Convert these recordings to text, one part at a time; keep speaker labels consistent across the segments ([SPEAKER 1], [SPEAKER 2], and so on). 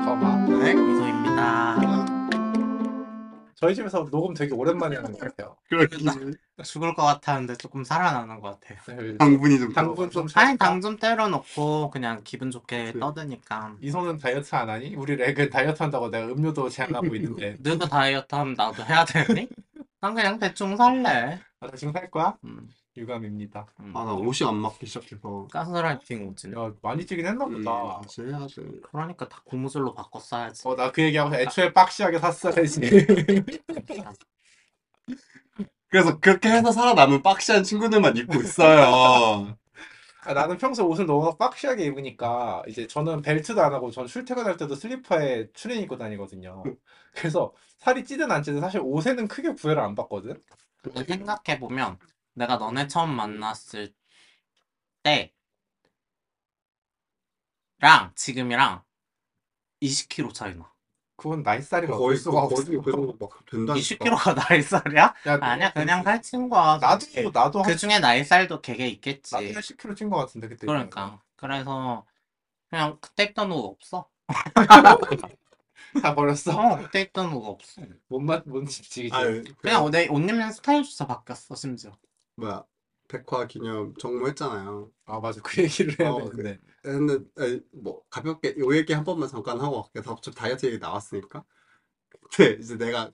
[SPEAKER 1] 아, 네.
[SPEAKER 2] 네. 저희 집에서 녹음 되게 오랜만에 하는 것 같아요.
[SPEAKER 1] 그렇긴 해.
[SPEAKER 3] 죽을 것 같았는데 조금 살아나는 것 같아요.
[SPEAKER 2] 네,
[SPEAKER 1] 당분이 좀
[SPEAKER 2] 당분 좀
[SPEAKER 3] 아니
[SPEAKER 2] 살까?
[SPEAKER 3] 당 좀 때려놓고 그냥 기분 좋게
[SPEAKER 2] 그-
[SPEAKER 3] 떠드니까
[SPEAKER 2] 이소는 다이어트 안 하니? 우리 렉은 다이어트 한다고 내가 음료도 제한하고 있는데
[SPEAKER 3] 너도 다이어트 하면 나도 해야 되니? 난 그냥 대충 살래.
[SPEAKER 2] 아, 나 지금 살 거야?
[SPEAKER 3] 음,
[SPEAKER 2] 유감입니다.
[SPEAKER 3] 음.
[SPEAKER 1] 아나 옷이 안 맞기 시작해서
[SPEAKER 3] 가스라이팅 오지.
[SPEAKER 2] 야, 많이 찌긴 했나
[SPEAKER 1] 음,
[SPEAKER 2] 보다.
[SPEAKER 1] 다시 해야 돼
[SPEAKER 3] 그러니까 다 고무줄로 바꿔 써야지.
[SPEAKER 2] 어, 나 그 얘기하고 애초에 빡시하게 샀어야지.
[SPEAKER 1] 그래서 그렇게 해서 살아남은 박시한 친구들만 입고 있어요
[SPEAKER 2] 아, 나는 평소 옷을 너무 빡시하게 입으니까 이제 저는 벨트도 안 하고 전 출퇴근할 때도 슬리퍼에 추린 입고 다니거든요. 그래서 살이 찌든 안 찌든 사실 옷에는 크게 구애를 안 받거든.
[SPEAKER 3] 근데 생각해보면 내가 너네 처음 만났을 때랑 지금이랑 20kg 차이 나.
[SPEAKER 2] 그건 나이 살이
[SPEAKER 1] 거의
[SPEAKER 2] 수가
[SPEAKER 1] 거의
[SPEAKER 2] 없어.
[SPEAKER 1] 그래서 막 된다니까
[SPEAKER 3] 20kg가 나이살이야?
[SPEAKER 2] 야,
[SPEAKER 3] 아니야
[SPEAKER 2] 그거
[SPEAKER 3] 그냥 살찐 거야.
[SPEAKER 2] 나도
[SPEAKER 1] 어.
[SPEAKER 2] 나도 한
[SPEAKER 3] 그 중에 나이살도 걔게
[SPEAKER 2] 나도 한
[SPEAKER 3] 있겠지.
[SPEAKER 2] 10kg 찐 거 같은데 그때.
[SPEAKER 3] 그러니까 그래서 그냥 그때 입던 옷 없어.
[SPEAKER 2] 다 버렸어.
[SPEAKER 3] 어 그때 입던 옷 없어.
[SPEAKER 2] 몸만 몸 지지.
[SPEAKER 1] 아유 음, 그냥
[SPEAKER 3] 그냥 내옷 입는 스타일조차 바뀌었어 심지어.
[SPEAKER 1] 뭐야 백화 기념 정모했잖아요
[SPEAKER 2] 아 맞아 그 얘기를 해야
[SPEAKER 1] 어,
[SPEAKER 2] 되는데.
[SPEAKER 1] 근데 아니, 뭐 가볍게 요 얘기 한 번만 잠깐 하고 갈게요 다 어차피 다이어트 얘기 나왔으니까 근데 이제 내가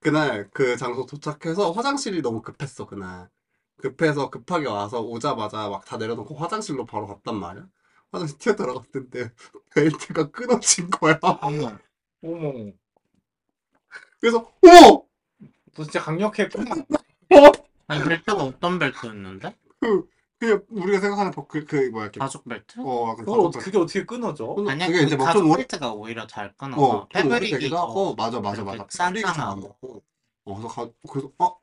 [SPEAKER 1] 그날 그 장소 도착해서 화장실이 너무 급했어 그날 급해서 급하게 와서 오자마자 막 다 내려놓고 화장실로 바로 갔단 말이야 화장실 튀어 들어갔는데 벨트가 끊어진 거야
[SPEAKER 3] 어머
[SPEAKER 2] 어머,
[SPEAKER 1] 그래서 어머!
[SPEAKER 2] 너 진짜 강력했구나.
[SPEAKER 3] 아니 벨트가 어떤 벨트였는데?
[SPEAKER 1] 그냥 우리가 생각하는 버- 그, 그 뭐야 이렇게
[SPEAKER 3] 가죽 벨트?
[SPEAKER 1] 어 약간
[SPEAKER 2] 그걸 어,
[SPEAKER 1] 가죽
[SPEAKER 2] 그게 어떻게 끊어져?
[SPEAKER 1] 벨트.
[SPEAKER 3] 아니야
[SPEAKER 1] 그게
[SPEAKER 3] 그
[SPEAKER 1] 이제 막
[SPEAKER 3] 가죽
[SPEAKER 1] 좀 오래
[SPEAKER 3] 벨트가 오히려 잘 끊어서
[SPEAKER 1] 어, 좀
[SPEAKER 3] 패브릭이
[SPEAKER 1] 오래되기도 하고 맞아 맞아
[SPEAKER 3] 이렇게
[SPEAKER 1] 맞아 패브릭이 잘안
[SPEAKER 3] 싼싸하고.
[SPEAKER 1] 먹고 어 그래서 가 그래서 어?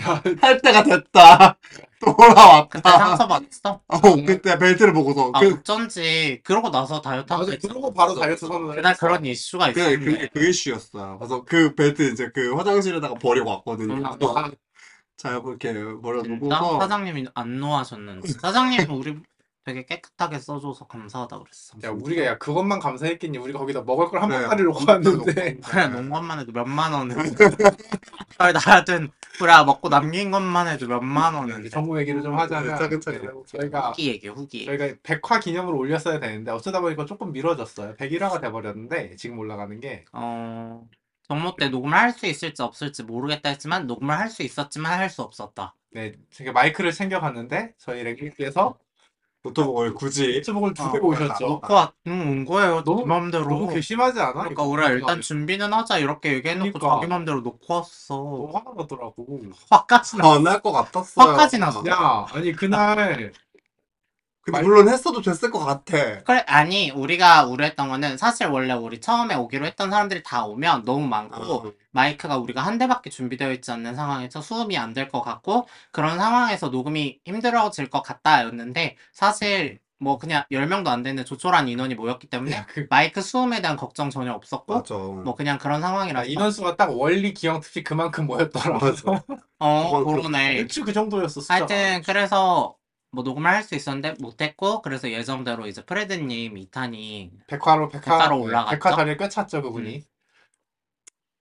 [SPEAKER 2] 야,
[SPEAKER 1] 할 때가 됐다 돌아왔다
[SPEAKER 3] 그때 상처받았어?
[SPEAKER 1] 어 그때 벨트를 보고서
[SPEAKER 3] 아
[SPEAKER 1] 그,
[SPEAKER 3] 어쩐지 그러고 나서 다이어트 하고
[SPEAKER 2] 맞아.
[SPEAKER 3] 있잖아.
[SPEAKER 2] 그러고 바로 다이어트 선언을
[SPEAKER 3] 그날
[SPEAKER 2] 했어. 아,
[SPEAKER 3] 그런 이슈가
[SPEAKER 1] 그,
[SPEAKER 3] 있었네.
[SPEAKER 1] 그, 그 이슈였어요 그래서 그 벨트 이제 그 화장실에다가 버리고 왔거든요
[SPEAKER 3] 음,
[SPEAKER 1] 어, 자 이렇게
[SPEAKER 3] 일단
[SPEAKER 1] 버려놓고서
[SPEAKER 3] 사장님이 안노하셨는지 사장님이 우리 되게 깨끗하게 써줘서 감사하다 그랬어.
[SPEAKER 2] 야, 우리가 야 그것만 감사했겠니? 우리가 거기다 먹을 걸 한
[SPEAKER 1] 네,
[SPEAKER 2] 번짜리로
[SPEAKER 1] 한
[SPEAKER 2] 구웠는데.
[SPEAKER 3] 그래 놓은 것만 해도 몇만 원을 나한텐 우리가 먹고 남긴 것만 해도 몇만
[SPEAKER 2] 이제
[SPEAKER 3] 원을
[SPEAKER 2] 정보 얘기를 좀 하자면
[SPEAKER 1] 네, 차근차근
[SPEAKER 2] 네,
[SPEAKER 1] 해볼게요.
[SPEAKER 2] 저희가
[SPEAKER 3] 후기 얘기 후기
[SPEAKER 2] 저희가 백화 기념으로 올렸어야 되는데 어쩌다 보니까 조금 미뤄졌어요. 101화가 돼버렸는데 지금 올라가는 게
[SPEAKER 3] 어 정모 때 녹음을 할 수 있을지 없을지 모르겠다 했지만 녹음을 할 수 있었지만 할 수 없었다
[SPEAKER 2] 네, 제가 마이크를 챙겨갔는데 저희 랭님께서 아,
[SPEAKER 1] 노트북을 굳이
[SPEAKER 2] 노트북을 네, 두 개
[SPEAKER 3] 어,
[SPEAKER 2] 오셨죠.
[SPEAKER 3] 놓고 왔는 음, 거예요
[SPEAKER 2] 너무-
[SPEAKER 3] 지 맘대로
[SPEAKER 2] 너무 아, 괘씸하지 않아?
[SPEAKER 3] 그러니까
[SPEAKER 2] 이거?
[SPEAKER 3] 우리가 일단 준비는 하자 이렇게 얘기해놓고
[SPEAKER 2] 그러니까.
[SPEAKER 3] 자기 맘대로 놓고 왔어
[SPEAKER 2] 너무 화가 나더라고.
[SPEAKER 3] 화까지 나
[SPEAKER 1] 안할 것 같았어요
[SPEAKER 3] 네. 화까지 났어.
[SPEAKER 2] 야, 아니 그날
[SPEAKER 1] 근데 물론 했어도 됐을 것 같아
[SPEAKER 3] 그래 아니 우리가 우려했던 거는 사실 원래 우리 처음에 오기로 했던 사람들이 다 오면 너무 많고
[SPEAKER 1] 어,
[SPEAKER 3] 마이크가 우리가 한 대밖에 준비되어 있지 않는 상황에서 수음이 안 될 것 같고 그런 상황에서 녹음이 힘들어질 것 같다였는데 사실 뭐 그냥 10명도 안 되는 조촐한 인원이 모였기 때문에
[SPEAKER 2] 야, 그
[SPEAKER 3] 마이크 수음에 대한 걱정 전혀 없었고
[SPEAKER 1] 예. 맞아 아,
[SPEAKER 3] 뭐 그냥 그런
[SPEAKER 2] 야,
[SPEAKER 3] 상황이라서
[SPEAKER 2] 인원수가 딱 원리 기영 특히 그만큼 모였더라.
[SPEAKER 1] 맞아.
[SPEAKER 3] 어
[SPEAKER 1] 그건 그-
[SPEAKER 3] 그러네
[SPEAKER 2] 일주 그 정도였어. 숫자가.
[SPEAKER 3] 하여튼 그래서 뭐 녹음을 할 수 있었는데 못했고 그래서 예정대로 이제 프레드님 이탄이
[SPEAKER 2] 백화로 백화
[SPEAKER 3] 백화로
[SPEAKER 2] 네,
[SPEAKER 3] 올라갔죠?
[SPEAKER 2] 백화 자리에 꿰찼죠 음. 그분이.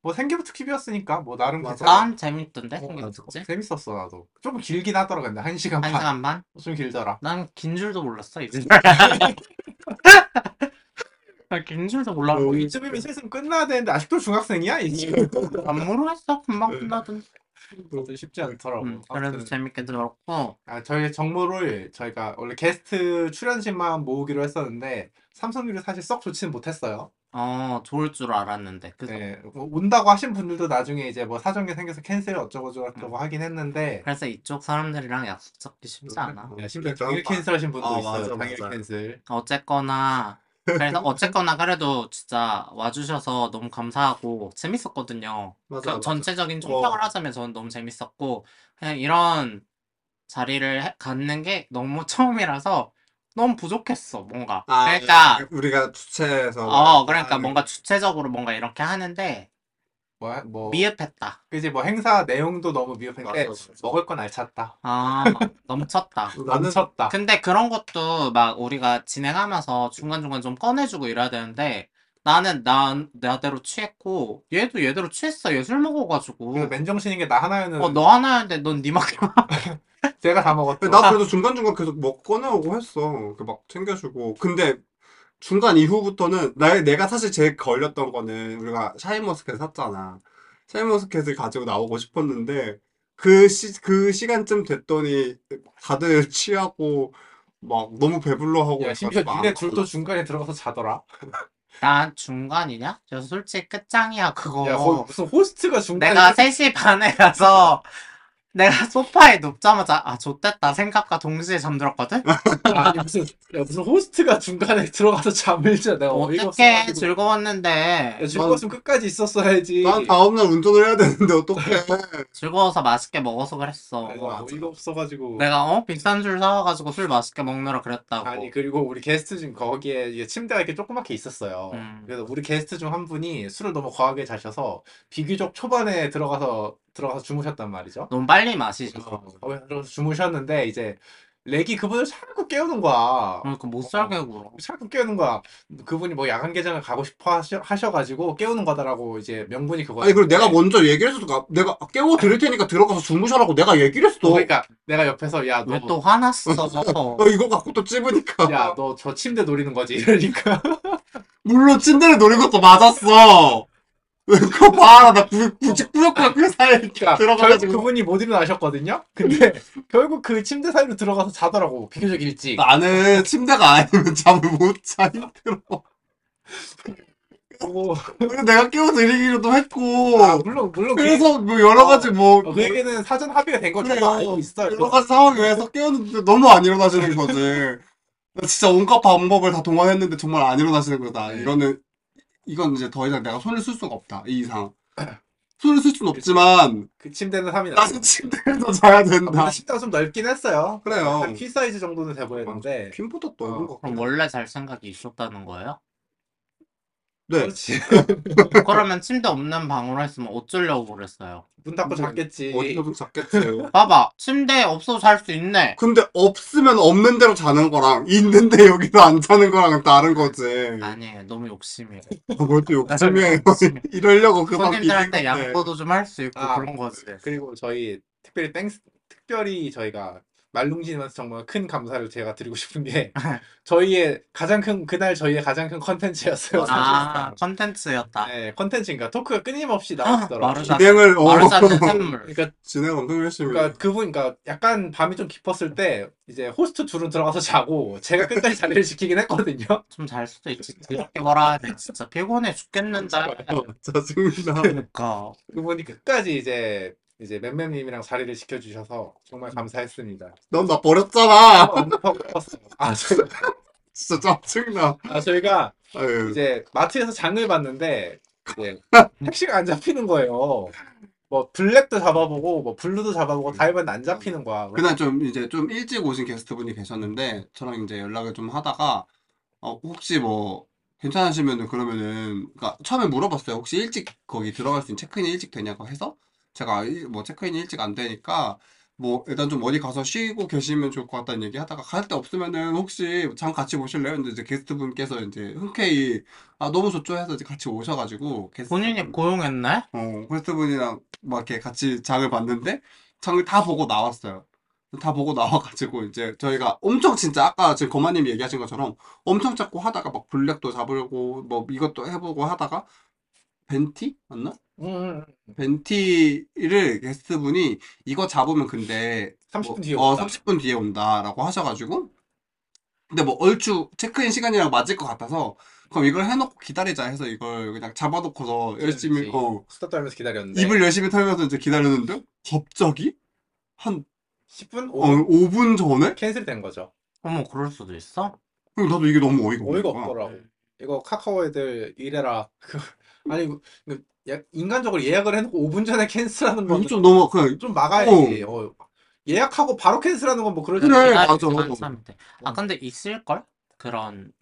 [SPEAKER 2] 뭐 생기부터 킵이었으니까 뭐 나름
[SPEAKER 1] 맞아.
[SPEAKER 2] 괜찮아. 네,
[SPEAKER 3] 난 재밌던데 생겼지
[SPEAKER 2] 재밌었어 나도. 좀 길긴 하더라 근데 한 시간
[SPEAKER 3] 한
[SPEAKER 2] 반.
[SPEAKER 3] 시간 반?
[SPEAKER 2] 좀 길더라.
[SPEAKER 3] 난 긴 줄도 몰랐어 이제. 나긴 줄도 몰랐고
[SPEAKER 1] 음.
[SPEAKER 2] 어, 이쯤이면 실습 끝나야 되는데 아직도 중학생이야 이 지금.
[SPEAKER 3] 안 모르겠어 금방 끝나던.
[SPEAKER 2] 그것도 쉽지 않더라고.
[SPEAKER 3] 음, 그래도
[SPEAKER 2] 아무튼,
[SPEAKER 3] 재밌게 들었고
[SPEAKER 2] 아, 저희 정모를 저희가 원래 게스트 출연진만 모으기로 했었는데 삼성률이 사실 썩 좋지는 못했어요.
[SPEAKER 3] 어 좋을 줄 알았는데 그래서
[SPEAKER 2] 네, 뭐 온다고 하신 분들도 나중에 이제 뭐 사정이 생겨서 캔슬 어쩌고 저쩌고 하긴 했는데
[SPEAKER 3] 그래서 이쪽 사람들이랑 약속 잡기 쉽지 않아.
[SPEAKER 2] 야, 심지어
[SPEAKER 1] 그러니까
[SPEAKER 2] 당일 캔슬하신 분도
[SPEAKER 1] 아, 맞아,
[SPEAKER 2] 있어요. 당일
[SPEAKER 1] 맞아.
[SPEAKER 2] 캔슬.
[SPEAKER 3] 어쨌거나 그래서 어쨌거나 그래도 진짜 와주셔서 너무 감사하고 재밌었거든요.
[SPEAKER 1] 맞아, 맞아.
[SPEAKER 3] 그러니까 전체적인 총평을
[SPEAKER 1] 어.
[SPEAKER 3] 하자면 저는 너무 재밌었고 그냥 이런 자리를 해- 갖는 게 너무 처음이라서 너무 부족했어 뭔가
[SPEAKER 1] 아,
[SPEAKER 3] 그러니까
[SPEAKER 1] 우리가 주최해서 아, 네.
[SPEAKER 3] 어 그러니까
[SPEAKER 1] 하는
[SPEAKER 3] 뭔가 주체적으로 뭔가 이렇게 하는데
[SPEAKER 2] 뭐, 뭐,
[SPEAKER 3] 미흡했다
[SPEAKER 2] 그지, 뭐 행사 내용도 너무 미흡했는데,
[SPEAKER 1] 맞아, 맞아.
[SPEAKER 2] 먹을 건 알찼다.
[SPEAKER 3] 아 넘쳤다
[SPEAKER 1] 나는
[SPEAKER 2] 넘쳤다.
[SPEAKER 3] 근데 그런 것도 막 우리가 진행하면서 중간중간 좀 꺼내주고 이래야 되는데 나는 난 나대로 취했고 얘도 얘대로 취했어. 얘 술 먹어가지고.
[SPEAKER 2] 그래서 맨정신인 게 나 하나였는
[SPEAKER 3] 어 너 하나인데 넌네 밖에
[SPEAKER 2] 제가 다 먹었죠.
[SPEAKER 1] 나 그래도 중간중간 계속 뭐 꺼내오고 했어. 그 막 챙겨주고. 근데 중간 이후부터는 나, 내가 사실 제일 걸렸던 거는 우리가 샤인머스켓 샀잖아. 샤인머스켓을 가지고 나오고 싶었는데 그 시, 그 시간쯤 됐더니 다들 취하고 막 너무 배불러하고
[SPEAKER 2] 야, 심지어 니네 둘도 중간에 들어가서 자더라.
[SPEAKER 3] 난 중간이냐? 저 솔직히 끝장이야 그거.
[SPEAKER 2] 야, 거의 무슨 호스트가 중간에
[SPEAKER 3] 어. 내가 3시 반에 가서 내가 소파에 눕자마자 아 좆됐다 생각과 동시에 잠들었거든?
[SPEAKER 2] 아니 무슨 야, 무슨 호스트가 중간에 들어가서 잠을 자. 내가 어이가
[SPEAKER 3] 어떻게
[SPEAKER 2] 없어가지고.
[SPEAKER 3] 즐거웠는데
[SPEAKER 2] 야, 즐거웠으면 끝까지 있었어야지.
[SPEAKER 1] 난 다음날 운전을 해야 되는데 어떡해.
[SPEAKER 3] 즐거워서 맛있게 먹어서 그랬어.
[SPEAKER 2] 아니, 나 어이가 없어가지고.
[SPEAKER 1] 네.
[SPEAKER 3] 내가 어 비싼 줄 사와가지고 술 맛있게 먹느라 그랬다고.
[SPEAKER 1] 어.
[SPEAKER 2] 아니 그리고 우리 게스트 중 거기에 이제 침대가 이렇게 조그맣게 있었어요.
[SPEAKER 3] 음.
[SPEAKER 2] 그래서 우리 게스트 중 한 분이 술을 너무 과하게 자셔서 비교적 초반에 들어가서 들어가서 주무셨단 말이죠.
[SPEAKER 3] 너무 빨리 마시셔서.
[SPEAKER 2] 어,
[SPEAKER 1] 아.
[SPEAKER 2] 거기 들어가서 주무셨는데 이제 렉이 그분을 자꾸 깨우는 거야.
[SPEAKER 3] 그러니까 못 살게 굴어.
[SPEAKER 2] 자꾸 깨우는 거야. 그분이 뭐 야간 개장을 가고 싶어 하셔, 하셔가지고 깨우는 거다라고 이제 명분이 그거.
[SPEAKER 1] 아니 그리고 내가 먼저 얘기를 했어도 가- 내가 깨워 드릴 테니까 들어가서 주무셔라고 내가 얘기를 했어.
[SPEAKER 2] 그러니까 내가 옆에서 야 너.
[SPEAKER 3] 왜 또 화났어?
[SPEAKER 1] 어, 이거 갖고 또 찝으니까.
[SPEAKER 2] 야, 너 저 침대 노리는 거지? 이러니까.
[SPEAKER 1] 물론 침대를 노린 것도 맞았어. 그거 봐라, 나 구, 굳이 꾸역꾸역 그 사이에
[SPEAKER 2] 결국
[SPEAKER 1] 들어가가지고.
[SPEAKER 2] 그분이 못 일어나셨거든요? 근데 결국 그 침대 사이로 들어가서 자더라고. 비교적
[SPEAKER 1] 아,
[SPEAKER 2] 일찍.
[SPEAKER 1] 나는 침대가 아니면 잠을 못 자, 힘들어.
[SPEAKER 2] 그리고
[SPEAKER 1] 그래서 내가 깨워드리기도 했고.
[SPEAKER 2] 아, 물론 물론 그,
[SPEAKER 1] 그래서 뭐 여러 가지 뭐.
[SPEAKER 2] 어, 그 얘기는 사전 합의가 된걸
[SPEAKER 1] 그래요.
[SPEAKER 2] 저도 알고 있어요.
[SPEAKER 1] 여러 가지 상황에 의해서 깨웠는데 너무 안 일어나시는 거지. 나 진짜 온갖 방법을 다 동원했는데 정말 안 일어나시는 거다.
[SPEAKER 2] 네.
[SPEAKER 1] 이거는, 이건 이제 더 이상 내가 손을 쓸 수가 없다. 이 이상. 손을 쓸 수는 없지만,
[SPEAKER 2] 그 침대는 3이 나.
[SPEAKER 1] 나는 침대에서 자야 된다.
[SPEAKER 2] 근데 침대가 좀 넓긴 했어요.
[SPEAKER 1] 그래요. 아,
[SPEAKER 2] 한 퀸 사이즈 정도는 돼 보였는데.
[SPEAKER 1] 퀸보다
[SPEAKER 2] 어,
[SPEAKER 1] 넓은 것 같아.
[SPEAKER 3] 그럼 원래 잘 생각이 있었다는 거예요?
[SPEAKER 1] 네.
[SPEAKER 2] 그렇지.
[SPEAKER 3] 그러면 침대 없는 방으로 했으면 어쩌려고 그랬어요?
[SPEAKER 2] 문 닫고 잤겠지.
[SPEAKER 1] 어디서든 잤겠어요.
[SPEAKER 3] 봐봐 침대 없어 잘 수 있네.
[SPEAKER 1] 근데 없으면 없는 대로 자는 거랑 있는데 여기서 안 자는 거랑은 다른 거지.
[SPEAKER 3] 아니에요 너무 욕심이에요.
[SPEAKER 1] 뭘또 욕심이에요. 이러려고 그 그만
[SPEAKER 3] 손님들한테
[SPEAKER 1] 비비는데.
[SPEAKER 3] 양보도 좀 할 수 있고
[SPEAKER 2] 아.
[SPEAKER 3] 그런 거지.
[SPEAKER 2] 그리고 저희 특별히 땡 특별히 저희가 말룽지면서 정말 큰 감사를 제가 드리고 싶은 게
[SPEAKER 3] 아,
[SPEAKER 2] 저희의 가장 큰 그날 저희의 가장 큰 컨텐츠였어요.
[SPEAKER 3] 아
[SPEAKER 2] 사실상.
[SPEAKER 3] 컨텐츠였다.
[SPEAKER 2] 네, 컨텐츠인가 토크가 끊임없이
[SPEAKER 3] 아,
[SPEAKER 2] 나왔더라고요.
[SPEAKER 3] 마르샤
[SPEAKER 1] 진행을, 어,
[SPEAKER 3] 마르샤는 샘물.
[SPEAKER 2] 그러니까
[SPEAKER 1] 진행 엄청 열심히.
[SPEAKER 2] 그러니까 그분 그러니까 약간 밤이 좀 깊었을 때 이제 호스트 둘은 들어가서 자고 제가 끝까지 자리를 지키긴 했거든요.
[SPEAKER 3] 좀 잘 수도 있지. 이렇게 뭐라 해. 진짜 피곤해 죽겠는데.
[SPEAKER 1] 어, 짜증나.
[SPEAKER 3] 그러니까.
[SPEAKER 2] 그분이 끝까지 이제 이제 맴맴님이랑 자리를 지켜주셔서 정말 감사했습니다. 음,
[SPEAKER 1] 넌 나 버렸잖아.
[SPEAKER 2] 아, 저,
[SPEAKER 1] 진짜 짜증나.
[SPEAKER 2] 아 저희가
[SPEAKER 1] 아유.
[SPEAKER 2] 이제 마트에서 장을 봤는데 이제 택시가 안 잡히는 거예요. 뭐 블랙도 잡아보고 뭐 블루도 잡아보고 다 해봤는데 안 잡히는
[SPEAKER 3] 아,
[SPEAKER 2] 거야.
[SPEAKER 1] 그날 좀 이제 좀 일찍 오신 게스트분이 계셨는데 저랑 이제 연락을 좀 하다가 어, 혹시 뭐 괜찮으시면은 그러면은 그러니까 처음에 물어봤어요. 혹시 일찍 거기 들어갈 수 있는 체크인이 일찍 되냐고 해서 제가 일- 뭐 체크인이 일찍 안 되니까 뭐 일단 좀 어디 가서 쉬고 계시면 좋을 것 같다는 얘기 하다가 갈 데 없으면은 혹시 잠 같이 보실래요? 근데 이제 게스트분께서 이제 흔쾌히 아 너무 좋죠 해서 이제 같이 오셔가지고 게스트
[SPEAKER 3] 본인이 고용했네?
[SPEAKER 1] 어, 퀘스트분이랑 막 이렇게 같이 장을 봤는데, 장을 다 보고 나왔어요. 다 보고 나와가지고, 이제 저희가 엄청 진짜 아까 지금 거마님이 얘기하신 것처럼 엄청 찾고 하다가 막 블랙도 잡으려고 뭐 이것도 해보고 하다가, 벤티? 맞나?
[SPEAKER 2] 음,
[SPEAKER 1] 벤티를 게스트분이 이거 잡으면 근데
[SPEAKER 2] 30분
[SPEAKER 1] 뭐,
[SPEAKER 2] 뒤에
[SPEAKER 1] 어,
[SPEAKER 2] 온다.
[SPEAKER 1] 30분 뒤에 온다라고 하셔가지고 근데 뭐 얼추 체크인 시간이랑 맞을 것 같아서 그럼 이걸 해놓고 기다리자 해서 이걸 그냥 잡아놓고서 열심히
[SPEAKER 2] 그치.
[SPEAKER 1] 어,
[SPEAKER 2] 수다 떨면서 기다렸는데
[SPEAKER 1] 입을 열심히 털면서 이제 기다렸는데 갑자기 한
[SPEAKER 2] 10분
[SPEAKER 1] 어, 5분 전에
[SPEAKER 2] 캔슬된 거죠.
[SPEAKER 3] 어머 그럴 수도 있어?
[SPEAKER 1] 그리고 나도 이게 너무 어이가 없는
[SPEAKER 2] 어이가
[SPEAKER 1] 거야.
[SPEAKER 2] 없더라고. 이거 카카오 애들 이래라. 아니 그- 야- 인간적으로 예약을 해놓고 5분 전에 캔슬하는
[SPEAKER 1] 아, 이거
[SPEAKER 2] 건
[SPEAKER 1] 좀 너무 그냥
[SPEAKER 2] 좀 막아야지. 어, 예약하고 바로 캔슬하는 건 뭐 그럴 수
[SPEAKER 1] 그래.
[SPEAKER 2] 있지.
[SPEAKER 1] 맞아. 어.
[SPEAKER 3] 기다리는 사람인데. 아 근데 있을걸? 그런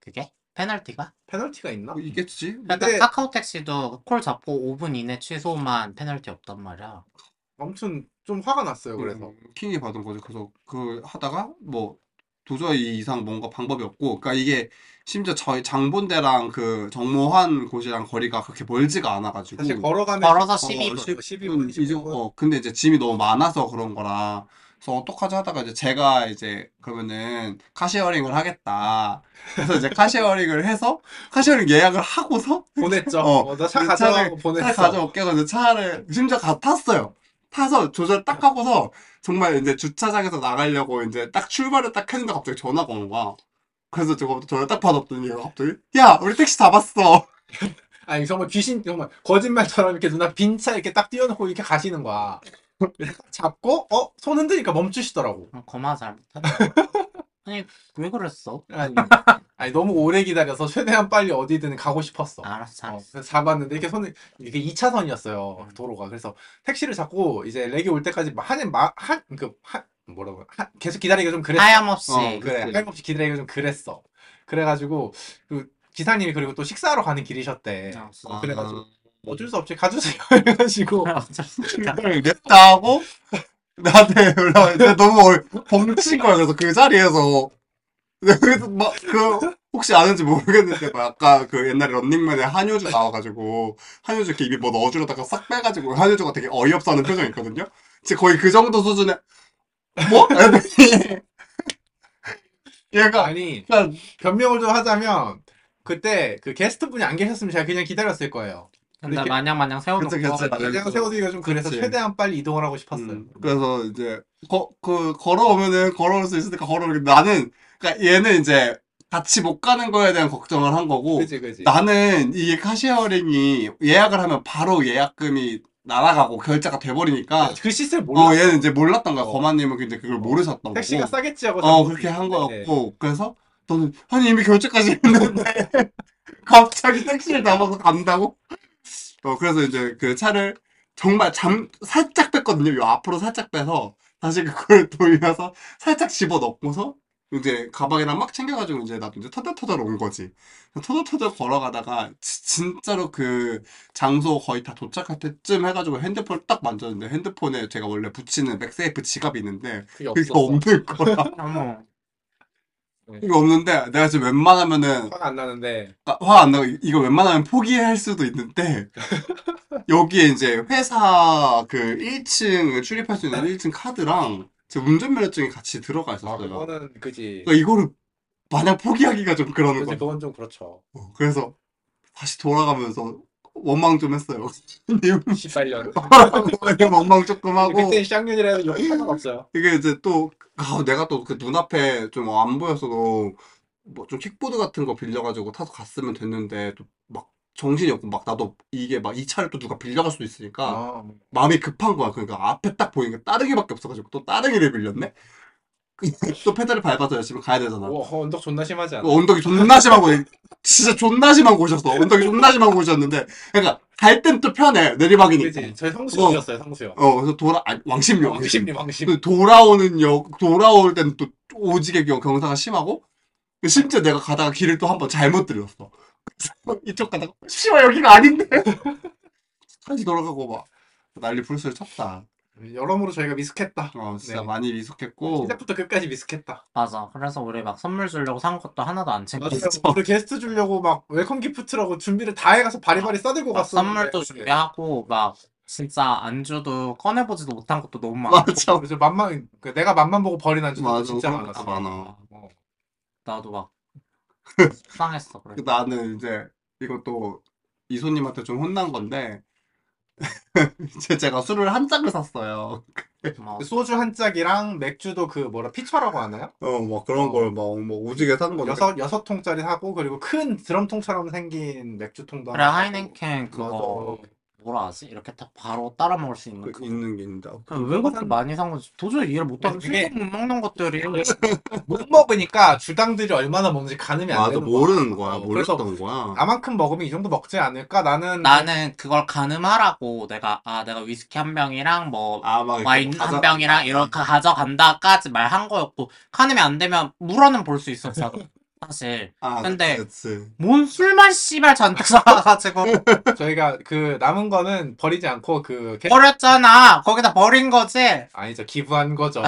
[SPEAKER 3] 그게? 페널티가?
[SPEAKER 2] 페널티가 있나?
[SPEAKER 1] 어, 이겠지?
[SPEAKER 3] 약간
[SPEAKER 2] 근데-
[SPEAKER 3] 카카오 택시도 콜 잡고 5분 이내 취소만 페널티 없단 말이야.
[SPEAKER 2] 아무튼 좀 화가 났어요. 그래서
[SPEAKER 1] 음, 킹이 받은 거죠. 그래서 그 하다가 뭐 도저히 이상 뭔가 방법이 없고, 그러니까 이게 심지어 저희 장본대랑 그 정모한 곳이랑 거리가 그렇게 멀지가 않아가지고,
[SPEAKER 2] 사실 걸어가면
[SPEAKER 3] 걸어서
[SPEAKER 1] 어,
[SPEAKER 3] 12분.
[SPEAKER 2] 12분,
[SPEAKER 1] 이제, 어, 근데 이제 짐이 너무 많아서 그런 거라. 그래서 어떡하지 하다가 이제 제가 이제 그러면은 카시어링을 하겠다. 그래서 이제 카시어링을 해서 카시어링 예약을 하고서
[SPEAKER 2] 보냈죠.
[SPEAKER 1] 어,
[SPEAKER 2] 어, 나차
[SPEAKER 1] 그 차를-
[SPEAKER 2] 가져가고
[SPEAKER 1] 차를
[SPEAKER 2] 보냈어.
[SPEAKER 1] 가져올게 해서 이제 차를 심지어 가 탔어요. 타서 조절 딱 하고서 정말 이제 주차장에서 나가려고 이제 딱 출발을 딱 했는데 갑자기 전화가 온 거야. 그래서 제가 전화 딱 받았더니 얘가 갑자기 야 우리 택시 잡았어.
[SPEAKER 2] 아니 정말 귀신 정말 거짓말처럼 이렇게 누나 빈 차 이렇게 딱 띄워놓고 이렇게 가시는 거야. 그래서 딱 잡고 어 손 흔드니까 멈추시더라고.
[SPEAKER 3] 어, 거마 잘 못해. 아니 왜 그랬어?
[SPEAKER 2] 아니, 아니, 너무 오래 기다려서 최대한 빨리 어디든 가고 싶었어.
[SPEAKER 3] 알았어
[SPEAKER 2] 어,
[SPEAKER 3] 잘했어.
[SPEAKER 2] 그래서 잡았는데 이렇게 손을 이게 2차선이었어요
[SPEAKER 3] 음.
[SPEAKER 2] 도로가 그래서 택시를 잡고 이제 렉이 올 때까지 한한그한 뭐라고 한, 계속 기다리기가 좀 그랬어.
[SPEAKER 3] 하염없이
[SPEAKER 1] 어,
[SPEAKER 2] 그래
[SPEAKER 1] 그치.
[SPEAKER 2] 할없이 기다리기가 좀 그랬어. 그래가지고 그 기사님이 그리고 또 식사하러 가는 길이셨대.
[SPEAKER 3] 아, 진짜.
[SPEAKER 2] 어, 그래가지고 어쩔 수 없이 가주세요 이래가지고
[SPEAKER 3] 어쩔 수 없다.
[SPEAKER 1] 그걸 냈다 하고 나한테 연락을 했는데 너무 얼- 벙친 거야. 그래서 그 자리에서 그래서 막 그 혹시 아는지 모르겠는데 막 아까 그 옛날에 런닝맨에 한효주 나와가지고 한효주 이렇게 입에 뭐 넣어주려다가 싹 빼가지고 한효주가 되게 어이없어 하는 표정 있거든요. 이제 거의 그 정도 수준의 뭐? 이랬더니 얘가
[SPEAKER 2] 아니
[SPEAKER 1] 그냥
[SPEAKER 2] 변명을 좀 하자면 그때 그 게스트 분이 안 계셨으면 제가 그냥 기다렸을 거예요.
[SPEAKER 3] 근데
[SPEAKER 2] 이렇게-
[SPEAKER 3] 마냥 마냥 세워놓고
[SPEAKER 1] 그치, 그치.
[SPEAKER 2] 어, 그냥 세워두기가 좀 그래서
[SPEAKER 1] 그렇죠. 그치.
[SPEAKER 2] 최대한 빨리 이동을 하고 싶었어요.
[SPEAKER 1] 음, 그래서 이제 거, 그 걸어오면은 걸어올 수 있으니까 걸어오는데 나는 그러니까 얘는 이제 같이 못 가는 거에 대한 걱정을 한 거고
[SPEAKER 2] 그지 그지.
[SPEAKER 1] 뭐 나는 이게 카시어링이 예약을 하면 바로 예약금이 날아가고 결제가 돼버리니까
[SPEAKER 2] 그 시스템 몰라.
[SPEAKER 1] 어 얘는 이제 몰랐던 거야
[SPEAKER 2] 어.
[SPEAKER 1] 거마님은 이제 그걸 모르셨던
[SPEAKER 2] 택시가
[SPEAKER 1] 거고
[SPEAKER 2] 싸겠지 하고
[SPEAKER 1] 어
[SPEAKER 2] 잡았지.
[SPEAKER 1] 그렇게 한
[SPEAKER 2] 네.
[SPEAKER 1] 거였고 그래서 너는 아니 이미 결제까지 했는데 갑자기 택시를 잡아서 간다고 어 그래서 이제 그 차를 정말 잠 살짝 뺐거든요 요 앞으로 살짝 빼서 다시 그걸 돌려서 살짝 집어 넣고서 이제 가방이랑 막 챙겨가지고 이제 나도 이제 터덜터덜 온 거지 터덜터덜 걸어가다가 지- 진짜로 그 장소 거의 다 도착할 때쯤 해가지고 핸드폰을 딱 만졌는데 핸드폰에 제가 원래 붙이는 백세이프 지갑이 있는데
[SPEAKER 2] 그게
[SPEAKER 1] 그게
[SPEAKER 2] 없었어.
[SPEAKER 1] 없는 거야
[SPEAKER 3] 어머
[SPEAKER 1] 이거 없는데 내가 지금 웬만하면은
[SPEAKER 2] 화가 안 나는데
[SPEAKER 1] 화 안 나고 이- 이거 웬만하면 포기할 수도 있는데 여기에 이제 회사 그 1층 출입할 수 있는 1층 카드랑 제 운전면허증이 같이 들어가
[SPEAKER 2] 아
[SPEAKER 1] 있었어요.
[SPEAKER 2] 그거는 그지.
[SPEAKER 1] 그러니까 이거를 마냥 포기하기가 좀 그러는
[SPEAKER 2] 그지
[SPEAKER 1] 거죠.
[SPEAKER 2] 그건 좀 그렇죠.
[SPEAKER 1] 어, 그래서 다시 돌아가면서 원망 좀 했어요. 님
[SPEAKER 2] 18년.
[SPEAKER 1] 원망 조금 하고
[SPEAKER 2] 그때 쌍년이라서 욕 상관없어요.
[SPEAKER 1] 이게 이제 또 아, 내가 또 그 눈앞에 좀 안 보였어도 뭐 좀 킥보드 같은 거 빌려가지고 타서 갔으면 됐는데 또 막 정신이 없고 막 나도 이게 막 이 차를 또 누가 빌려갈 수도 있으니까
[SPEAKER 2] 아,
[SPEAKER 1] 마음이 급한 거야. 그러니까 앞에 딱 보이니까 따릉이밖에 없어가지고 또 따릉이를 빌렸네. 또 페달을 밟아서 열심히 가야 되잖아. 그
[SPEAKER 2] 와, 어, 언덕 존나 심하지 않아?
[SPEAKER 1] 언덕이 존나 심한 거 진짜 존나 심한 곳이었어. 언덕이 존나 심한 곳이었는데 그러니까 갈 땐 또 편해 내리막이니까.
[SPEAKER 2] 그지. 저희 성수형이었어요 성수형.
[SPEAKER 1] 어 그래서 돌아 아, 왕십리역
[SPEAKER 2] 왕심리 왕심.
[SPEAKER 1] 그 돌아오는 역, 돌아올 땐 또 오지게 경- 경사가 심하고, 그 심지어 내가 가다가 길을 또 한 번 잘못 들였어. 그래서 이쪽 가다가, 씨발, 여기가 아닌데? 다시 돌아가고 막, 난리 불수를 쳤다.
[SPEAKER 2] 여러모로 저희가 미숙했다.
[SPEAKER 1] 어, 진짜
[SPEAKER 2] 네.
[SPEAKER 1] 많이 미숙했고.
[SPEAKER 2] 시작부터 끝까지 미숙했다.
[SPEAKER 3] 맞아 그래서 우리 막 선물 주려고 산 것도 하나도 안 챙겼어
[SPEAKER 2] 맞아요. 우리 게스트 주려고 막 웰컴 기프트라고 준비를 다 해가서 바리바리 싸들고
[SPEAKER 3] 막
[SPEAKER 2] 갔어.
[SPEAKER 3] 아, 선물도 준비하고 막 진짜 안주도 꺼내보지도 못한 것도 너무 많고
[SPEAKER 1] 맞아.
[SPEAKER 2] 그래서 만만 그 내가 만만 보고 버리는 줄
[SPEAKER 1] 맞아.
[SPEAKER 2] 진짜
[SPEAKER 1] 그런
[SPEAKER 2] 많았어.
[SPEAKER 1] 것도 많아.
[SPEAKER 2] 어.
[SPEAKER 3] 나도 막 속상했어 그래
[SPEAKER 1] 그 나는 이제, 이것도 이소님한테 좀 혼난 건데, 이제 제가 술을 한 짝을 샀어요.
[SPEAKER 3] 고마워.
[SPEAKER 2] 그 소주 한 짝이랑 맥주도 그 뭐라 피처라고 하나요?
[SPEAKER 1] 어, 막 그런 걸 막, 뭐, 오지게 산 건데.
[SPEAKER 2] 여섯 여섯 통짜리 사고 그리고 큰 드럼통처럼 생긴 맥주통도
[SPEAKER 3] 그래
[SPEAKER 2] 하나 사고.
[SPEAKER 3] 하이넨켄 어. 그거
[SPEAKER 2] 맞아.
[SPEAKER 3] 뭐라 하지? 이렇게 딱 바로 따라 먹을 수 있는
[SPEAKER 1] 그
[SPEAKER 3] 그거
[SPEAKER 1] 있는 게 있는데.
[SPEAKER 3] 아, 왜 그렇게 많이 산 건지 도저히 이해를 못하고
[SPEAKER 2] 그게- 음.
[SPEAKER 3] 술도 못 먹는 것들이
[SPEAKER 2] 못 먹으니까 주당들이 얼마나 먹는지 가늠이 안
[SPEAKER 1] 맞아,
[SPEAKER 2] 되는
[SPEAKER 1] 모르는 거야.
[SPEAKER 2] 어, 그래서
[SPEAKER 1] 몰랐던 거야.
[SPEAKER 2] 나만큼 먹으면 이 정도 먹지 않을까? 나는
[SPEAKER 3] 나는 그걸 가늠하라고 내가 아 내가 위스키 한 병이랑 뭐
[SPEAKER 1] 아, 막 이렇게
[SPEAKER 3] 와인
[SPEAKER 1] 가져간다.
[SPEAKER 3] 한 병이랑 이렇게 가져간다까지 말한 거였고 가늠이 안 되면 물어는 볼 수 있었어 사실
[SPEAKER 1] 아,
[SPEAKER 3] 근데-
[SPEAKER 1] 그치.
[SPEAKER 3] 뭔 술만 씨발 잔뜩
[SPEAKER 2] 어.
[SPEAKER 3] 사가지고
[SPEAKER 2] 저희가 그 남은 거는 버리지 않고 그 게...
[SPEAKER 3] 버렸잖아 거기다 버린 거지
[SPEAKER 2] 아니죠 기부한 거죠.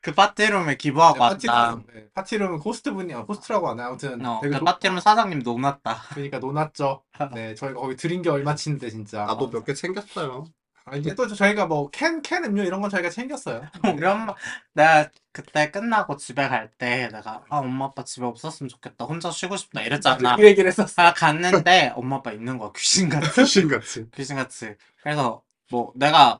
[SPEAKER 3] 그 파티룸에 기부하고 왔다.
[SPEAKER 2] 파티룸, 네, 파티룸은 호스트 분이, 아, 호스트라고 하나? 아무튼
[SPEAKER 3] 어,
[SPEAKER 2] 되게
[SPEAKER 3] 그
[SPEAKER 2] 노-
[SPEAKER 3] 파티룸 사장님 녹났다.
[SPEAKER 2] 그러니까 노났죠. 네, 저희가 거기 드린 게 얼마치인데, 진짜.
[SPEAKER 1] 나도 몇 개 챙겼어요.
[SPEAKER 2] 아, 이게 또 저희가 뭐 캔, 캔 음료 이런 건 저희가 챙겼어요.
[SPEAKER 3] 이런 말- 내가 그때 끝나고 집에 갈 때 내가 아 엄마 아빠 집에 없었으면 좋겠다 혼자 쉬고 싶다 이랬잖아
[SPEAKER 2] 그 얘기를 했었어.
[SPEAKER 3] 아 갔는데 엄마 아빠 있는 거야 귀신같이
[SPEAKER 1] 귀신같이.
[SPEAKER 3] 귀신같이 그래서 뭐 내가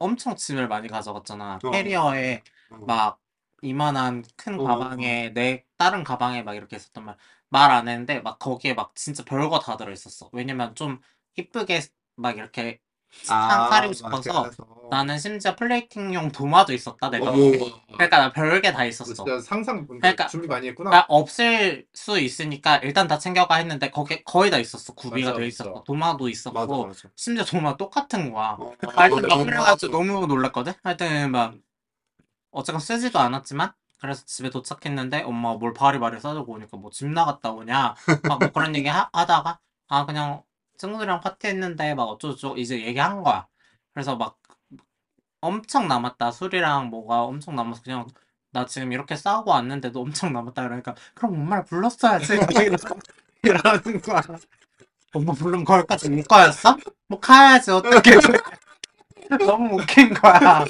[SPEAKER 3] 엄청 짐을 많이 가져갔잖아
[SPEAKER 1] 어.
[SPEAKER 3] 캐리어에
[SPEAKER 1] 어.
[SPEAKER 3] 막 이만한 큰
[SPEAKER 1] 어.
[SPEAKER 3] 가방에 내 다른 가방에 막 이렇게 있었단 말말 안 했는데 막 거기에 막 진짜 별거 다 들어있었어 왜냐면 좀 이쁘게 막 이렇게
[SPEAKER 1] 아,
[SPEAKER 3] 상 차리고 싶어서 나는 심지어 플레이팅용 도마도 있었다
[SPEAKER 1] 어,
[SPEAKER 3] 내가
[SPEAKER 1] 뭐,
[SPEAKER 3] 그러니까 나 별게 다 있었어
[SPEAKER 2] 진짜 상상,
[SPEAKER 3] 그러니까-
[SPEAKER 2] 준비 많이 했구나.
[SPEAKER 3] 나 없을 수 있으니까 일단 다 챙겨가 했는데 거기 거의 다 있었어 구비가
[SPEAKER 2] 맞아,
[SPEAKER 3] 돼
[SPEAKER 2] 맞아.
[SPEAKER 3] 있었고 도마도 있었고
[SPEAKER 1] 맞아 맞아.
[SPEAKER 3] 심지어 도마 똑같은 거야
[SPEAKER 1] 어, 너무
[SPEAKER 3] 하여튼 막 아, 그래가지고 너무 놀랐거든 하여튼 막 어쨌건 쓰지도 않았지만 그래서 집에 도착했는데 엄마가 뭘 바리바리 싸들고 오니까 뭐 집 나갔다 오냐 막 뭐 그런 얘기 하, 하다가 아 그냥 친구들이랑 파티했는데 막 어쩌고저쩌고 이제 얘기한 거야 그래서 막 엄청 남았다 술이랑 뭐가 엄청 남아서 그냥 나 지금 이렇게 싸우고 왔는데도 엄청 남았다 그러니까 그럼 엄마를 불렀어야지 이러는 거야 엄마 부르면 거기까지 올 거였어? 뭐 가야지 어떻게 너무 웃긴 거야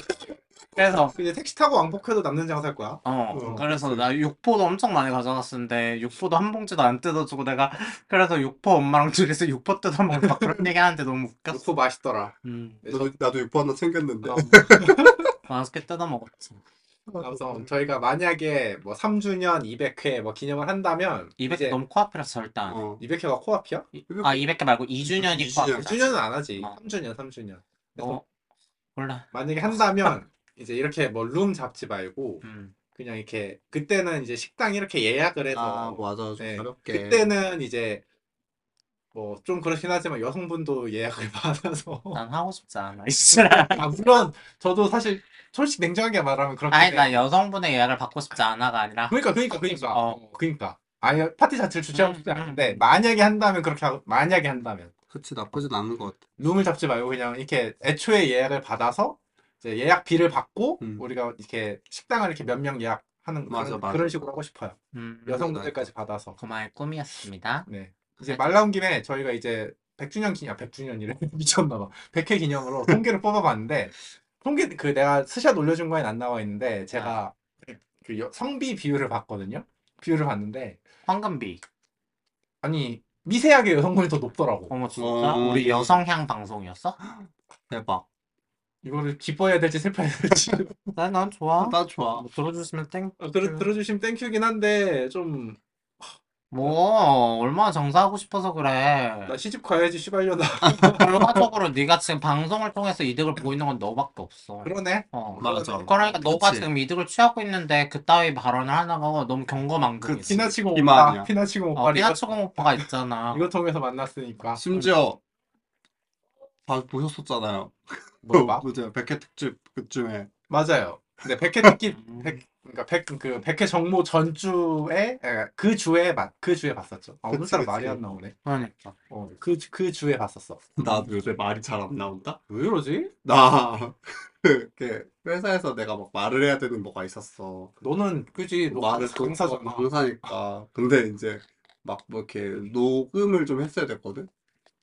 [SPEAKER 3] 그래서
[SPEAKER 2] 이제 택시 타고 왕복해도 남는 장사일 거야.
[SPEAKER 3] 어,
[SPEAKER 1] 어,
[SPEAKER 3] 그래서 나 육포도 엄청 많이 가져갔었는데, 육포도 한 봉지도 안 뜯어주고 내가, 그래서 육포 엄마랑 둘이서 육포 뜯어먹고 막 그런 얘기 하는데 너무 웃겼어.
[SPEAKER 2] 육포 맛있더라.
[SPEAKER 3] 음,
[SPEAKER 1] 나도 나도 육포 하나 챙겼는데.
[SPEAKER 3] 그럼. 맛있게 뜯어먹었지.
[SPEAKER 2] 그래서
[SPEAKER 3] 음.
[SPEAKER 2] 저희가 만약에 뭐 3주년 200회 뭐 기념을 한다면
[SPEAKER 3] 200개
[SPEAKER 2] 이제
[SPEAKER 3] 너무 코앞이라서 절대 안 해.
[SPEAKER 1] 어.
[SPEAKER 2] 200회가 코앞이야?
[SPEAKER 3] 이- 아, 200개 말고 2주년이
[SPEAKER 1] 2주년.
[SPEAKER 3] 코앞이다.
[SPEAKER 2] 2주년은 안 하지.
[SPEAKER 3] 어.
[SPEAKER 2] 3주년, 3주년.
[SPEAKER 3] 어, 몰라.
[SPEAKER 2] 만약에 한다면 이제 이렇게 뭐 룸 잡지 말고
[SPEAKER 3] 음,
[SPEAKER 2] 그냥 이렇게 그때는 이제 식당 이렇게 예약을 해서
[SPEAKER 1] 아 맞아 좀
[SPEAKER 2] 네.
[SPEAKER 1] 가볍게.
[SPEAKER 2] 그때는 이제 뭐 좀 그렇긴 하지만 여성분도 예약을 받아서
[SPEAKER 3] 난 하고 싶지 않아, 이씨라.
[SPEAKER 2] 아 물론 저도 사실 솔직 냉정하게 말하면 그렇긴
[SPEAKER 3] 아니,
[SPEAKER 2] 해요.
[SPEAKER 3] 나 여성분의 예약을 받고 싶지 않아가 아니라,
[SPEAKER 2] 그러니까 그러니까 그러니까
[SPEAKER 3] 어.
[SPEAKER 2] 어, 그러니까 아예 파티 자체를 주최하고 싶지
[SPEAKER 3] 음, 음.
[SPEAKER 2] 않은데 만약에 한다면 그렇게 하고 만약에 한다면
[SPEAKER 1] 그치 나쁘진 않은 것 같아.
[SPEAKER 2] 룸을 잡지 말고 그냥 이렇게 애초에 예약을 받아서 이제 예약비를 받고
[SPEAKER 1] 음.
[SPEAKER 2] 우리가 이렇게 식당을 이렇게 몇 명 예약하는
[SPEAKER 1] 맞아,
[SPEAKER 2] 그런,
[SPEAKER 1] 맞아.
[SPEAKER 2] 그런 식으로 하고 싶어요
[SPEAKER 3] 음,
[SPEAKER 2] 여성분들까지 받아서
[SPEAKER 3] 그만의 꿈이었습니다.
[SPEAKER 2] 네 이제 말 나온 김에 저희가 이제 100주년 기념 아 100주년이래 미쳤나 봐 100회 기념으로 통계를 뽑아봤는데 통계 그 내가 스샷 올려준 거엔 안 나와 있는데 제가 그 여- 성비 비율을 봤거든요 비율을 봤는데
[SPEAKER 3] 황금비.
[SPEAKER 2] 아니 미세하게 여성분이 더 높더라고.
[SPEAKER 3] 어머, 예. 진짜?
[SPEAKER 1] 어.
[SPEAKER 3] 우리 여성향 방송이었어?
[SPEAKER 1] 대박.
[SPEAKER 2] 이거를 기뻐해야 될지 슬퍼해야 될지.
[SPEAKER 3] 난, 난 좋아.
[SPEAKER 1] 나 좋아.
[SPEAKER 3] 뭐 들어주시면 땡.
[SPEAKER 2] 아, 들어 들어주시면 땡큐긴 한데 좀 나
[SPEAKER 3] 뭐 얼마나 정사하고 싶어서 그래.
[SPEAKER 2] 시집 가야지 씨발려나.
[SPEAKER 3] 결과적으로 네가 지금 방송을 통해서 이득을 보고 있는 건 너밖에 없어.
[SPEAKER 2] 그러네.
[SPEAKER 3] 어.
[SPEAKER 1] 맞아.
[SPEAKER 3] 그러니까 너가
[SPEAKER 1] 그치.
[SPEAKER 3] 지금 이득을 취하고 있는데 그따위 발언을 하나가 너무 경거망동이지.
[SPEAKER 1] 그
[SPEAKER 2] 피나치고 오빠,
[SPEAKER 1] 기만이야.
[SPEAKER 2] 아, 피나치고
[SPEAKER 3] 어,
[SPEAKER 2] 오빠 이거
[SPEAKER 3] 피나치공 오빠가 있잖아.
[SPEAKER 2] 이거 통해서 만났으니까.
[SPEAKER 1] 심지어 다 보셨었잖아요.
[SPEAKER 2] 뭐 봐?
[SPEAKER 1] 뭐죠? 백회 특집 그쯤에
[SPEAKER 2] 맞아요. 근데 백회 특집
[SPEAKER 3] 음.
[SPEAKER 2] 백 그러니까 백그 백회 정모 전주에 에, 그 주에 맞그 주에 봤었죠. 아, 오늘따라
[SPEAKER 1] 그치,
[SPEAKER 2] 말이
[SPEAKER 1] 그치.
[SPEAKER 2] 안 나오네.
[SPEAKER 3] 그러니까.
[SPEAKER 2] 어그그 주에 봤었어.
[SPEAKER 1] 나도 요새 말이 잘 안 나온다.
[SPEAKER 2] 왜 이러지?
[SPEAKER 1] 나 이렇게 회사에서 내가 막 말을 해야 되는 뭐가 있었어.
[SPEAKER 2] 너는 그지 너
[SPEAKER 1] 말을 또-
[SPEAKER 2] 강사잖아.
[SPEAKER 1] 어, 강사니까. 근데 이제 막 뭐 이렇게 녹음을 좀 했어야 됐거든.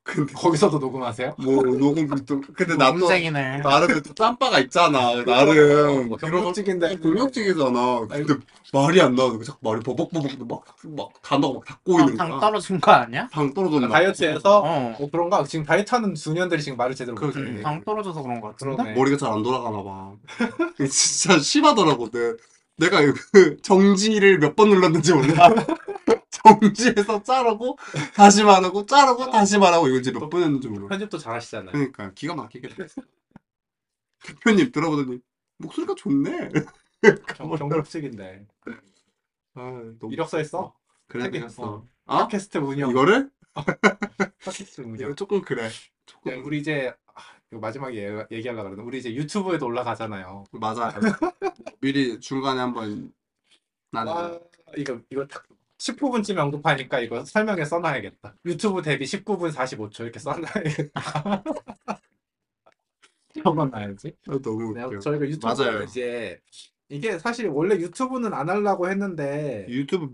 [SPEAKER 1] 근데
[SPEAKER 2] 거기서도 녹음하세요?
[SPEAKER 1] 뭐 녹음 좀 근데 그
[SPEAKER 3] 뭐
[SPEAKER 1] 나도
[SPEAKER 3] 논쟁이네.
[SPEAKER 1] 나름 또 짬바가 있잖아. 나름
[SPEAKER 2] 뭐
[SPEAKER 1] 그런
[SPEAKER 2] 경력직인데
[SPEAKER 1] 불명증이잖아. 근데 말이 안 나오고 자꾸 말이 버벅버벅 막막 단어가 막 닫고
[SPEAKER 3] 아,
[SPEAKER 1] 있는
[SPEAKER 3] 당
[SPEAKER 1] 거야.
[SPEAKER 3] 떨어진 거 아니야?
[SPEAKER 1] 당 떨어졌나?
[SPEAKER 2] 다이어트에서
[SPEAKER 3] 어.
[SPEAKER 2] 어, 그런가? 지금 다이어트하는 중년들이 지금 말을 제대로
[SPEAKER 1] 그러게.
[SPEAKER 2] 못해.
[SPEAKER 3] 당 떨어져서 그런 거 같은데.
[SPEAKER 2] 그러네.
[SPEAKER 1] 머리가 잘 안 돌아가나 봐. 진짜 심하더라고. 내, 내가 그 정지를 몇 번 눌렀는지 몰라. 정지해서 자르고 다시 말하고 자르고 다시 말하고 이거 이제 몇 번 했는지 몰라.
[SPEAKER 2] 음. 편집도 잘하시잖아요.
[SPEAKER 1] 그러니까 기가 막히게 됐어. 대표님 들어보더니 목소리가 좋네.
[SPEAKER 2] 경- 경력직인데
[SPEAKER 1] 아, 너무
[SPEAKER 2] 음, 이력서 했어?
[SPEAKER 1] 그래
[SPEAKER 2] 하긴,
[SPEAKER 1] 그랬어.
[SPEAKER 2] 어.
[SPEAKER 1] 아
[SPEAKER 2] 팟캐스트 운영.
[SPEAKER 1] 이거를?
[SPEAKER 2] 팟캐스트 운영.
[SPEAKER 1] 이거 조금 그래.
[SPEAKER 2] 네,
[SPEAKER 1] 조금
[SPEAKER 2] 우리 이제 아, 이거 마지막에 얘- 얘기하려고 그러는데 우리 이제 유튜브에도 올라가잖아요.
[SPEAKER 1] 맞아요. 미리 중간에 한번 나는
[SPEAKER 2] 와 아, 이거 이거 딱 19분쯤에 언급하니까 이거 설명에 써놔야겠다. 유튜브 데뷔 19분 45초 이렇게 써놔야겠다. 적어놔야지.
[SPEAKER 1] 아, 너무
[SPEAKER 2] 네,
[SPEAKER 1] 아, 웃겨.
[SPEAKER 2] 저희가 유튜브
[SPEAKER 1] 맞아요.
[SPEAKER 2] 이제 이게 사실 원래 유튜브는 안 하려고 했는데
[SPEAKER 1] 유튜브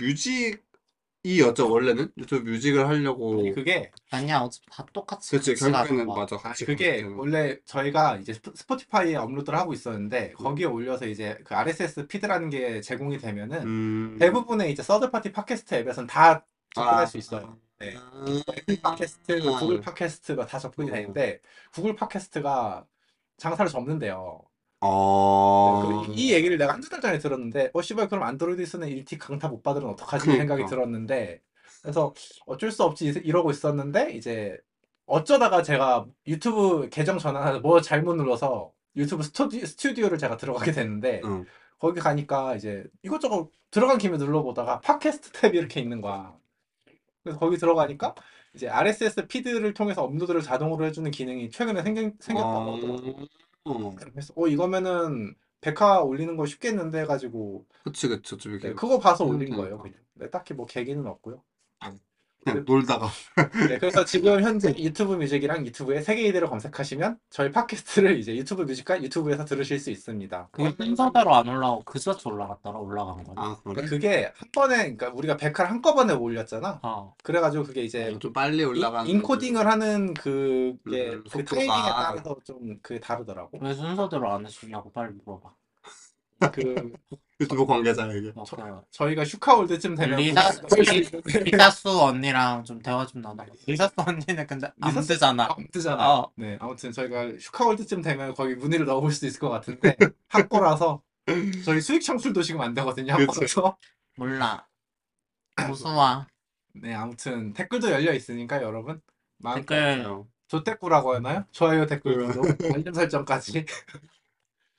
[SPEAKER 1] 뮤직이었죠 원래는 유튜브 뮤직을 하려고
[SPEAKER 2] 아니, 그게
[SPEAKER 3] 아니야 어차피 다 똑같이
[SPEAKER 1] 그치
[SPEAKER 3] 같이 가는
[SPEAKER 1] 결국에는
[SPEAKER 3] 거야.
[SPEAKER 1] 맞아
[SPEAKER 2] 아,
[SPEAKER 1] 같이
[SPEAKER 2] 그게
[SPEAKER 1] 가는 거.
[SPEAKER 2] 원래 저희가 이제 스포- 스포티파이에 업로드를 하고 있었는데 거기에 올려서 이제 그 RSS 피드라는 게 제공이 되면은
[SPEAKER 1] 음...
[SPEAKER 2] 대부분의 이제 서드 파티 팟캐스트 앱에서는 다 접근할
[SPEAKER 1] 아.
[SPEAKER 2] 수 있어요. 네.
[SPEAKER 1] 아,
[SPEAKER 2] 팟캐스트, 그 구글
[SPEAKER 1] 아.
[SPEAKER 2] 팟캐스트가 다 접근이
[SPEAKER 1] 어.
[SPEAKER 2] 되는데 구글 팟캐스트가 장사를 접는데요.
[SPEAKER 1] 어...
[SPEAKER 2] 그 이 얘기를 내가 한두 달 전에 들었는데 어 씨발 그럼 안드로이드 쓰는 일티 강타 못 받으면 어떡하지
[SPEAKER 1] 그러니까.
[SPEAKER 2] 생각이 들었는데 그래서 어쩔 수 없이 이제 이러고 있었는데 이제 어쩌다가 제가 유튜브 계정 전환해서 뭐 잘못 눌러서 유튜브 스튜디, 스튜디오를 제가 들어가게 됐는데
[SPEAKER 1] 응.
[SPEAKER 2] 거기 가니까 이제 이것저것 들어간 김에 눌러보다가 팟캐스트 탭이 이렇게 있는 거야. 그래서 거기 들어가니까 이제 RSS 피드를 통해서 업로드를 자동으로 해주는 기능이 최근에 생긴,
[SPEAKER 1] 아.
[SPEAKER 2] 생겼다고 하더라고.
[SPEAKER 1] 어...
[SPEAKER 2] 그래서 어 이거면은 백화 올리는 거 쉽겠는데 해가지고
[SPEAKER 1] 그치 그치 좀
[SPEAKER 2] 네,
[SPEAKER 1] 이렇게
[SPEAKER 2] 그거 봐서 올린
[SPEAKER 1] 음,
[SPEAKER 2] 거예요
[SPEAKER 1] 음.
[SPEAKER 2] 그냥 네, 딱히 뭐 계기는 없고요
[SPEAKER 1] 그냥 놀다가
[SPEAKER 2] 네, 그래서 지금 현재 유튜브 뮤직이랑 유튜브에 세개 이대로 검색하시면 저희 팟캐스트를 이제 유튜브 뮤직과 유튜브에서 들으실 수 있습니다
[SPEAKER 3] 그게 순서대로 안 올라오고 그저씨 올라갔더라 올라간 거는
[SPEAKER 1] 아 그래?
[SPEAKER 2] 그게 한 번에 그러니까 우리가 백화를 한꺼번에 올렸잖아
[SPEAKER 3] 어
[SPEAKER 2] 그래가지고 그게 이제
[SPEAKER 1] 아, 좀 빨리 네, 올라가는
[SPEAKER 2] 인- 인코딩을 하는 그게
[SPEAKER 1] 음,
[SPEAKER 2] 그
[SPEAKER 1] 그 속도가.
[SPEAKER 2] 타이밍에 따라서 좀 그 다르더라고
[SPEAKER 3] 왜 순서대로 안 해주냐고 빨리 물어봐
[SPEAKER 2] 그
[SPEAKER 1] 유튜브 관계자에게
[SPEAKER 3] 어, 그
[SPEAKER 2] 저희가 슈카월드쯤 되면
[SPEAKER 3] 리사
[SPEAKER 2] 저희가
[SPEAKER 3] 리- 리사수 언니랑 좀 대화 좀 나눠 리사수 언니는 근데 안
[SPEAKER 2] 리사수-
[SPEAKER 3] 되잖아
[SPEAKER 2] 안 네. 뜨잖아
[SPEAKER 3] 어
[SPEAKER 2] 네, 아무튼 저희가 슈카월드쯤 되면 거기 문의를 넣어볼 수도 있을 것 같은데 학고라서 저희 수익 창출도 지금 안 되거든요
[SPEAKER 1] 그쵸.
[SPEAKER 2] 학고라서
[SPEAKER 3] 몰라
[SPEAKER 2] 아,
[SPEAKER 3] 고수와
[SPEAKER 2] 네 아무튼 댓글도 열려 있으니까 여러분 마음
[SPEAKER 3] 댓글
[SPEAKER 1] 어,
[SPEAKER 2] 조댓구라고 하나요? 좋아요 댓글 구독 알림 설정까지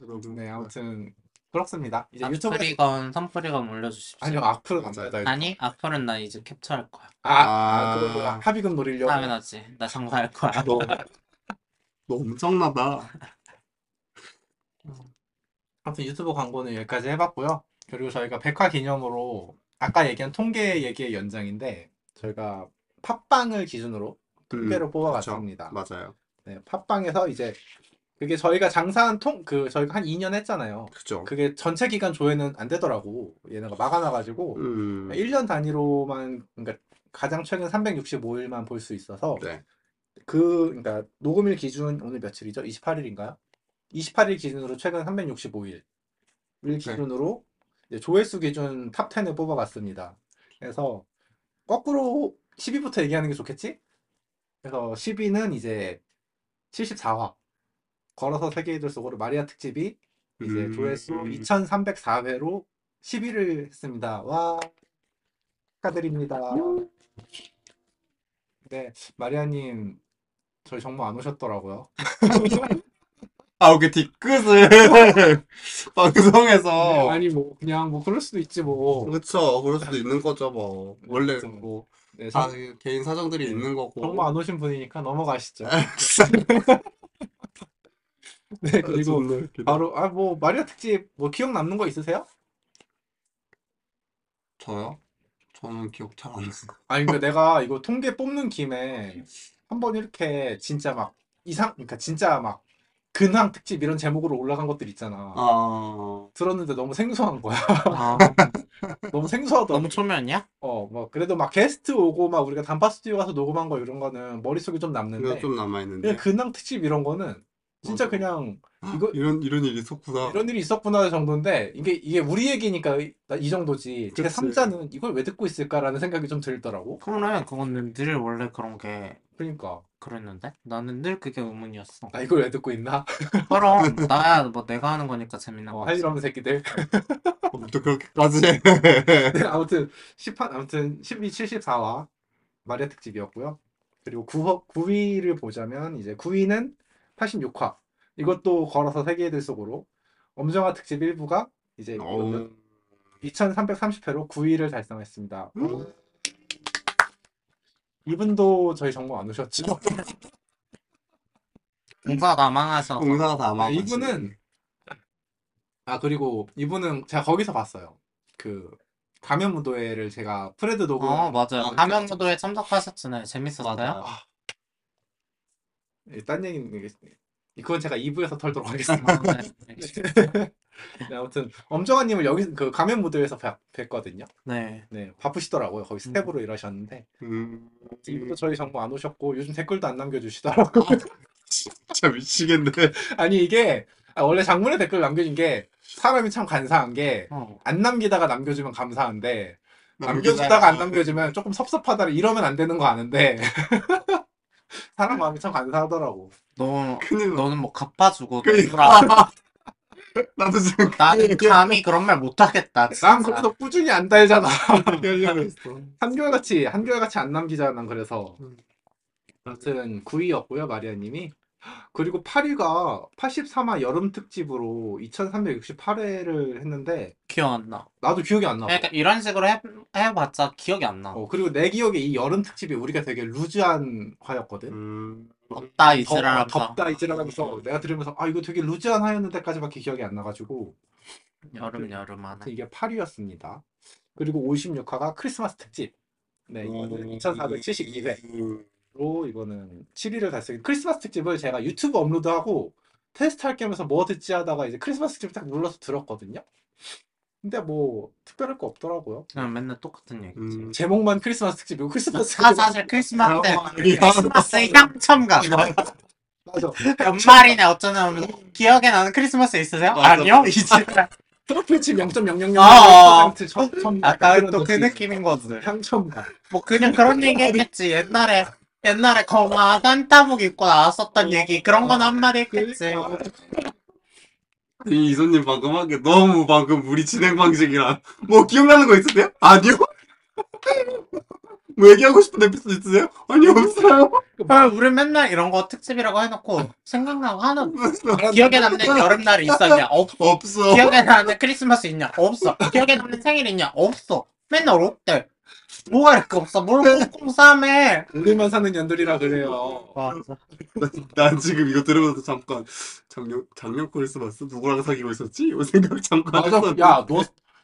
[SPEAKER 1] 여러분.
[SPEAKER 2] 네 아무튼 그렇습니다 이제 유튜브
[SPEAKER 3] 앞프리건 선프리건 올려주십시오
[SPEAKER 2] 아니요 악플은 안 받아요
[SPEAKER 3] 아니 앞으로는 나 이제 캡처할 거야
[SPEAKER 2] 아, 아 그거 합의금
[SPEAKER 3] 아,
[SPEAKER 2] 노리려고
[SPEAKER 3] 당연하지 나 장사할 거야
[SPEAKER 1] 아, 너, 너 엄청나다.
[SPEAKER 2] 아무튼 유튜브 광고는 여기까지 해봤고요. 그리고 저희가 백화 기념으로 아까 얘기한 통계 얘기의 연장인데 저희가 팟빵을 기준으로 통계를
[SPEAKER 1] 음,
[SPEAKER 2] 뽑아봤습니다.
[SPEAKER 1] 맞아요.
[SPEAKER 2] 네, 팟빵에서 이제 그게 저희가 장사한 통 그 저희가 한 2년 했잖아요.
[SPEAKER 1] 그죠.
[SPEAKER 2] 그게 전체 기간 조회는 안 되더라고. 얘네가 막아놔가지고
[SPEAKER 1] 음.
[SPEAKER 2] 1년 단위로만 그러니까 가장 최근 365일만 볼 수 있어서
[SPEAKER 1] 네.
[SPEAKER 2] 그 그러니까 녹음일 기준 오늘 며칠이죠? 28일인가요? 28일 기준으로 최근 365일 일 기준으로 이제 조회수 기준 탑 10을 뽑아봤습니다. 그래서 거꾸로 10위부터 얘기하는 게 좋겠지? 그래서 10위는 이제 74화 걸어서 세계의 들 속으로 마리아 특집이 이제
[SPEAKER 1] 음.
[SPEAKER 2] 조회수 2,304회로 10위를 했습니다. 와 축하드립니다. 네, 마리아님 저희 정모 안 오셨더라고요.
[SPEAKER 1] 아, 이렇게 뒤끝을
[SPEAKER 2] 네,
[SPEAKER 1] 방송에서.
[SPEAKER 2] 아니 뭐 그냥 뭐 그럴 수도 있지 뭐.
[SPEAKER 1] 그쵸. 그럴 수도 있는 거죠, 뭐. 원래
[SPEAKER 2] 그쵸.
[SPEAKER 1] 뭐,
[SPEAKER 2] 네,
[SPEAKER 1] 다
[SPEAKER 2] 정,
[SPEAKER 1] 개인 사정들이 있는 거고.
[SPEAKER 2] 정모 안 오신 분이니까 넘어가시죠. 네, 그리고
[SPEAKER 1] 존나 웃기다.
[SPEAKER 2] 바로 아 뭐 마리아 특집 뭐 기억 남는 거 있으세요?
[SPEAKER 1] 저요? 저는 기억 잘 안 나요.
[SPEAKER 2] 아니 그러니까 내가 이거 통계 뽑는 김에 한번 이렇게 진짜 막 이상 그러니까 진짜 막 근황 특집 이런 제목으로 올라간 것들 있잖아.
[SPEAKER 1] 아,
[SPEAKER 2] 들었는데 너무 생소한 거야.
[SPEAKER 3] 아,
[SPEAKER 2] 너무 생소하더라고.
[SPEAKER 3] 너무 초면이야?
[SPEAKER 2] 어, 뭐 그래도 막 게스트 오고 막 우리가 단파 스튜디오 가서 녹음한 거 이런 거는 머릿속에 좀
[SPEAKER 1] 이거
[SPEAKER 2] 남는데
[SPEAKER 1] 좀
[SPEAKER 2] 그냥
[SPEAKER 1] 남아있는데.
[SPEAKER 2] 근황 특집 이런 거는 진짜
[SPEAKER 1] 맞아. 어.
[SPEAKER 2] 그냥 이거
[SPEAKER 1] 이런, 이런 일이 있었구나.
[SPEAKER 2] 이런 일이 있었구나 정도인데 이게 이게 우리 얘기니까 이- 나이 정도지 제
[SPEAKER 1] 그치.
[SPEAKER 2] 삼자는 이걸 왜 듣고 있을까라는 생각이 좀 들더라고.
[SPEAKER 3] 그래 그건 늘 원래 그런 게
[SPEAKER 2] 그러니까
[SPEAKER 3] 그랬는데 나는 늘 그게 의문이었어
[SPEAKER 2] 나 이걸 왜 듣고 있나?
[SPEAKER 3] 그럼 나야 뭐 내가 하는 거니까 재밌는
[SPEAKER 2] 어,
[SPEAKER 3] 거
[SPEAKER 2] 할 일 없는 새끼들.
[SPEAKER 1] 어, 뭐 또 그렇게까지 해.
[SPEAKER 2] 네, 아무튼 10판 아무튼 12 74화 마리아 특집이었고요. 그리고 9 9위를 보자면 이제 9위는 86화. 이것도 걸어서 세계의 들 속으로 엄정화 특집 1부가 이제
[SPEAKER 1] 어우.
[SPEAKER 2] 네, 2330회로 9위를 달성했습니다.
[SPEAKER 1] 음.
[SPEAKER 2] 이분도 저희 정보 안 오셨죠?
[SPEAKER 3] 공사 남아서
[SPEAKER 1] 공사가 다 아마.
[SPEAKER 2] 네, 이분은 아 그리고 이분은 제가 거기서 봤어요. 그 가면 무도회를 제가 프레드 녹음
[SPEAKER 3] 어 맞아요
[SPEAKER 1] 아,
[SPEAKER 3] 가면 무도에 참석하셨잖아요 재밌었어요?
[SPEAKER 1] 맞아요.
[SPEAKER 2] 아.
[SPEAKER 3] 아,
[SPEAKER 2] 예, 딴 얘기는 이게- 그건 제가 2부에서 털도록 하겠습니다.
[SPEAKER 3] 네.
[SPEAKER 2] 네, 아무튼 엄정아님을 여기 그 가면 무대에서 뵀- 뵀거든요.
[SPEAKER 3] 네.
[SPEAKER 2] 네, 바쁘시더라고요. 거기
[SPEAKER 3] 음.
[SPEAKER 2] 스텝으로 일하셨는데
[SPEAKER 1] 음,
[SPEAKER 2] 이분도 저희 정보 안 오셨고 요즘 댓글도 안 남겨주시더라고요.
[SPEAKER 1] 진짜 미치겠네.
[SPEAKER 2] 아니 이게 아, 원래 장문에 댓글 남겨준 게 사람이 참 간사한 게
[SPEAKER 3] 어.
[SPEAKER 2] 안 남기다가 남겨주면 감사한데 남겨주다가 안 남겨주면 조금 섭섭하다 이러면 안 되는 거 아는데 사람 마음이 참 간사하더라고.
[SPEAKER 3] 너
[SPEAKER 1] 큰일 나.
[SPEAKER 3] 너는 뭐 갚아주고
[SPEAKER 1] 그러니까.
[SPEAKER 3] 놀아.
[SPEAKER 1] 나도 지금
[SPEAKER 3] 나는 감히 그런 말 못하겠다.
[SPEAKER 2] 난
[SPEAKER 3] 진짜.
[SPEAKER 2] 그래서 꾸준히 안 달잖아. 네,
[SPEAKER 1] 그렇게 하려고 했어.
[SPEAKER 2] 한결같이 한결같이 안 남기잖아. 난 그래서
[SPEAKER 1] 음.
[SPEAKER 2] 아무튼 9위였고요 마리아님이 그리고 8위가 83화 여름 특집으로 2,368회를 했는데
[SPEAKER 3] 기억 안 나.
[SPEAKER 2] 나도 기억이 안 나.
[SPEAKER 3] 그러니까 이런 식으로 해, 해봤자 기억이 안 나.
[SPEAKER 2] 어, 그리고 내 기억에 이 여름 특집이 우리가 되게 루즈한 화였거든.
[SPEAKER 1] 음,
[SPEAKER 3] 덥다
[SPEAKER 2] 더-
[SPEAKER 3] 이즈라.
[SPEAKER 2] 덥다 이지라면서 내가 들으면서 아 이거 되게 루즈한 화였는데까지밖에 기억이 안 나가지고
[SPEAKER 3] 여름 여름
[SPEAKER 2] 아무튼
[SPEAKER 3] 안에.
[SPEAKER 2] 이게 8위였습니다. 그리고 56화가 크리스마스 특집. 네, 이거는 2,472회.
[SPEAKER 1] 어, 음.
[SPEAKER 2] 로 이거는 7위를 달성. 크리스마스 특집을 제가 유튜브 업로드하고 테스트 할게 하면서 뭐 듣지 하다가 이제 크리스마스 특집 딱 눌러서 들었거든요. 근데 뭐 특별할 거 없더라고요.
[SPEAKER 3] 그냥 맨날 똑같은 얘기지.
[SPEAKER 1] 음.
[SPEAKER 2] 제목만 크리스마스 특집이고 크리스마스
[SPEAKER 3] 사
[SPEAKER 2] 특집
[SPEAKER 3] 사실 크리스마스 때
[SPEAKER 1] 상황이야.
[SPEAKER 3] 크리스마스의 향첨가
[SPEAKER 2] 맞아.
[SPEAKER 3] 연말이네 어쩌나 하면서 기억에 나는 크리스마스 있으세요?
[SPEAKER 1] 맞아.
[SPEAKER 3] 아니요 이즈라.
[SPEAKER 2] 트로필칩 0.000%
[SPEAKER 3] 아, 아.
[SPEAKER 2] 첨
[SPEAKER 3] 아까 또그 느낌인 거지.
[SPEAKER 2] 향첨가.
[SPEAKER 3] 뭐 그냥 그런 얘기 했겠지 옛날에 옛날에 거마 산타복 입고 나왔었던 얘기 그런 건 한마디 했겠지
[SPEAKER 2] 아, 어,
[SPEAKER 1] 이 이소님 방금 한 게 너무 방금 우리 진행 방식이랑 뭐 기억나는 거 있으세요? 아니요? 뭐 얘기하고 싶은 에피소드 있으세요? 아니요 없어요
[SPEAKER 3] 아, 우리 맨날 이런 거 특집이라고 해놓고 생각나고 하는 기억에 남는 여름날이 있었냐 없어
[SPEAKER 1] 없어
[SPEAKER 3] 기억에 남는 크리스마스 있냐 없어 기억에 남는 생일 있냐 없어 맨날 롯데 뭐가 이렇게 없어 뭘 꽁꽁 싸매
[SPEAKER 2] 우리만 사는 년들이라 그래요.
[SPEAKER 3] 와,
[SPEAKER 1] 난- 난 지금 이거 들으면서 잠깐 작년 작년 크리스마스 누구랑 사귀고 있었지? 이 생각 잠깐
[SPEAKER 2] 맞아. 그
[SPEAKER 1] 했었는데
[SPEAKER 2] 야,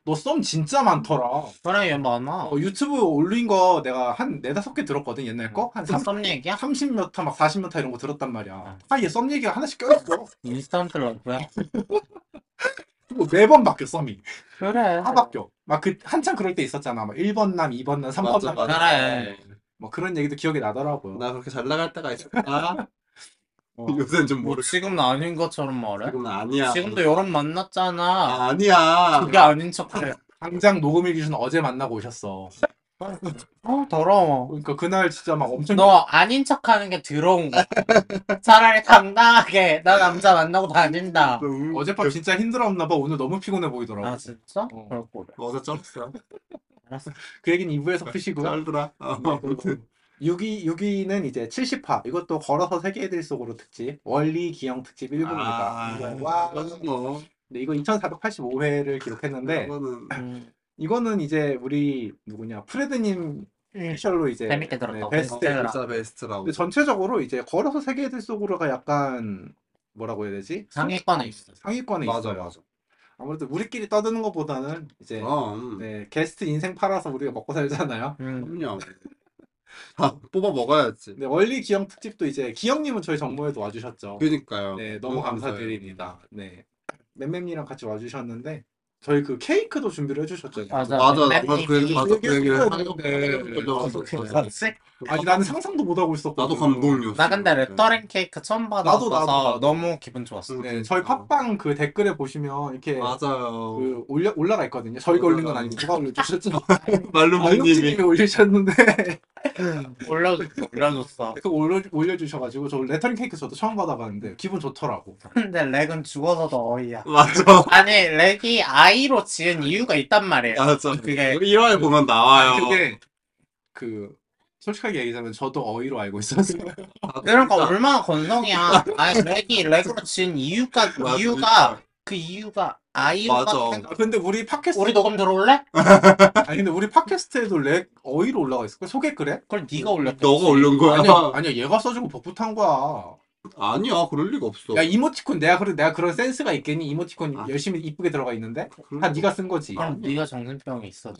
[SPEAKER 2] 너너썸 진짜 많더라.
[SPEAKER 3] 그래 얘 많아
[SPEAKER 2] 어, 유튜브 올린 거 내가 한 네다섯 개 들었거든 옛날 거? 한 삼-
[SPEAKER 3] 다썸 얘기야?
[SPEAKER 2] 30몇 화, 막 40몇 화 이런 거 들었단 말이야.
[SPEAKER 3] 아.
[SPEAKER 2] 아, 얘썸 얘기가 하나씩 껴있어.
[SPEAKER 3] 인스턴트 러브야?
[SPEAKER 2] 뭐 매번 바뀌어, 썸이.
[SPEAKER 1] 아,
[SPEAKER 3] 그래
[SPEAKER 2] 다 바뀌어. 막 그, 한참 그럴 때 있었잖아. 막 1번 남, 2번 남, 3번
[SPEAKER 1] 맞아,
[SPEAKER 2] 남.
[SPEAKER 1] 맞아.
[SPEAKER 3] 그래.
[SPEAKER 2] 뭐 그런 얘기도 기억이 나더라고요.
[SPEAKER 1] 나 그렇게 잘 나갈 때가 있었다
[SPEAKER 2] 어.
[SPEAKER 1] 아, 요새는 좀
[SPEAKER 3] 뭐
[SPEAKER 1] 모르
[SPEAKER 3] 지금은 아닌 것처럼 말해?
[SPEAKER 1] 지금은 아니야
[SPEAKER 3] 지금도 여름 만났잖아.
[SPEAKER 1] 아, 아니야
[SPEAKER 3] 그게 아닌 척해.
[SPEAKER 2] 당장 녹음일 기준 어제 만나고 오셨어.
[SPEAKER 3] 어 더러워.
[SPEAKER 2] 그러니까 그날 진짜 막 엄청.
[SPEAKER 3] 너 아닌 척하는 게 더러운 거야. 차라리 당당하게 나 남자 만나고 다닌다.
[SPEAKER 1] 너무 음, 그-
[SPEAKER 2] 어젯밤 진짜 힘들었나 봐. 오늘 너무 피곤해 보이더라고.
[SPEAKER 3] 아 진짜?
[SPEAKER 2] 어.
[SPEAKER 3] 그럴 거래.
[SPEAKER 1] 어제 쩔었어
[SPEAKER 3] 알았어.
[SPEAKER 2] 그 얘기는 2부에서 푸시고요.
[SPEAKER 1] 쩔더라 어,
[SPEAKER 2] 네, 그리고 6위, 6위는 이제 70화. 이것도 걸어서 세계의 들속으로 특집. 원리 기영 특집 1부입니다.
[SPEAKER 1] 아,
[SPEAKER 2] 와.
[SPEAKER 1] 이거는 뭐
[SPEAKER 2] 근데 이거 2485회를 기록했는데
[SPEAKER 1] 이거는
[SPEAKER 3] 음,
[SPEAKER 2] 이거는 이제 우리 누구냐 프레드님
[SPEAKER 3] 음.
[SPEAKER 2] 스페셜로 이제
[SPEAKER 3] 재밌게 들었다고.
[SPEAKER 2] 네, 베스트.
[SPEAKER 3] 베스트라.
[SPEAKER 1] 진짜 베스트라고
[SPEAKER 2] 근데 전체적으로 이제 걸어서 세계의 들속으로가 약간 뭐라고 해야 되지?
[SPEAKER 3] 상위권에 있어.
[SPEAKER 2] 상위권에
[SPEAKER 1] 맞아
[SPEAKER 2] 있어요.
[SPEAKER 1] 맞아 어.
[SPEAKER 2] 아무래도 우리끼리 떠드는 것보다는 이제
[SPEAKER 1] 그럼
[SPEAKER 2] 네, 게스트 인생 팔아서 우리가 먹고 살잖아요.
[SPEAKER 3] 음.
[SPEAKER 1] 그럼요 다 뽑아 먹어야지
[SPEAKER 2] 근데 원리 기영 특집도 이제 기영님은 저희 정모에도 와주셨죠.
[SPEAKER 1] 그러니까요
[SPEAKER 2] 네, 너무 감사드립니다. 네, 맴맴이랑 같이 와주셨는데 저희 그 케이크도 준비를 해주셨잖아요.
[SPEAKER 3] 맞아.
[SPEAKER 1] 맞아
[SPEAKER 2] 네.
[SPEAKER 3] 맨날
[SPEAKER 1] 나도 그
[SPEAKER 3] 이-
[SPEAKER 1] 맞아
[SPEAKER 2] 이게
[SPEAKER 1] 그 얘기를
[SPEAKER 2] 네.
[SPEAKER 1] 나도
[SPEAKER 2] 아니 나는 상상도 못하고 있었거든.
[SPEAKER 1] 감동이었어
[SPEAKER 3] 네. 나 근데
[SPEAKER 2] 네.
[SPEAKER 1] 네.
[SPEAKER 3] 레터링 케이크 처음 받아서
[SPEAKER 2] 나도, 나도, 나도.
[SPEAKER 3] 너무 기분 좋았어.
[SPEAKER 1] 음.
[SPEAKER 2] 네, 저희 팟빵 그 댓글에 보시면 이렇게
[SPEAKER 1] 맞아요
[SPEAKER 2] 그 올려 올라가 있거든요. 저희가 올린 건 아니고 누가 올려주셨죠?
[SPEAKER 1] 말룸님이
[SPEAKER 2] 알림님이 올리셨는데 음.
[SPEAKER 3] 올려줬어. 올려줬어.
[SPEAKER 2] 그거 올려 올려주셔가지고 저 레터링 케이크 저도 처음 받아봤는데 기분 좋더라고.
[SPEAKER 3] 근데 렉은 죽어서도 어이야.
[SPEAKER 1] 맞아
[SPEAKER 3] 아니 렉이 아이로 지은 이유가 있단
[SPEAKER 2] 네.
[SPEAKER 3] 말이에요.
[SPEAKER 1] 맞아
[SPEAKER 3] 그게
[SPEAKER 1] 1화에 보면 나와요
[SPEAKER 2] 근데 그 솔직하게 얘기하자면 저도 어이로 알고 있었어요.
[SPEAKER 1] 아,
[SPEAKER 3] 이런 거 그러니까 얼마나 건성이야. 아니 렉이 렉으로 지은 이유가
[SPEAKER 1] 맞아.
[SPEAKER 3] 이유가 그 이유가 아이로
[SPEAKER 1] 그러니까. 맞아.
[SPEAKER 2] 아, 근데 우리 팟캐스트
[SPEAKER 3] 우리 녹음 들어올래?
[SPEAKER 2] 아니 근데 우리 팟캐스트에도 렉 어이로 올라가 있을 걸 소개 글에?
[SPEAKER 3] 그걸 네가 올렸다.
[SPEAKER 1] 너가 올린 거야
[SPEAKER 2] 아니야 아니야 얘가 써주고 복붙한 거야.
[SPEAKER 1] 아니야 그럴 리가 없어
[SPEAKER 2] 야 이모티콘 내가 그래 내가 그런 센스가 있겠니? 이모티콘
[SPEAKER 1] 아.
[SPEAKER 2] 열심히 이쁘게 들어가 있는데
[SPEAKER 1] 그럴 리가
[SPEAKER 2] 다 아, 네가 쓴 거지.
[SPEAKER 3] 그럼 네가 정신병이 있어.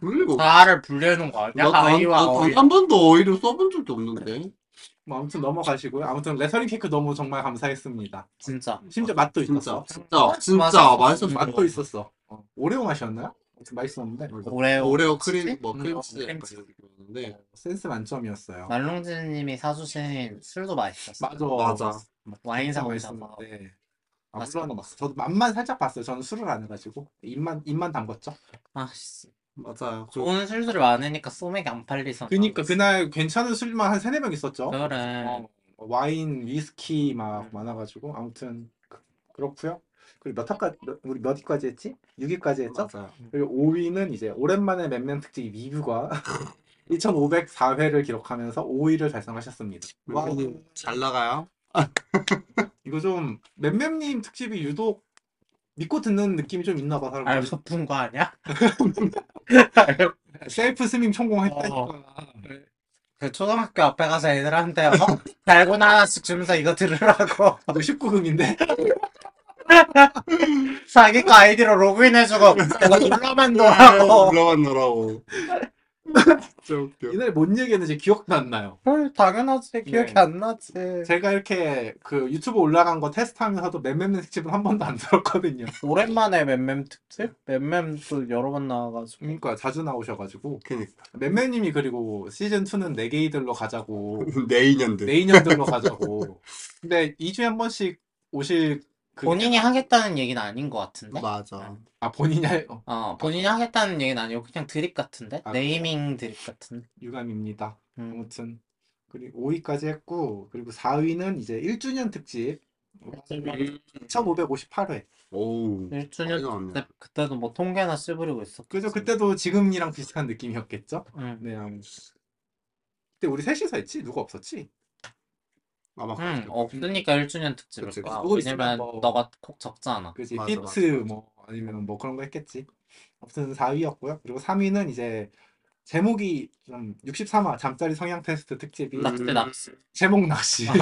[SPEAKER 1] 그럴 리가 없어
[SPEAKER 3] 나를 분류해놓은 거 아니야?
[SPEAKER 1] 나단한
[SPEAKER 3] 아이와 어이.
[SPEAKER 1] 번도 어휘를 써본 적이 없는데
[SPEAKER 2] 뭐 아무튼 넘어가시고요. 아무튼 레터링 케이크 너무 정말 감사했습니다.
[SPEAKER 3] 진짜.
[SPEAKER 2] 심지어 맛도
[SPEAKER 1] 진짜
[SPEAKER 2] 있었어.
[SPEAKER 1] 진짜 진짜
[SPEAKER 3] 맛있었어.
[SPEAKER 1] 맛있었어
[SPEAKER 2] 맛도 있었어. 어, 오레오 맛이었나요? 아무튼 맛있었는데
[SPEAKER 3] 오레오.
[SPEAKER 1] 오레오 크림 뭐
[SPEAKER 3] 음,
[SPEAKER 1] 크림치즈
[SPEAKER 3] 어, 크림치즈.
[SPEAKER 1] 약간 이런 느낌이었는데
[SPEAKER 2] 센스 만점이었어요.
[SPEAKER 3] 말롱진님이 사주신 술도 맛있었어.
[SPEAKER 2] 맞아.
[SPEAKER 1] 맞아
[SPEAKER 3] 와인 사고 있었어.
[SPEAKER 2] 있었는데. 아,
[SPEAKER 3] 맛있었어.
[SPEAKER 2] 물론 저도 맛만 살짝 봤어요. 저는 술을 안 해가지고 입만 입만 담궜죠.
[SPEAKER 3] 아, 씨.
[SPEAKER 1] 맞아요 그
[SPEAKER 3] 오늘 술들이 많으니까 소맥이 안 팔리잖아.
[SPEAKER 2] 그니까 그날 괜찮은 술만 한 세네 병 있었죠.
[SPEAKER 3] 그래.
[SPEAKER 2] 어, 와인, 위스키 막
[SPEAKER 1] 네.
[SPEAKER 3] 음.
[SPEAKER 2] 많아가지고 아무튼 그, 그렇고요. 그리고 몇 학까지 몇- 우리 몇 위까지 했지? 6위까지 했죠?
[SPEAKER 1] 맞아요
[SPEAKER 2] 그리고 5위는 이제 오랜만에 맴맴 특집 리뷰가 2,504회를 기록하면서 5위를 달성하셨습니다. 와우.
[SPEAKER 1] 음, 잘 나가요
[SPEAKER 2] 이거 좀 맴맴님 특집이 유독 믿고 듣는 느낌이 좀 있나 봐 사람.
[SPEAKER 3] 알소푼거 아니야?
[SPEAKER 2] 셀프 스밍 성공했다니까.
[SPEAKER 3] 어. 그 초등학교 앞에 가서 애들한테 어? 달고나 하나씩 주면서 이거 들으라고
[SPEAKER 2] 너 19금인데
[SPEAKER 3] 자기 거 아이디로 로그인해주고 이거 눌러만 놓으라고
[SPEAKER 1] 올라만 너라고 진짜 웃겨
[SPEAKER 2] 이날 뭔 얘기했는지 기억도 안 나요.
[SPEAKER 3] 헐 당연하지 기억이
[SPEAKER 2] 네.
[SPEAKER 3] 안 나지
[SPEAKER 2] 제가 이렇게 그 유튜브 올라간 거 테스트하면서도 맴맴님 특집은 한 번도 안 들었거든요.
[SPEAKER 3] 오랜만에 맴맴 특집? 맴맴도 여러 번 나와가지고
[SPEAKER 2] 그러니까 자주 나오셔가지고
[SPEAKER 1] 그니까
[SPEAKER 2] 맴맴님이 그리고 시즌 2는 네 개이들로 가자고
[SPEAKER 1] 내 인연들
[SPEAKER 2] 네 인연들로 가자고. 근데 2주에 한 번씩 오실 그
[SPEAKER 3] 본인이 하겠다는 얘기는 아닌 것 같은데?
[SPEAKER 1] 맞아
[SPEAKER 2] 아 본인이 할 어,
[SPEAKER 3] 어 본인이 하겠다는 얘기는 아니고 그냥 드립 같은데?
[SPEAKER 2] 아,
[SPEAKER 3] 네이밍 드립 같은데
[SPEAKER 2] 유감입니다.
[SPEAKER 3] 음.
[SPEAKER 2] 아무튼 그리고 5위까지 했고 그리고 4위는 이제 1주년 특집 음.
[SPEAKER 1] 음.
[SPEAKER 2] 1558회.
[SPEAKER 1] 오우
[SPEAKER 3] 1주년
[SPEAKER 1] 많이 나왔네.
[SPEAKER 3] 때 그때도 뭐 통계나 씨부리고 음. 있었거
[SPEAKER 2] 아, 그죠? 그때도 지금이랑 비슷한 느낌이었겠죠?
[SPEAKER 3] 응.
[SPEAKER 2] 네. 아무튼. 그때 우리 셋이서 했지? 누가 없었지?
[SPEAKER 1] 아마
[SPEAKER 3] 응,
[SPEAKER 1] 그렇죠.
[SPEAKER 3] 없으니까 1주년 음, 어, 그러니까 특집일
[SPEAKER 1] 그치, 그치.
[SPEAKER 3] 거야.
[SPEAKER 2] 그거
[SPEAKER 3] 왜냐면
[SPEAKER 2] 있으면 뭐-
[SPEAKER 3] 너가 콕 적잖아.
[SPEAKER 2] 그지?
[SPEAKER 1] 맞아,
[SPEAKER 2] 히트 뭐 아니면 뭐 그런 거 했겠지. 아무튼 4위였고요. 그리고 3위는 이제 제목이 좀 63화 잠자리 성향 테스트 특집이
[SPEAKER 1] 나-
[SPEAKER 3] 낙지, 낙지.
[SPEAKER 1] 음,
[SPEAKER 2] 제목 낚시.
[SPEAKER 3] 아.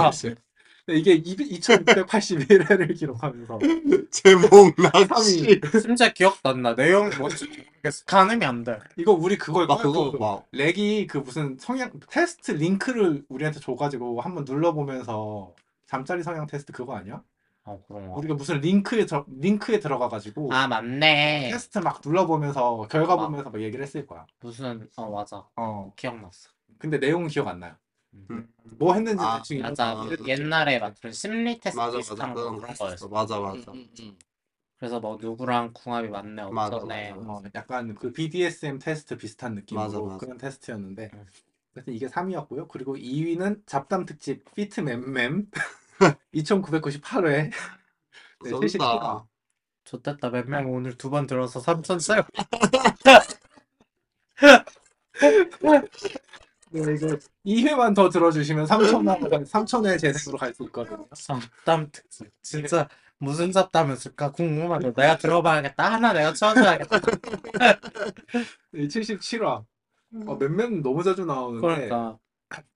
[SPEAKER 2] 근데 이게 2681회를 기록하면서
[SPEAKER 1] 제목 낚시
[SPEAKER 3] 심지어 기억도 안 나. 내용이 뭔지 모르겠어. 가늠이 안 돼.
[SPEAKER 2] 이거 우리 그걸
[SPEAKER 1] 막 그거
[SPEAKER 2] 깔고
[SPEAKER 1] 막
[SPEAKER 2] 렉이 그 무슨 성향 테스트 링크를 우리한테 줘가지고 한번 눌러보면서 잠자리 성향 테스트 그거 아니야?
[SPEAKER 3] 어, 그런 거.
[SPEAKER 2] 우리가 무슨 링크에 들 링크에 들어가가지고
[SPEAKER 3] 아, 맞네.
[SPEAKER 2] 테스트 막 눌러보면서 결과
[SPEAKER 3] 아.
[SPEAKER 2] 보면서 막 얘기를 했을 거야.
[SPEAKER 3] 무슨, 어, 맞아.
[SPEAKER 2] 어.
[SPEAKER 3] 기억났어.
[SPEAKER 2] 근데 내용은 기억 안 나요.
[SPEAKER 1] 음.
[SPEAKER 2] 뭐 했는지
[SPEAKER 1] 아,
[SPEAKER 2] 대충 이런
[SPEAKER 3] 맞아. 그
[SPEAKER 1] 아,
[SPEAKER 3] 옛날에 막 그런 심리 테스트
[SPEAKER 1] 맞아 맞아
[SPEAKER 3] 비슷한 거
[SPEAKER 1] 그런
[SPEAKER 3] 그런
[SPEAKER 1] 거 있어
[SPEAKER 3] 거였어.
[SPEAKER 1] 맞아 맞아
[SPEAKER 2] 음.
[SPEAKER 3] 그래서 뭐 누구랑 궁합이 맞네,
[SPEAKER 1] 맞아,
[SPEAKER 3] 없었네.
[SPEAKER 1] 맞아.
[SPEAKER 2] 어, 약간 그 BDSM 테스트 비슷한 느낌으로
[SPEAKER 1] 맞아, 맞아.
[SPEAKER 2] 그런 테스트였는데
[SPEAKER 3] 음.
[SPEAKER 2] 그래서 이게 3위였고요. 그리고 2위는 잡담 특집 피트맨맨 2998회 네, 실시간.
[SPEAKER 1] 쏜다
[SPEAKER 3] 좋됐다. 맨날 오늘 두 번 들어서 3천 쌀.
[SPEAKER 2] 네, 이거 2회만 더 들어주시면 3천원 3천원의 재생으로 갈 수 있거든요.
[SPEAKER 3] 잡담 특집. 진짜 무슨 잡담했을까 궁금하다. 내가 들어봐야겠다. 하나 내가 쳐줘야겠다.
[SPEAKER 2] 77화
[SPEAKER 1] 네.
[SPEAKER 2] 어, 몇몇 너무 자주 나오는데
[SPEAKER 3] 그러니까.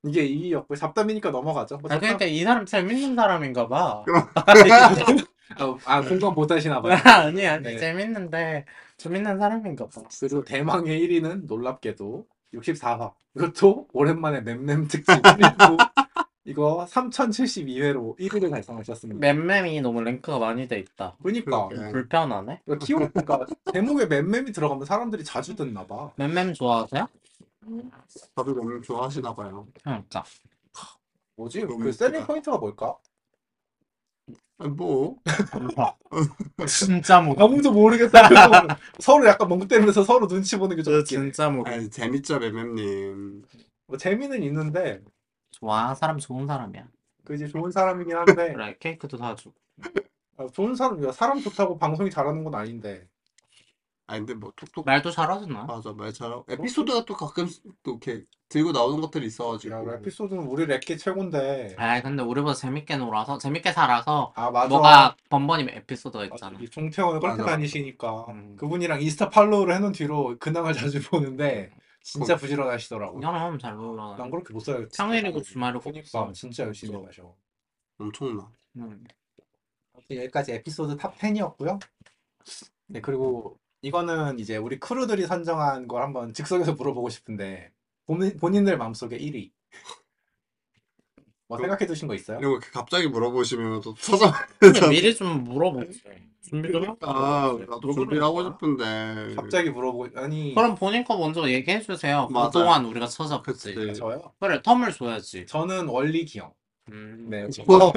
[SPEAKER 2] 이게 2위였고 잡담이니까 넘어가죠. 뭐
[SPEAKER 3] 아,
[SPEAKER 2] 잡담-
[SPEAKER 3] 그러니까 이 사람 재밌는 사람인가 봐.
[SPEAKER 2] 아, 아 공감 못하시나 봐요.
[SPEAKER 3] 뭐, 아니, 아니,
[SPEAKER 2] 네.
[SPEAKER 3] 재밌는데, 재밌는 사람인가 봐.
[SPEAKER 2] 그리고 대망의 1위는 놀랍게도 64화. 이것도 오랜만에 맴맴 특집 1위고 이거 3072회로 1위를
[SPEAKER 3] 네.
[SPEAKER 2] 달성하셨습니다.
[SPEAKER 3] 맴맴이 너무 랭크가 많이 돼 있다.
[SPEAKER 2] 그러니까
[SPEAKER 1] 그러게. 네.
[SPEAKER 3] 불편하네?
[SPEAKER 2] 이거 키워보니까 제목에 맴맴이 들어가면 사람들이 자주 듣나 봐.
[SPEAKER 3] 맴맴 좋아하세요?
[SPEAKER 1] 다들 너무 좋아하시나 봐요
[SPEAKER 3] 그러니까.
[SPEAKER 2] 뭐지?
[SPEAKER 1] 너무
[SPEAKER 2] 그 셀링
[SPEAKER 1] 웃기다.
[SPEAKER 2] 포인트가 뭘까?
[SPEAKER 1] 아, 뭐
[SPEAKER 3] 진짜 못.
[SPEAKER 2] 아무도 모르겠다. 그래서 뭐 서로 약간 멍 때리면서 서로 눈치 보는 게 좀
[SPEAKER 3] 저
[SPEAKER 2] 웃긴.
[SPEAKER 3] 진짜 못.
[SPEAKER 1] 아니, 재밌죠 맴맴님
[SPEAKER 2] 뭐 재미는 있는데
[SPEAKER 3] 좋아, 사람 좋은 사람이야.
[SPEAKER 2] 그 이제 좋은 사람이긴 한데
[SPEAKER 3] 그래, 케이크도 다 주고.
[SPEAKER 2] 아, 좋은 사람 야, 사람 좋다고 방송이 잘하는 건 아닌데
[SPEAKER 1] 아니 근데 뭐 톡톡
[SPEAKER 3] 말도 잘하잖아.
[SPEAKER 2] 어.
[SPEAKER 1] 맞아 말 잘하고 에피소드가 또 가끔씩 또 이렇게 들고 나오는 것들이 있어가지고
[SPEAKER 2] 야, 에피소드는 우리 랩게 최고인데
[SPEAKER 3] 아, 근데 우리보다 재밌게 놀아서, 재밌게 살아서,
[SPEAKER 2] 아 맞아.
[SPEAKER 3] 뭐가 번번이 에피소드가
[SPEAKER 2] 맞아.
[SPEAKER 3] 있잖아.
[SPEAKER 2] 이 종태원을 그렇게
[SPEAKER 1] 맞아, 맞아.
[SPEAKER 2] 다니시니까
[SPEAKER 3] 음.
[SPEAKER 2] 그분이랑 인스타 팔로우를 해놓은 뒤로 근황을 자주 보는데 진짜 부지런하시더라고.
[SPEAKER 3] 영어는 잘 몰라.
[SPEAKER 2] 난 그렇게 못 살겠어.
[SPEAKER 3] 평일이고 주말이고.
[SPEAKER 2] 보니까 진짜 열심히 가셔.
[SPEAKER 1] 엄청나
[SPEAKER 3] 음.
[SPEAKER 2] 아무튼 여기까지 에피소드 탑 10이었고요. 네, 그리고 이거는 이제 우리 크루들이 선정한 걸 한번 즉석에서 물어보고 싶은데 본인, 본인들 마음속에 1위. 뭐 생각해 두신 거 있어요?
[SPEAKER 1] 이런 거 이렇게 갑자기 물어보시면 또 찾아.
[SPEAKER 3] 근데 미리 좀 물어보지. 준비 좀 하고.
[SPEAKER 1] 아, 나도
[SPEAKER 3] 그러지.
[SPEAKER 1] 준비하고 싶은데.
[SPEAKER 2] 갑자기 물어보고 아니
[SPEAKER 3] 그럼 본인 거 먼저 얘기해 주세요.
[SPEAKER 1] 맞아요.
[SPEAKER 3] 그동안 우리가 찾아봤지.
[SPEAKER 1] 그치.
[SPEAKER 2] 저요?
[SPEAKER 3] 그래 텀을 줘야지.
[SPEAKER 2] 저는 원리 기억.
[SPEAKER 3] 음.
[SPEAKER 2] 네.
[SPEAKER 3] 어,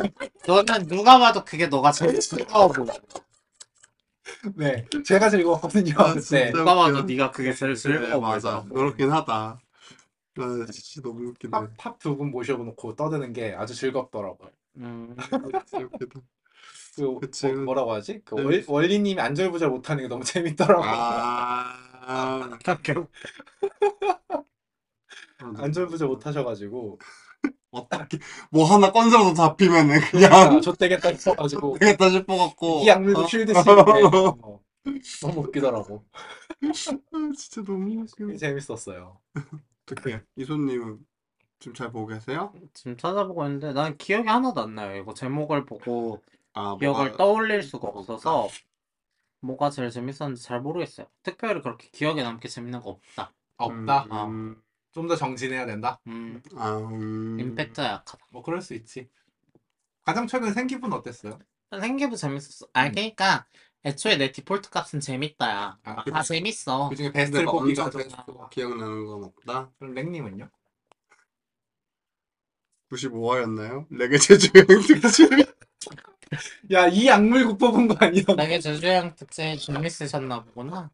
[SPEAKER 3] 너는 누가 봐도 그게 너가 제일 즐거워 보여.
[SPEAKER 2] 네. 제가 즐거웠거든요.
[SPEAKER 1] 아,
[SPEAKER 2] 그때.
[SPEAKER 1] 진짜.
[SPEAKER 3] 누가 봐도 네가 그게 제일
[SPEAKER 1] 네,
[SPEAKER 3] 즐거워 보여.
[SPEAKER 1] 맞아. 그렇긴 하다. 아, 진짜 너무 웃긴데.
[SPEAKER 2] 탑 두 분 모셔놓고 떠드는 게 아주 즐겁더라고요.
[SPEAKER 3] 음.
[SPEAKER 1] 진짜 웃기다.
[SPEAKER 2] 그
[SPEAKER 1] 그치.
[SPEAKER 2] 뭐, 라고 하지? 그
[SPEAKER 1] 네.
[SPEAKER 2] 월- 원리님이 안절부절 못하는 게 너무 재밌더라고요.
[SPEAKER 1] 아,
[SPEAKER 2] 안절부절 못하셔가지고
[SPEAKER 1] 어떻게 뭐 하나 건드려서 잡히면은
[SPEAKER 2] 아,
[SPEAKER 1] 그냥
[SPEAKER 2] 좆되겠다 싶어가지고
[SPEAKER 1] 되겠다 싶어갖고.
[SPEAKER 2] 이 악물고
[SPEAKER 1] 아,
[SPEAKER 2] 쉴드 쓰는데 어, 너무 웃기더라고.
[SPEAKER 1] 아, 진짜 너무 웃겨.
[SPEAKER 2] 재밌었어요.
[SPEAKER 1] 어떡해. 이소님은 지금 잘 보고 계세요?
[SPEAKER 3] 지금 찾아보고 있는데 난 기억이 하나도 안 나요. 이거 제목을 보고
[SPEAKER 1] 아,
[SPEAKER 3] 기억을
[SPEAKER 1] 뭐가- 그러니까.
[SPEAKER 3] 떠올릴 수가 없어서 뭐가 제일 재밌었는지 잘 모르겠어요. 특별히 그렇게 기억에 남게 재밌는 거 없다.
[SPEAKER 2] 없다.
[SPEAKER 3] 아.
[SPEAKER 1] 음,
[SPEAKER 2] 좀 더 정진해야 된다.
[SPEAKER 3] 음,
[SPEAKER 1] 아, 음.
[SPEAKER 3] 임팩트가 약하다.
[SPEAKER 2] 뭐 그럴 수 있지. 가장 최근 생기분 어땠어요?
[SPEAKER 3] 생기부 재밌었어. 아, 그러니까 애초에 내 디폴트 값은 재밌다야.
[SPEAKER 2] 아,
[SPEAKER 3] 다 재밌어.
[SPEAKER 2] 그중에
[SPEAKER 1] 근데
[SPEAKER 2] 베스트를
[SPEAKER 1] 막
[SPEAKER 2] 뽑기가
[SPEAKER 1] 엄청
[SPEAKER 2] 좀
[SPEAKER 1] 베스트가 아, 기억나는 건 없다.
[SPEAKER 2] 그럼 랭님은요?
[SPEAKER 1] 95화였나요? 레게 제주행 특집.
[SPEAKER 2] 야, 이 악물고 뽑은 거 아니야?
[SPEAKER 3] 나게 제주형 특집 재밌으셨나 보구나.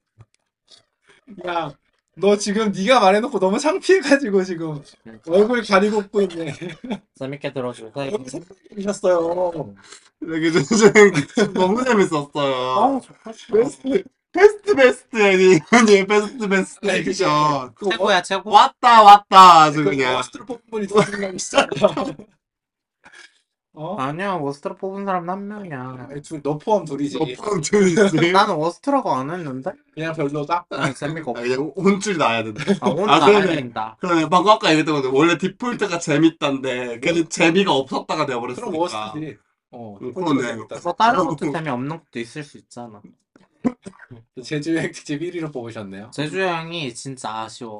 [SPEAKER 2] 야, 너 지금 네가 말해놓고 너무 창피해가지고 지금 얼굴 가리고 웃고 있네.
[SPEAKER 3] 재밌게 들어주세요.
[SPEAKER 2] 여기 생각이셨어요.
[SPEAKER 1] 레게 제주행 특집 너무 재밌었어요.
[SPEAKER 3] 어, 좋다.
[SPEAKER 1] 베스트, 베스트 베스트 애니. 베스트 베스트
[SPEAKER 2] 네.
[SPEAKER 1] 에디션.
[SPEAKER 3] 최고야 최고.
[SPEAKER 1] 왔다 왔다 아주 그냥.
[SPEAKER 2] 워스트로 뭐? 뽑은 분이 더 생각이 있어. 어?
[SPEAKER 3] 아니야 워스트로 뽑은 사람 한 명이야.
[SPEAKER 2] 아니, 둘, 너 포함 둘이지.
[SPEAKER 1] 너빵 들리지?
[SPEAKER 3] 나는 워스트라고 안 했는데.
[SPEAKER 2] 그냥 별로다.
[SPEAKER 3] 난 재미가 없어.
[SPEAKER 1] 그냥 혼줄 나야 된다.
[SPEAKER 3] 아, 오늘 안
[SPEAKER 1] 그러네.
[SPEAKER 3] 알린다.
[SPEAKER 1] 그러면 방금 아까 얘기했던 건데 원래 디폴트가 재밌단데 그게 재미가 없었다가
[SPEAKER 2] 그럼
[SPEAKER 1] 돼버렸으니까.
[SPEAKER 2] 워스트지. 어,
[SPEAKER 1] 음,
[SPEAKER 2] 꼴찌가
[SPEAKER 1] 그러네.
[SPEAKER 2] 재밌다.
[SPEAKER 3] 뭐 다른 것도 재미없는 것도 있을 수 있잖아.
[SPEAKER 2] 제주 여행 특집 1위로 뽑으셨네요.
[SPEAKER 3] 제주 여행이 진짜 아쉬워.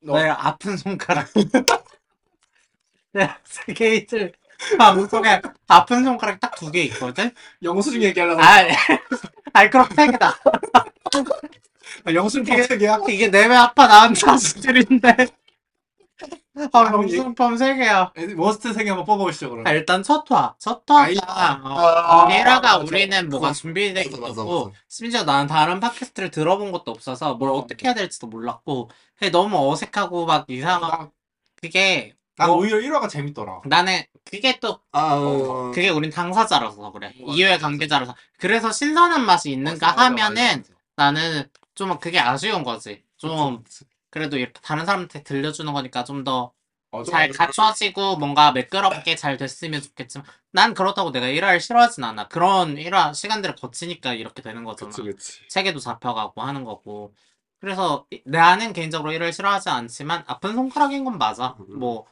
[SPEAKER 2] 너-
[SPEAKER 1] 네.
[SPEAKER 3] 내 아픈 손가락. 내가 스케이트 방송에 아, 아픈 손가락 딱 두 개 있거든?
[SPEAKER 2] 영수증 얘기하려고.
[SPEAKER 3] 아, 아이, 그럼 팩이다.
[SPEAKER 2] 아, 영수증
[SPEAKER 3] 어.
[SPEAKER 2] 빡세게야?
[SPEAKER 3] 이게 내외 아파 나은 자식들인데. 아, 명승펌 세 개야.
[SPEAKER 2] 워스트 세개 한번 뽑아보시죠, 그럼.
[SPEAKER 3] 아, 일단 첫 화. 첫
[SPEAKER 2] 아이,
[SPEAKER 3] 화가, 어,
[SPEAKER 1] 맞아.
[SPEAKER 3] 거기다가 우리는 뭐가 준비된
[SPEAKER 1] 맞아,
[SPEAKER 3] 것도
[SPEAKER 1] 맞아,
[SPEAKER 3] 없고,
[SPEAKER 1] 맞아.
[SPEAKER 3] 심지어 나는 다른 팟캐스트를 들어본 것도 없어서 뭘 어떻게 해야 될지도 몰랐고, 그게 너무 어색하고 막 이상하고,
[SPEAKER 2] 난,
[SPEAKER 3] 그게,
[SPEAKER 2] 아, 난
[SPEAKER 3] 뭐-
[SPEAKER 2] 아, 오히려 1화가 재밌더라.
[SPEAKER 3] 나는 그게 또
[SPEAKER 1] 아,
[SPEAKER 2] 어,
[SPEAKER 1] 어,
[SPEAKER 3] 그게 우린 당사자라서 그래.
[SPEAKER 2] 맞아,
[SPEAKER 3] 이외
[SPEAKER 2] 맞아.
[SPEAKER 3] 관계자라서. 그래서 신선한 맛이 있는가
[SPEAKER 2] 맞아, 맞아,
[SPEAKER 3] 하면은
[SPEAKER 2] 맞아.
[SPEAKER 3] 나는 좀 그게 아쉬운 거지. 좀 그래도 이렇게 다른 사람한테 들려주는 거니까 좀 더 잘
[SPEAKER 1] 아,
[SPEAKER 2] 어, 좀-
[SPEAKER 3] 갖춰지고 뭔가 매끄럽게 잘 됐으면 좋겠지만 난 그렇다고 내가 일화를 싫어하진 않아. 그런 일화 시간들을 거치니까 이렇게 되는 거잖아.
[SPEAKER 1] 그치 그치.
[SPEAKER 3] 세계도 잡혀가고 하는 거고. 그래서 이- 나는 개인적으로 일을 싫어하지 않지만 아픈 손가락인 건 맞아.
[SPEAKER 1] 음.
[SPEAKER 3] 뭐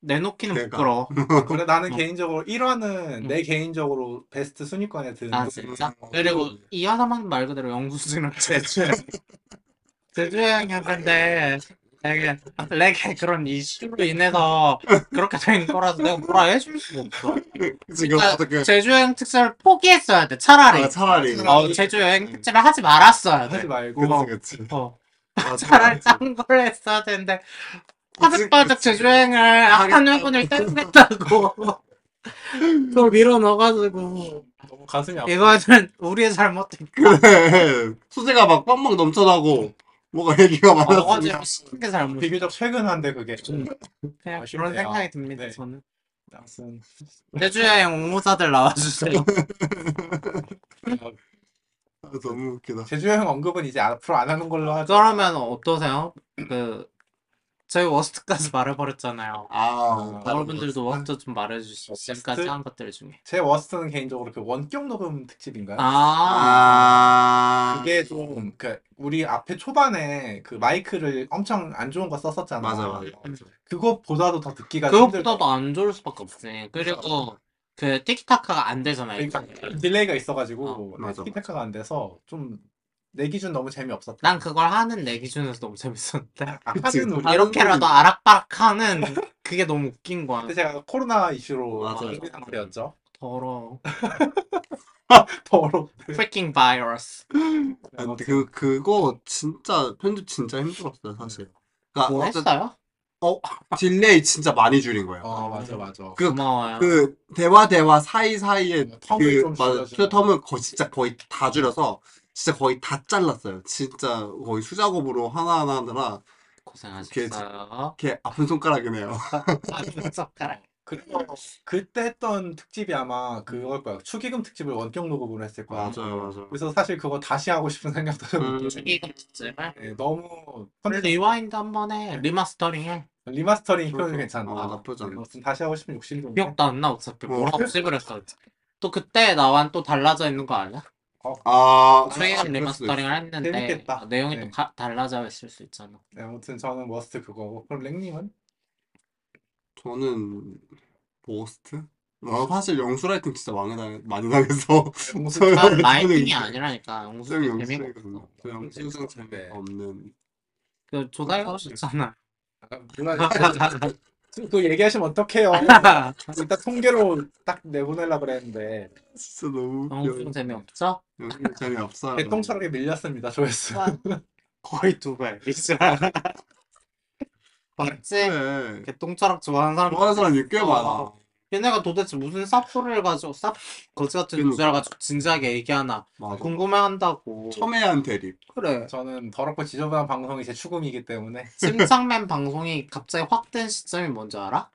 [SPEAKER 3] 내놓기는
[SPEAKER 1] 내가.
[SPEAKER 3] 부끄러워.
[SPEAKER 2] 그래 나는
[SPEAKER 3] 어.
[SPEAKER 2] 개인적으로 1화는
[SPEAKER 3] 음.
[SPEAKER 2] 내 개인적으로 베스트 순위권에 드는
[SPEAKER 3] 아
[SPEAKER 2] 거.
[SPEAKER 3] 진짜?
[SPEAKER 1] 음.
[SPEAKER 3] 그리고 이 화사만 말 그대로 영수증을 제주행 제주행이야 근데 되게 내게 그런 이슈로 인해서 그렇게 된 거라서 내가 뭐라 해줄 수가 없어
[SPEAKER 1] 지금 어떻게?
[SPEAKER 3] 제주행 특집을 포기했어야 돼 차라리
[SPEAKER 1] 아, 차라리. 음.
[SPEAKER 3] 어, 제주여행 특집을 하지 말았어야
[SPEAKER 2] 하지
[SPEAKER 3] 돼
[SPEAKER 2] 말고
[SPEAKER 1] 그치 그치.
[SPEAKER 3] 어,
[SPEAKER 1] 맞아, 음.
[SPEAKER 3] 차라리
[SPEAKER 1] 맞아.
[SPEAKER 3] 딴걸 했어야 되는데
[SPEAKER 1] 그치,
[SPEAKER 3] 빠득빠득
[SPEAKER 1] 그치.
[SPEAKER 3] 제주여행을
[SPEAKER 1] 음.
[SPEAKER 3] 한 회분을 땡겼다고 그걸 밀어 넣어가지고
[SPEAKER 2] 너무 가슴이
[SPEAKER 3] 예.
[SPEAKER 2] 아파.
[SPEAKER 3] 이거는 우리의 잘못도 있고
[SPEAKER 1] 그래. 소재가 막 빵빵 넘쳐나고 뭐가
[SPEAKER 3] 아,
[SPEAKER 1] 얘기가 많았으니까.
[SPEAKER 3] 어거지로 시킨 게 잘못.
[SPEAKER 2] 비교적 최근한데 그게.
[SPEAKER 3] 음. 그냥
[SPEAKER 2] 아쉽네요.
[SPEAKER 3] 그런 생각이 듭니다.
[SPEAKER 2] 네.
[SPEAKER 3] 저는
[SPEAKER 2] 아무튼,
[SPEAKER 3] 제주에 옹무사들 나와주세요.
[SPEAKER 2] 어,
[SPEAKER 1] 아, 너무 웃기다.
[SPEAKER 2] 제주 여행 언급은 이제 앞으로 안 하는 걸로 하죠.
[SPEAKER 3] 그러면 어떠세요? 그 저희 워스트까지 말해버렸잖아요.
[SPEAKER 1] 아,
[SPEAKER 3] 여러분들도 워스트 좀 말해주시죠.
[SPEAKER 2] 워스트?
[SPEAKER 3] 지금까지 한 것들 중에.
[SPEAKER 2] 제 워스트는 개인적으로 그 원격 녹음 특집인가요?
[SPEAKER 3] 아,
[SPEAKER 1] 아,
[SPEAKER 2] 그게 좀, 그, 우리 앞에 초반에 그 마이크를 엄청 안 좋은 거 썼었잖아.
[SPEAKER 1] 맞아 맞아. 맞아.
[SPEAKER 2] 그것보다도 더 듣기가
[SPEAKER 3] 그러니까 그것보다도 안 좋을 수밖에 없지. 그리고 그러니까 그 티키타카가 안 되잖아요.
[SPEAKER 2] 그러니까 힘들더라고. 그러니까 딜레이가 있어가지고,
[SPEAKER 1] 맞아,
[SPEAKER 2] 티키타카가 안 돼서 좀 내 기준 너무 재미없었다.
[SPEAKER 3] 난 그걸 하는 내 기준에서 너무 재밌었는데
[SPEAKER 2] 아, 하긴 우리
[SPEAKER 1] 아,
[SPEAKER 3] 이렇게라도
[SPEAKER 1] 소리.
[SPEAKER 3] 아락바락 하는 그게 너무 웃긴 거야
[SPEAKER 2] 그때 제가 코로나 이슈로
[SPEAKER 1] 맞아요.
[SPEAKER 2] 힘든 상태였죠.
[SPEAKER 3] 더러워
[SPEAKER 2] 더럽.
[SPEAKER 3] freaking virus
[SPEAKER 1] 아, 근데 그 그거 진짜 편집 진짜 힘들었어요 사실. 그러니까
[SPEAKER 3] 뭐
[SPEAKER 1] 어쨌든
[SPEAKER 3] 했어요?
[SPEAKER 1] 딜레이 진짜 많이 줄인 거예요.
[SPEAKER 2] 어 맞아 맞아. 어,
[SPEAKER 1] 그-
[SPEAKER 3] 고마워요
[SPEAKER 1] 그 대화 대화 사이 사이에
[SPEAKER 2] 텀을
[SPEAKER 1] 그
[SPEAKER 2] 좀
[SPEAKER 1] 맞아
[SPEAKER 2] 줄여주는
[SPEAKER 1] 텀을 거 진짜 거의 다 줄여서 진짜 거의 다 잘랐어요. 진짜 거의 수작업으로 하나하나 하느라
[SPEAKER 3] 고생하셨어요
[SPEAKER 1] 이렇게 아픈 손가락이네요.
[SPEAKER 3] 아픈 손가락
[SPEAKER 2] 그리고 그때 했던 특집이 아마 그걸 거야. 축의금 특집을 원격 녹음으로 했을 거야.
[SPEAKER 1] 맞아요, 맞아요.
[SPEAKER 2] 그래서 사실 그거 다시 하고 싶은 생각도 좀
[SPEAKER 1] 음.
[SPEAKER 2] 있긴 해요.
[SPEAKER 3] 이거 진짜
[SPEAKER 2] 네, 너무 컨텐츠-
[SPEAKER 3] 리와인드 한번 해 리마스터링 해
[SPEAKER 2] 리마스터링
[SPEAKER 1] 그렇죠.
[SPEAKER 2] 표현이 괜찮다.
[SPEAKER 1] 어, 나쁘지 않아.
[SPEAKER 2] 무슨 다시 하고 싶은 욕심이 좀 있네.
[SPEAKER 3] 기억도 안 나 어차피
[SPEAKER 1] 뭐.
[SPEAKER 3] 뭐라고 씹을 했어 또 그때 나와는 또 달라져 있는 거 알아?
[SPEAKER 1] 아
[SPEAKER 3] 저희가
[SPEAKER 1] 그럴 수도 있어요.
[SPEAKER 3] 리마스터링을 했는데 아,
[SPEAKER 2] 재밌겠다.
[SPEAKER 3] 내용이
[SPEAKER 2] 네.
[SPEAKER 3] 또 가- 달라져 있을 수 있잖아
[SPEAKER 2] 네, 아무튼 저는 워스트 그거고 그럼 랭님은?
[SPEAKER 1] 저는 보스트? 나 사실 영수라이팅 진짜 많이 당 많이 당해서
[SPEAKER 2] 영수
[SPEAKER 1] 저는
[SPEAKER 3] 난 라이팅이
[SPEAKER 1] 영수-
[SPEAKER 3] 아, 아니라니까 영수
[SPEAKER 1] 저는
[SPEAKER 3] 재미가
[SPEAKER 1] 영수증이거든요.
[SPEAKER 3] 없어
[SPEAKER 1] 저 영수증
[SPEAKER 2] 네.
[SPEAKER 1] 없는
[SPEAKER 3] 그 조다이가 없었잖아
[SPEAKER 2] 몰라 그 얘기하시면 어떡해요 일단 통계로 딱 내보내려고 그랬는데
[SPEAKER 1] 진짜 너무
[SPEAKER 3] 영수
[SPEAKER 1] 웃겨.
[SPEAKER 3] 재미없죠?
[SPEAKER 1] 영수증 재미없어요.
[SPEAKER 2] 대통령에게 밀렸습니다 조회수
[SPEAKER 1] 아.
[SPEAKER 3] 거의 두배 맞지?
[SPEAKER 1] 네.
[SPEAKER 3] 개똥철학 좋아하는 사람 어.
[SPEAKER 1] 좋아하는 사람 꽤 많아.
[SPEAKER 3] 얘네가 도대체 무슨 쌉소리를 가지고 쌉 거지 같은
[SPEAKER 1] 그러니까.
[SPEAKER 3] 주제를 가지고 진지하게 얘기하나
[SPEAKER 1] 맞아. 그
[SPEAKER 3] 궁금해한다고
[SPEAKER 1] 첨예한 대립.
[SPEAKER 3] 그래
[SPEAKER 2] 저는 더럽고 지저분한 방송이 제 죽음이기 때문에
[SPEAKER 3] 침착맨 방송이 갑자기 확 된 시점이 뭔지 알아?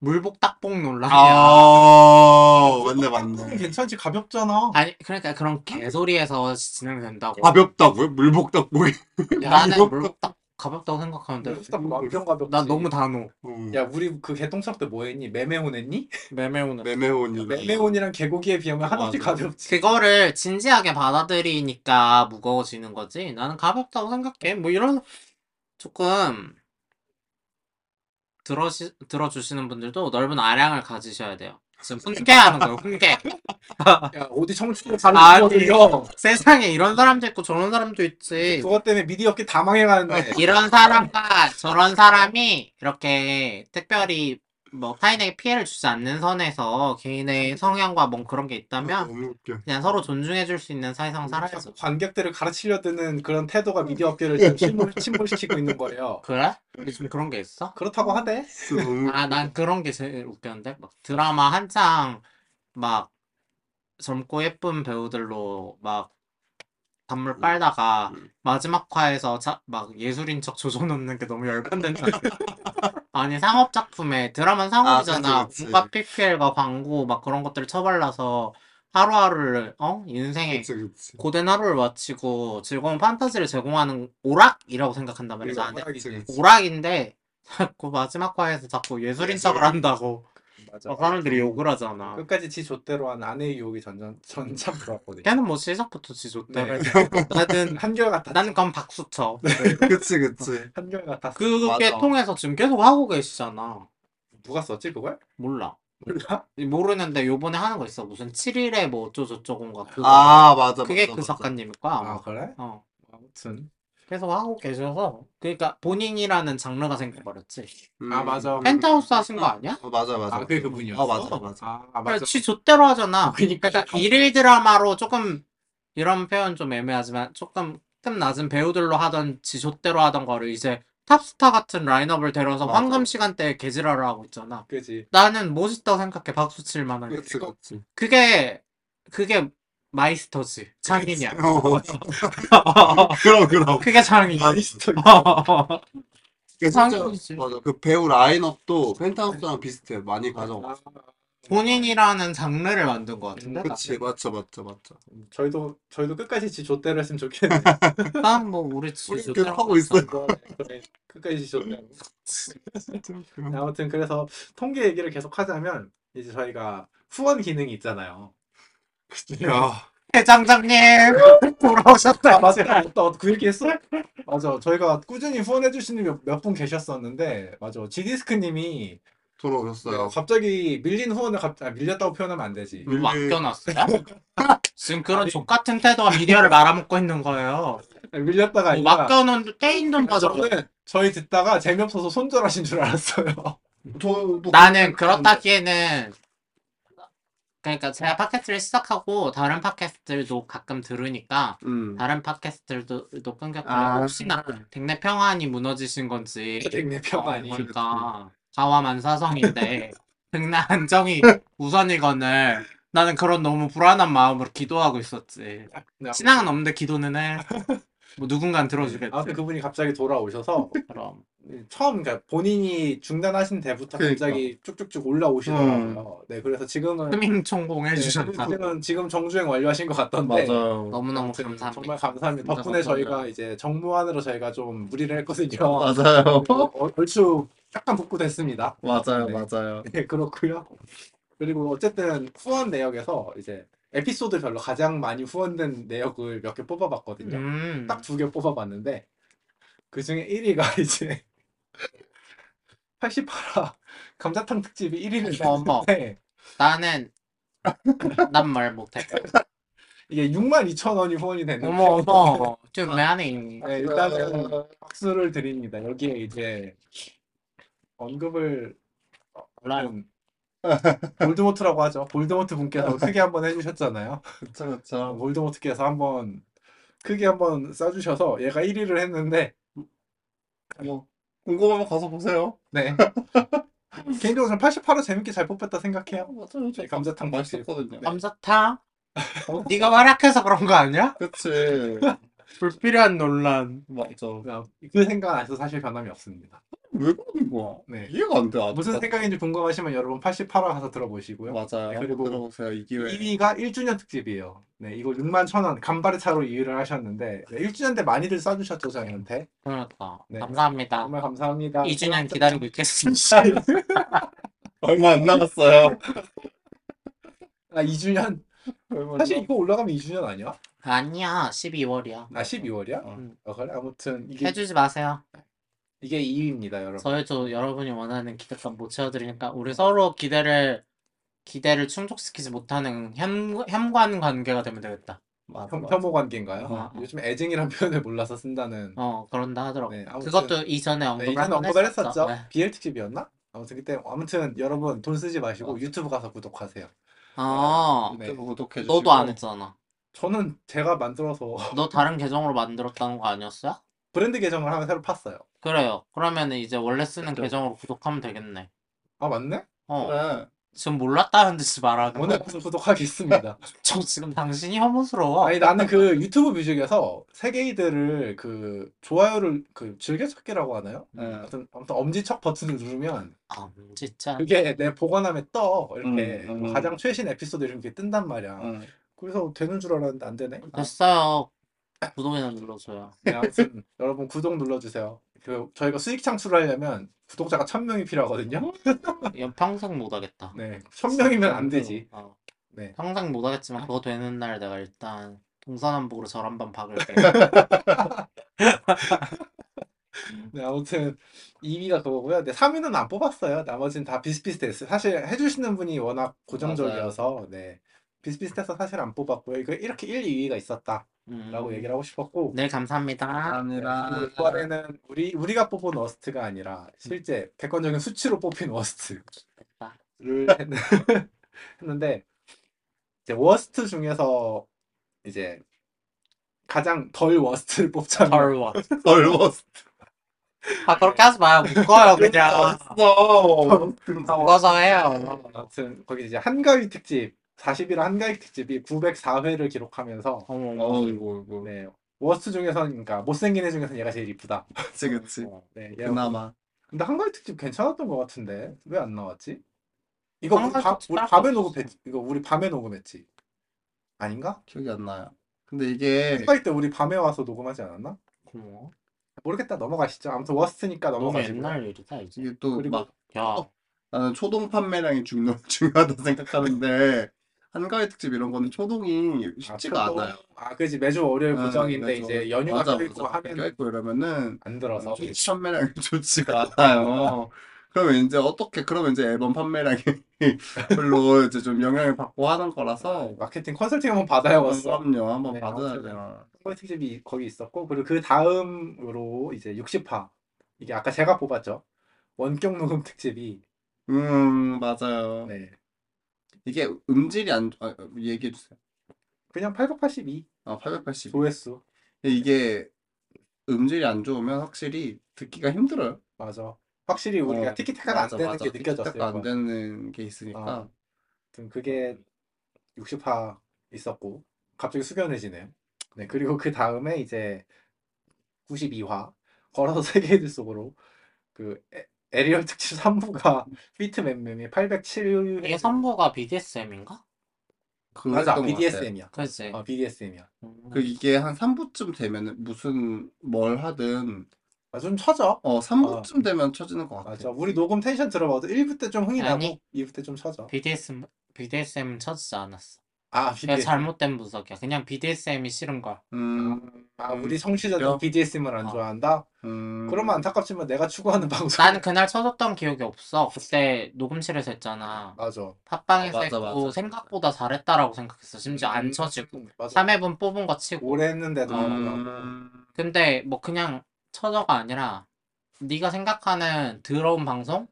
[SPEAKER 3] 물복 딱복 논란이야.
[SPEAKER 1] 아, 맞네, 맞네.
[SPEAKER 2] 괜찮지 가볍잖아
[SPEAKER 3] 아니 그러니까 그런 개소리에서 진행된다고.
[SPEAKER 1] 가볍다고요? 물복닭고기.
[SPEAKER 3] 나는
[SPEAKER 1] 물복
[SPEAKER 3] 물복 딱 가볍다고
[SPEAKER 1] 네.
[SPEAKER 3] 생각하는데
[SPEAKER 2] 딱 완전 가볍지
[SPEAKER 3] 나 너무 단호.
[SPEAKER 1] 음.
[SPEAKER 2] 야 우리 그 개똥처럼 때 뭐했니? 매매혼했니?
[SPEAKER 3] 매매우는.
[SPEAKER 1] 매매온이.
[SPEAKER 2] 매매혼이랑 개고기에 비하면 한없이
[SPEAKER 1] 아. 맞아. 네.
[SPEAKER 2] 가볍지
[SPEAKER 3] 그거를 진지하게 받아들이니까 무거워지는 거지. 나는 가볍다고 생각해. 뭐 이런 조금 들어시, 들어주시는 분들도 넓은 아량을 가지셔야 돼요. 지금 훈계하는 거예요. 훈계.
[SPEAKER 2] 야 어디 청춘을 잘는
[SPEAKER 3] 아니.
[SPEAKER 2] 거들요
[SPEAKER 3] 세상에 이런 사람도 있고 저런 사람도 있지.
[SPEAKER 2] 그것 때문에 미디어계 다 망해가는데
[SPEAKER 3] 이런 사람과 저런 사람이 이렇게 특별히 뭐 타인에게 피해를 주지 않는 선에서 개인의 성향과 뭐 그런 게 있다면
[SPEAKER 1] 어, 너무 웃겨.
[SPEAKER 3] 그냥 서로 존중해 줄 수 있는 사회상 살아야죠.
[SPEAKER 2] 자꾸 관객들을 가르치려 드는 그런 태도가 미디어 업계를 지금 침몰, 침몰시키고 있는 거예요.
[SPEAKER 3] 그래? 요즘 그런 게 있어?
[SPEAKER 2] 그렇다고 하대.
[SPEAKER 1] 진짜 너무
[SPEAKER 3] 아, 난 그런 게 제일 웃겼는데 막 드라마 한창 막 젊고 예쁜 배우들로 막 단물 빨다가
[SPEAKER 1] 음.
[SPEAKER 3] 마지막 화에서 자, 막 예술인 척 조져놓는 게 너무 열받는다. 아니 상업 작품에 드라마는 상업이잖아.
[SPEAKER 1] 그치, 그치.
[SPEAKER 3] 뭔가 PPL과 광고 막 그런 것들을 처발라서 하루하루를 어 인생에
[SPEAKER 1] 그치, 그치.
[SPEAKER 3] 고된 하루를 마치고 즐거운 판타지를 제공하는 오락이라고 생각한단
[SPEAKER 1] 그러니까
[SPEAKER 3] 말이야. 나는
[SPEAKER 1] 그치, 그치.
[SPEAKER 3] 오락인데 자꾸 마지막 화에서 자꾸 예술인 척을 한다고.
[SPEAKER 2] 맞아.
[SPEAKER 3] 막 사람들이 욕을
[SPEAKER 2] 네.
[SPEAKER 3] 하잖아.
[SPEAKER 2] 끝까지 지 좆대로 한 아내의 유혹이 전전 전참 좋았거든요.
[SPEAKER 3] 걔는 뭐 시작부터 지줬대.
[SPEAKER 2] 네.
[SPEAKER 3] 나는
[SPEAKER 2] 한결 같았.
[SPEAKER 3] 나는 그건 박수 쳐.
[SPEAKER 1] 네, 그치, 그치.
[SPEAKER 2] 한결 같았. 그
[SPEAKER 3] 그게
[SPEAKER 1] 맞아.
[SPEAKER 3] 통해서 지금 계속 하고 계시잖아.
[SPEAKER 2] 누가 썼지 그걸?
[SPEAKER 3] 몰라.
[SPEAKER 2] 몰라.
[SPEAKER 3] 모르는데 요번에 하는 거 있어. 무슨 7일에 뭐 어쩌저쩌고인가 그거.
[SPEAKER 1] 아, 맞아,
[SPEAKER 3] 그게
[SPEAKER 1] 맞아,
[SPEAKER 3] 그
[SPEAKER 1] 맞아.
[SPEAKER 3] 작가님일 거야. 아마.
[SPEAKER 2] 아 그래?
[SPEAKER 3] 어.
[SPEAKER 2] 아무튼.
[SPEAKER 3] 계속 하고 계셔서 그러니까 본인이라는 장르가 생겨버렸지.
[SPEAKER 1] 음.
[SPEAKER 2] 아, 맞아.
[SPEAKER 3] 펜트하우스 하신 거 아니야?
[SPEAKER 1] 어, 맞아, 맞아.
[SPEAKER 2] 아 그게 그분이었어.
[SPEAKER 1] 어, 맞아, 맞아.
[SPEAKER 2] 아, 아 맞아.
[SPEAKER 3] 그러니까 지 좆대로 하잖아.
[SPEAKER 2] 그러니까
[SPEAKER 3] 그러니까 일일 드라마로 조금 이런 표현 좀 애매하지만 조금 급 낮은 배우들로 하던 지조대로 하던 거를 이제 탑스타 같은 라인업을 데려서
[SPEAKER 1] 맞아.
[SPEAKER 3] 황금 시간대에 개지랄을 하고 있잖아.
[SPEAKER 2] 그지.
[SPEAKER 3] 나는 멋있다고 생각해 박수 칠 만한 게.
[SPEAKER 1] 그치, 그치.
[SPEAKER 3] 그게 그게 마이스터지 장인이야.
[SPEAKER 1] 어. 그럼, 그럼.
[SPEAKER 3] 그게 장인이야.
[SPEAKER 2] 마이스터.
[SPEAKER 1] 그
[SPEAKER 3] 상관없지.
[SPEAKER 1] 맞아. 그 배우 라인업도 펜트하우스랑 비슷해. 많이 가져가.
[SPEAKER 2] 아,
[SPEAKER 3] 본인이라는 장르를 만든 것 같은데.
[SPEAKER 1] 그치, 맞죠, 맞죠, 맞죠.
[SPEAKER 2] 음, 저희도 저희도 끝까지 지 좆대로 했으면 좋겠는데.
[SPEAKER 3] 난 뭐 우리
[SPEAKER 1] 우리
[SPEAKER 3] 지조대로
[SPEAKER 1] 계속 하고 있어.
[SPEAKER 2] 그래, 끝까지 지 좆대로. 아무튼 그래서 통계 얘기를 계속 하자면 이제 저희가 후원 기능이 있잖아요.
[SPEAKER 1] 야,
[SPEAKER 3] 네, 회장장님 돌아오셨다.
[SPEAKER 2] 아 맞아 맞다 그 얘기 했어? 맞아 저희가 꾸준히 후원해 주시는 몇 분 계셨었는데 맞아 지디스크님이
[SPEAKER 1] 돌아오셨어요.
[SPEAKER 2] 갑자기 밀린 후원을 갑 아, 밀렸다고 표현하면 안 되지.
[SPEAKER 1] 음.
[SPEAKER 3] 맡겨놨어요? 지금 그런 족같은 태도와 미디어를 말아먹고 있는 거예요.
[SPEAKER 2] 밀렸다가
[SPEAKER 3] 뭐
[SPEAKER 2] 아니라
[SPEAKER 3] 맡겨놓은 떼인 돈 가져가.
[SPEAKER 2] 그러니까 저는 저희 듣다가 재미없어서 손절하신 줄 알았어요.
[SPEAKER 1] 저도
[SPEAKER 3] 나는 그렇다기에는 그러니까 제가 팟캐스트를 시작하고 다른 팟캐스트들도 가끔 들으니까
[SPEAKER 4] 그-
[SPEAKER 1] 음.
[SPEAKER 3] 다른 팟캐스트들도 끊겼고
[SPEAKER 1] 아.
[SPEAKER 3] 혹시나 댁내 평안이 무너지신 건지
[SPEAKER 2] 내 네, 평안이.
[SPEAKER 3] 어, 그러니까 가와만 사성인데 댁내 안정이 우선이건을 나는 그런 너무 불안한 마음으로 기도하고 있었지
[SPEAKER 2] 네.
[SPEAKER 3] 신앙은 없는데 기도는 해뭐 누군간 들어주겠지
[SPEAKER 2] 아무튼 그분이 갑자기 돌아오셔서
[SPEAKER 3] 그럼
[SPEAKER 2] 처음 그러니까 본인이 중단하신 데부터
[SPEAKER 3] 그러니까.
[SPEAKER 2] 갑자기 쭉쭉쭉 올라오시더라고요. 네, 그래서 지금은
[SPEAKER 3] 스밍총공 음. 해주셨다
[SPEAKER 2] 지금은 지금 정주행 완료하신 것 같던데.
[SPEAKER 4] 맞아요.
[SPEAKER 3] 너무너무
[SPEAKER 2] 아무튼
[SPEAKER 3] 감사합니다
[SPEAKER 2] 정말 감사합니다.
[SPEAKER 3] 진짜
[SPEAKER 2] 덕분에
[SPEAKER 3] 감사합니다.
[SPEAKER 2] 저희가 이제 정무안으로 저희가 좀 무리를 했거든요.
[SPEAKER 4] 맞아요.
[SPEAKER 2] 어, 얼추 약간 복구됐습니다.
[SPEAKER 4] 맞아요.
[SPEAKER 2] 네.
[SPEAKER 4] 맞아요.
[SPEAKER 2] 네, 그렇고요. 그리고 어쨌든 후원 내역에서 이제 에피소드별로 가장 많이 후원된 내역을 몇 개 뽑아봤거든요.
[SPEAKER 3] 음.
[SPEAKER 2] 딱 두 개 뽑아봤는데 그 중에 1위가 이제 88화 감자탕 특집이 네. 1위를
[SPEAKER 3] 어머.
[SPEAKER 2] 했는데
[SPEAKER 3] 나는 난 말 못해.
[SPEAKER 2] 이게 6만 2천 원이 후원이 됐는데
[SPEAKER 3] 어머 아, 어머 좀 미안해.
[SPEAKER 2] 네, 일단은 박수를 드립니다. 여기에 이제 언급을
[SPEAKER 3] 몰라요.
[SPEAKER 2] 좀 볼드모트라고 하죠. 볼드모트
[SPEAKER 3] 어.
[SPEAKER 2] 분께서 크게 한번 해주셨잖아요. 어,
[SPEAKER 4] 그쵸 그쵸.
[SPEAKER 2] 볼드모트께서 한번 크게 한번 싸주셔서 얘가 1위를 했는데
[SPEAKER 4] 뭐 궁금하면 가서 보세요.
[SPEAKER 2] 네 개인적으로 저는 88화 재밌게 잘 뽑혔다 생각해요.
[SPEAKER 4] 맞아요. 저
[SPEAKER 2] 감자탕 맛집.
[SPEAKER 4] 맛있었거든요.
[SPEAKER 3] 감사탕. 네가 활약해서 그런 거 아니야?
[SPEAKER 4] 그치.
[SPEAKER 3] 불필요한 논란.
[SPEAKER 4] 맞아.
[SPEAKER 2] 그 생각 안에서 사실 변함이 없습니다.
[SPEAKER 4] 왜 그러는 거야?
[SPEAKER 2] 네.
[SPEAKER 4] 이해가 안 돼. 아직까지.
[SPEAKER 2] 무슨 생각인지 궁금하시면 여러분 88화 가서 들어보시고요.
[SPEAKER 3] 네.
[SPEAKER 4] 맞아요.
[SPEAKER 2] 그리고
[SPEAKER 4] 한번 들어보세요. 이 기회.
[SPEAKER 2] 2위가 1주년 특집이에요. 네, 이거 6만 천 원, 간발의 차로 2위를 하셨는데, 네, 1주년 때 많이들 싸주셨죠, 저희한테.
[SPEAKER 3] 그러니까
[SPEAKER 2] 네.
[SPEAKER 3] 감사합니다.
[SPEAKER 2] 정말 감사합니다.
[SPEAKER 3] 2주년 기다리고 있겠습니다.
[SPEAKER 4] 얼마 안 남았어요.
[SPEAKER 2] 아, 2주년.
[SPEAKER 4] 얼마 안
[SPEAKER 3] 어.
[SPEAKER 2] 사실
[SPEAKER 4] 남-
[SPEAKER 2] 이거 올라가면 2주년 아니야?
[SPEAKER 3] 아니야 12월이야.
[SPEAKER 2] 아, 12월이야?
[SPEAKER 3] 음.
[SPEAKER 2] 어, 그래? 아무튼, 이게,
[SPEAKER 3] 해주지 마세요.
[SPEAKER 2] 이게 2위입니다, 여러분.
[SPEAKER 3] 저희도 여러분이 원하는 기대감 못 채워드리니까 우리 서로 기대를 기대를 충족시키지 못하는 현, 현관 관계가 되면 되겠다.
[SPEAKER 4] 맞아,
[SPEAKER 2] 혐,
[SPEAKER 4] 맞아.
[SPEAKER 2] 혐오 관계인가요?
[SPEAKER 3] 어, 어.
[SPEAKER 2] 요즘 애증이란 표현을 몰라서 쓴다는.
[SPEAKER 3] 어 그런다 하더라고.
[SPEAKER 2] 네, 아무튼.
[SPEAKER 3] 그것도 이전에
[SPEAKER 2] 네,
[SPEAKER 3] 언급을
[SPEAKER 2] 이전에
[SPEAKER 3] 한번
[SPEAKER 2] 언급을 했었죠.
[SPEAKER 3] 네.
[SPEAKER 2] BL 특집이었나? 아무튼 그때, 아무튼 여러분 돈 쓰지 마시고 유튜브 가서 구독하세요.
[SPEAKER 3] 아,
[SPEAKER 2] 네.
[SPEAKER 4] 유튜브 구독해 주시고.
[SPEAKER 3] 너도 안 했잖아.
[SPEAKER 2] 저는 제가 만들어서
[SPEAKER 3] 너 다른 계정으로 만들었다는 거 아니었어?
[SPEAKER 2] 브랜드 계정을 하나 새로 팠어요.
[SPEAKER 3] 그래요. 그러면 이제 원래 쓰는
[SPEAKER 4] 그죠.
[SPEAKER 3] 계정으로 구독하면 되겠네.
[SPEAKER 2] 아, 네. 맞네?
[SPEAKER 3] 어,
[SPEAKER 4] 그래.
[SPEAKER 3] 지금 몰랐다는 듯이 말하는
[SPEAKER 2] 오늘
[SPEAKER 3] 거야.
[SPEAKER 2] 가서 구독하겠습니다.
[SPEAKER 3] 저 지금 당신이 혐오스러워.
[SPEAKER 2] 아니 나는 그 유튜브 뮤직에서 세계이들을 그 좋아요를 그 즐겨찾기라고 하나요?
[SPEAKER 4] 네.
[SPEAKER 2] 아무튼, 아무튼 엄지척 버튼을 누르면
[SPEAKER 3] 아, 진짜.
[SPEAKER 2] 그게 내 보관함에 떠 이렇게
[SPEAKER 4] 음, 음.
[SPEAKER 2] 가장 최신 에피소드 이런 게 뜬단 말이야.
[SPEAKER 4] 응.
[SPEAKER 2] 그래서 되는 줄 알았는데 안 되네.
[SPEAKER 3] 됐어요. 구독이나 눌러줘요.
[SPEAKER 2] 네, 아무튼 여러분 구독 눌러주세요. 그 저희가 수익 창출을 하려면 구독자가 천 명이 필요하거든요.
[SPEAKER 3] 이건 평생 못하겠다.
[SPEAKER 2] 네, 천 명이면 안 되지.
[SPEAKER 3] 어.
[SPEAKER 2] 네.
[SPEAKER 3] 평생 못하겠지만 그거 되는 날 내가 일단 동서남북으로 절 한번 박을게.
[SPEAKER 2] 네, 아무튼 2위가 그거고요. 네, 3위는 안 뽑았어요. 나머지는 다 비슷비슷했어요. 사실 해주시는 분이 워낙 고정적이어서 네, 비슷비슷해서 사실 안 뽑았고요. 이거 이렇게 1, 2위가 있었다라고
[SPEAKER 3] 음.
[SPEAKER 2] 얘기를 하고 싶었고
[SPEAKER 3] 네,
[SPEAKER 1] 아,
[SPEAKER 3] 감사합니다.
[SPEAKER 2] 네,
[SPEAKER 4] 감사합니다.
[SPEAKER 2] 이번에는 우리 우리가 뽑은 워스트가 아니라 실제 객관적인 수치로 뽑힌 워스트를
[SPEAKER 3] 됐다.
[SPEAKER 2] 했- 했는데 이제 워스트 중에서 이제 가장 덜 워스트를 뽑자면
[SPEAKER 3] 덜워.
[SPEAKER 4] 넓었어.
[SPEAKER 3] 아, 그렇게 하지 마요. 묶어요, 그냥. 묶어서 해요.
[SPEAKER 2] 아무튼 거기 이제 한가위 특집 40일 한가위 특집이 904회를 기록하면서
[SPEAKER 3] 어머, 어머.
[SPEAKER 4] 어우 이거 이거.
[SPEAKER 2] 네 워스트 중에선 그러니까 못생긴 애 중에선 얘가 제일 이쁘다.
[SPEAKER 4] 그치 그치.
[SPEAKER 2] 네, 얘가-
[SPEAKER 4] 그나마.
[SPEAKER 2] 근데 한가위 특집 괜찮았던 것 같은데 왜 안 나왔지? 이거 우리,
[SPEAKER 3] 한가위
[SPEAKER 2] 밤-
[SPEAKER 3] 특집
[SPEAKER 2] 우리
[SPEAKER 3] 따로
[SPEAKER 2] 밤에
[SPEAKER 3] 없었어.
[SPEAKER 2] 녹음했지. 이거 우리 밤에 녹음했지. 아닌가?
[SPEAKER 4] 기억이 안 나요. 근데 이게
[SPEAKER 2] 한가위 때 우리 밤에 와서 녹음하지 않았나?
[SPEAKER 3] 고마워.
[SPEAKER 2] 모르겠다 넘어가시죠. 아무튼 워스트니까
[SPEAKER 3] 너무
[SPEAKER 2] 넘어가시고. 아,
[SPEAKER 3] 옛날 일이다, 이제.
[SPEAKER 4] 이게 또
[SPEAKER 2] 그리고-
[SPEAKER 4] 막
[SPEAKER 3] 야,
[SPEAKER 4] 나는 초동 판매량이 중요 중요하다 생각하는데 한가위 특집 이런 거는 초동이 쉽지가
[SPEAKER 2] 아, 그래도-
[SPEAKER 4] 않아요.
[SPEAKER 2] 아 그지 매주 월요일
[SPEAKER 4] 응,
[SPEAKER 2] 고정인데
[SPEAKER 1] 그러니까
[SPEAKER 4] 매주
[SPEAKER 2] 이제
[SPEAKER 4] 월요일.
[SPEAKER 2] 연휴가
[SPEAKER 4] 맞아, 그러니까 음,
[SPEAKER 2] 껴있고
[SPEAKER 4] 맞아.
[SPEAKER 2] 하면
[SPEAKER 4] 껴있고 이러면은
[SPEAKER 2] 안 들어서.
[SPEAKER 4] 좀 판매량이 좋지가 않아요.
[SPEAKER 1] 그러면 이제 어떻게 그러면 이제 앨범 판매량이 별로 이제 좀 영향을 받고 하는 거라서
[SPEAKER 4] 음.
[SPEAKER 2] 마케팅 컨설팅 한번 받아야겠어.
[SPEAKER 1] 그럼요 한번
[SPEAKER 2] 네,
[SPEAKER 1] 받아야
[SPEAKER 2] 아무튼.
[SPEAKER 1] 돼요.
[SPEAKER 2] 선거의 특집이 거기 있었고 그리고 그 다음으로 이제 60화 이게 아까 제가 뽑았죠. 원격 녹음 특집이
[SPEAKER 1] 음 맞아요.
[SPEAKER 2] 네.
[SPEAKER 1] 이게 음질이 안 좋- 아, 얘기해 주세요.
[SPEAKER 2] 그냥 882
[SPEAKER 1] 아 880.
[SPEAKER 2] 조회수
[SPEAKER 1] 이게 음질이 안 좋으면 확실히 듣기가 힘들어요.
[SPEAKER 2] 맞아. 확실히 우리가
[SPEAKER 1] 어,
[SPEAKER 2] 티키타카가 안
[SPEAKER 1] 맞아,
[SPEAKER 2] 되는
[SPEAKER 1] 맞아.
[SPEAKER 2] 게 느껴졌어요.
[SPEAKER 1] 티키타카가 안
[SPEAKER 2] 이번.
[SPEAKER 1] 되는 게 있으니까.
[SPEAKER 2] 어. 아무튼 그게 60화 있었고 갑자기 숙연해지네요. 네 그리고 그 다음에 이제 92화 걸어서 세계의 들 속으로 그 에- 에리얼 특집 3부가
[SPEAKER 1] 음.
[SPEAKER 2] 피트맨맨이 807
[SPEAKER 3] 이게 선보가 BDSM인가?
[SPEAKER 2] 맞아
[SPEAKER 1] 그랬던 것 같아요. 네.
[SPEAKER 2] BDSM이야.
[SPEAKER 3] 그렇지.
[SPEAKER 2] 어 BDSM이야.
[SPEAKER 3] 음.
[SPEAKER 1] 그 이게 한 3부쯤 되면은 무슨 뭘 하든
[SPEAKER 2] 아, 좀 쳐져.
[SPEAKER 1] 어 3부쯤 되면 쳐지는 것
[SPEAKER 2] 맞아.
[SPEAKER 1] 같아요.
[SPEAKER 2] 우리 녹음 텐션 들어봐도 1부 때 좀 흥이
[SPEAKER 3] 아니.
[SPEAKER 2] 나고 2부 때 좀
[SPEAKER 1] 네,
[SPEAKER 2] 쳐져.
[SPEAKER 3] BDSM BDSM은 쳐지지 않았어.
[SPEAKER 2] 아,
[SPEAKER 3] 그냥
[SPEAKER 2] BDSM.
[SPEAKER 3] 잘못된 분석이야. 그냥 BDSM이 싫은 거야.
[SPEAKER 1] 음,
[SPEAKER 2] 아,
[SPEAKER 1] 음,
[SPEAKER 2] 우리 청취자들
[SPEAKER 1] 그래요?
[SPEAKER 2] BDSM을 안
[SPEAKER 3] 어.
[SPEAKER 2] 좋아한다?
[SPEAKER 1] 음.
[SPEAKER 2] 그러면 안타깝지만 내가 추구하는 방송.
[SPEAKER 3] 난 그날 쳐줬던 기억이 없어. 그때 녹음실에서 했잖아.
[SPEAKER 2] 맞아.
[SPEAKER 3] 팟빵에서
[SPEAKER 1] 아, 맞아,
[SPEAKER 3] 했고
[SPEAKER 1] 맞아.
[SPEAKER 3] 생각보다 잘했다라고 생각했어. 심지어 안 쳐지고
[SPEAKER 2] 음, 맞아.
[SPEAKER 3] 3회분 뽑은 거 치고.
[SPEAKER 2] 오래 했는데도
[SPEAKER 3] 음.
[SPEAKER 2] 불구하고.
[SPEAKER 1] 음,
[SPEAKER 3] 근데 뭐 그냥 쳐저가 아니라 네가 생각하는 더러운 방송?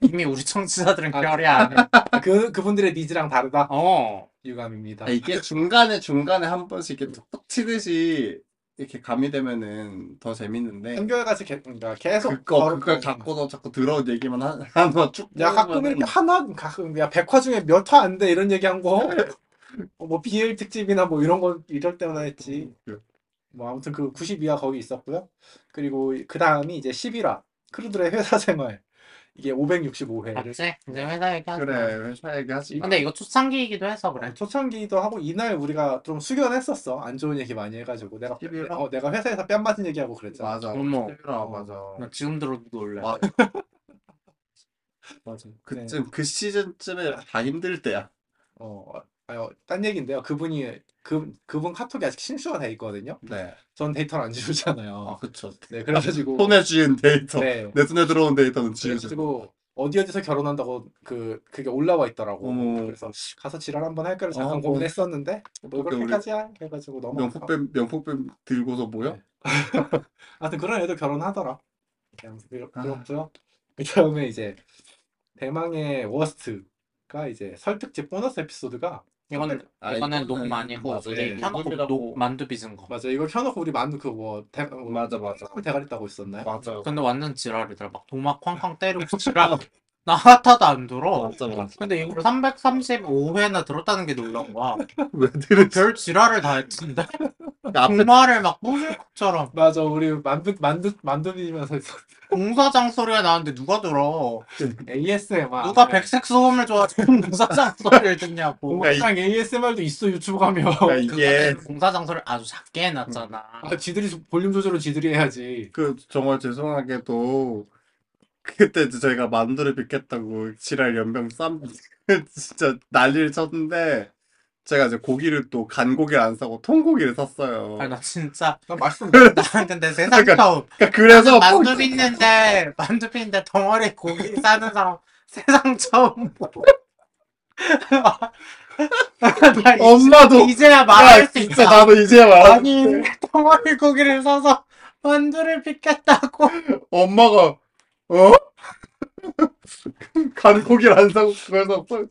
[SPEAKER 3] 이미 우리 청취자들은
[SPEAKER 2] 아,
[SPEAKER 3] 결이 안 해.
[SPEAKER 2] 그 그분들의 니즈랑 다르다.
[SPEAKER 3] 어.
[SPEAKER 2] 유감입니다.
[SPEAKER 1] 아, 이게 중간에 중간에 한 번씩 이렇게 툭툭 치듯이 이렇게 가미되면은 더 재밌는데
[SPEAKER 2] 한결같이 개, 그러니까 계속
[SPEAKER 1] 그거
[SPEAKER 2] 더럽고.
[SPEAKER 1] 그걸 갖고서 자꾸 들어온 얘기만 하- 하나 쭉
[SPEAKER 2] 야 가끔
[SPEAKER 1] 뽑으면은
[SPEAKER 2] 이렇게 하나 가끔 야 100화 중에 몇 화 안 돼 이런 얘기 한 거. 어, 뭐 BL 특집이나 뭐 이런 거 이럴 때마다 했지.
[SPEAKER 1] 그
[SPEAKER 2] 뭐 아무튼 그 92화 거기 있었고요. 그리고 그 다음이 이제 11화 크루들의 회사 생활 이게
[SPEAKER 1] 네.
[SPEAKER 2] 565회를
[SPEAKER 3] 맞지? 이제 회사 얘기하자.
[SPEAKER 1] 그래 회사 얘기하지 마.
[SPEAKER 3] 근데 이거 초창기이기도 해서 그래.
[SPEAKER 2] 초창기도 하고 이날 우리가 좀 수견했었어 안 좋은 얘기 많이 해가지고 내가
[SPEAKER 1] 11화?
[SPEAKER 2] 어, 내가 회사에서 뺨 맞은 얘기하고 그랬잖아.
[SPEAKER 1] 맞아
[SPEAKER 3] 어머.
[SPEAKER 1] 힘들어, 맞아
[SPEAKER 3] 뭐, 나 지금 들어도 놀래. 네.
[SPEAKER 1] 와.
[SPEAKER 2] 맞아.
[SPEAKER 1] 아, 그쯤 그 시즌쯤에 다 힘들 때야
[SPEAKER 2] 어, 아유, 딴 얘기인데요. 그분이 그 그분 카톡이 아직 신수가 돼 있거든요.
[SPEAKER 1] 네
[SPEAKER 2] 전 데이터를 안 지우잖아요.
[SPEAKER 1] 아, 그쵸
[SPEAKER 2] 네, 그래가지고
[SPEAKER 1] 손에 쥐인 데이터
[SPEAKER 2] 네,
[SPEAKER 1] 내 손에 들어온 데이터는 지우지
[SPEAKER 2] 그래가지고 어디 어디서 결혼한다고 그 그게 올라와 있더라고.
[SPEAKER 1] 어머.
[SPEAKER 2] 그래서 가서 지랄 한번 할까를 잠깐
[SPEAKER 1] 어,
[SPEAKER 2] 고민했었는데 뭐
[SPEAKER 1] 어떡해,
[SPEAKER 2] 그렇게까지야 해가지고 넘어.
[SPEAKER 1] 그러니까 명품뱀 명품뱀 들고서
[SPEAKER 3] 네.
[SPEAKER 1] 뭐야?
[SPEAKER 2] 하여튼 그런 애들 결혼하더라. 그냥 그렇-
[SPEAKER 1] 아.
[SPEAKER 2] 그렇고요. 그 다음에 이제 대망의 워스트가 이제 설특집 보너스 에피소드가
[SPEAKER 3] 이거는
[SPEAKER 1] 아,
[SPEAKER 3] 이거는
[SPEAKER 1] 이거는-
[SPEAKER 3] 녹음 아니고
[SPEAKER 1] 맞아.
[SPEAKER 3] 우리
[SPEAKER 2] 네,
[SPEAKER 3] 켜놓고
[SPEAKER 1] 녹음이라고.
[SPEAKER 3] 녹 만두 빚은 거.
[SPEAKER 2] 맞아 이걸 켜놓고 우리 만두 그뭐 대, 뭐
[SPEAKER 1] 맞아 맞아
[SPEAKER 2] 대가리 따고 있었나요?
[SPEAKER 1] 맞아요
[SPEAKER 3] 근데 완전 지랄이더라. 막 도마 쾅쾅 때리고 지랄. 나 하타도 안 들어.
[SPEAKER 1] 맞아 맞아
[SPEAKER 3] 근데 이걸 335회나 들었다는 게 놀란 거야.
[SPEAKER 1] 왜 들었지?
[SPEAKER 3] 별 지랄을 다 했는데
[SPEAKER 1] 앞에
[SPEAKER 3] 정말을 막 뿌실것처럼
[SPEAKER 2] 맞아 우리 만두 만두 만두 비면서
[SPEAKER 3] 공사장 소리가 나는데 누가 들어?
[SPEAKER 1] 아,
[SPEAKER 2] ASMR
[SPEAKER 3] 누가
[SPEAKER 1] 네.
[SPEAKER 3] 백색 소음을 좋아하지 공사장 소리를 듣냐고.
[SPEAKER 2] 공장 ASMR도 있어 유튜브 가면
[SPEAKER 1] 야, 네, 이게 음.
[SPEAKER 3] 그거는 공사장 소리를 아주 작게 해놨잖아.
[SPEAKER 2] 아, 지들이 볼륨 조절을 지들이 해야지
[SPEAKER 1] 그 정말 죄송하게도 그때 이제 저희가 만두를 빚겠다고 지랄 연병 쌈 진짜 난리를 쳤는데 제가 이제 고기를 또 간고기를 안 사고 통고기를 샀어요.
[SPEAKER 3] 아니 나 진짜
[SPEAKER 2] 난 맛있어
[SPEAKER 3] 난 근데 세상
[SPEAKER 1] 그러니까
[SPEAKER 3] 처음
[SPEAKER 1] 그러니까 그래서
[SPEAKER 3] 아, 만두 빚는데 만두 빚는데 덩어리 고기 싸는 사람 세상 처음 봐. 나 이제-
[SPEAKER 1] 어, 엄마도
[SPEAKER 3] 이제야
[SPEAKER 1] 야,
[SPEAKER 3] 말할 수
[SPEAKER 1] 진짜
[SPEAKER 3] 있다.
[SPEAKER 1] 나도 이제야 말하는
[SPEAKER 3] 아니 덩어리 고기를 사서 만두를 빚겠다고.
[SPEAKER 1] 엄마가 어? 간고기를 안 사고 그걸 샀어.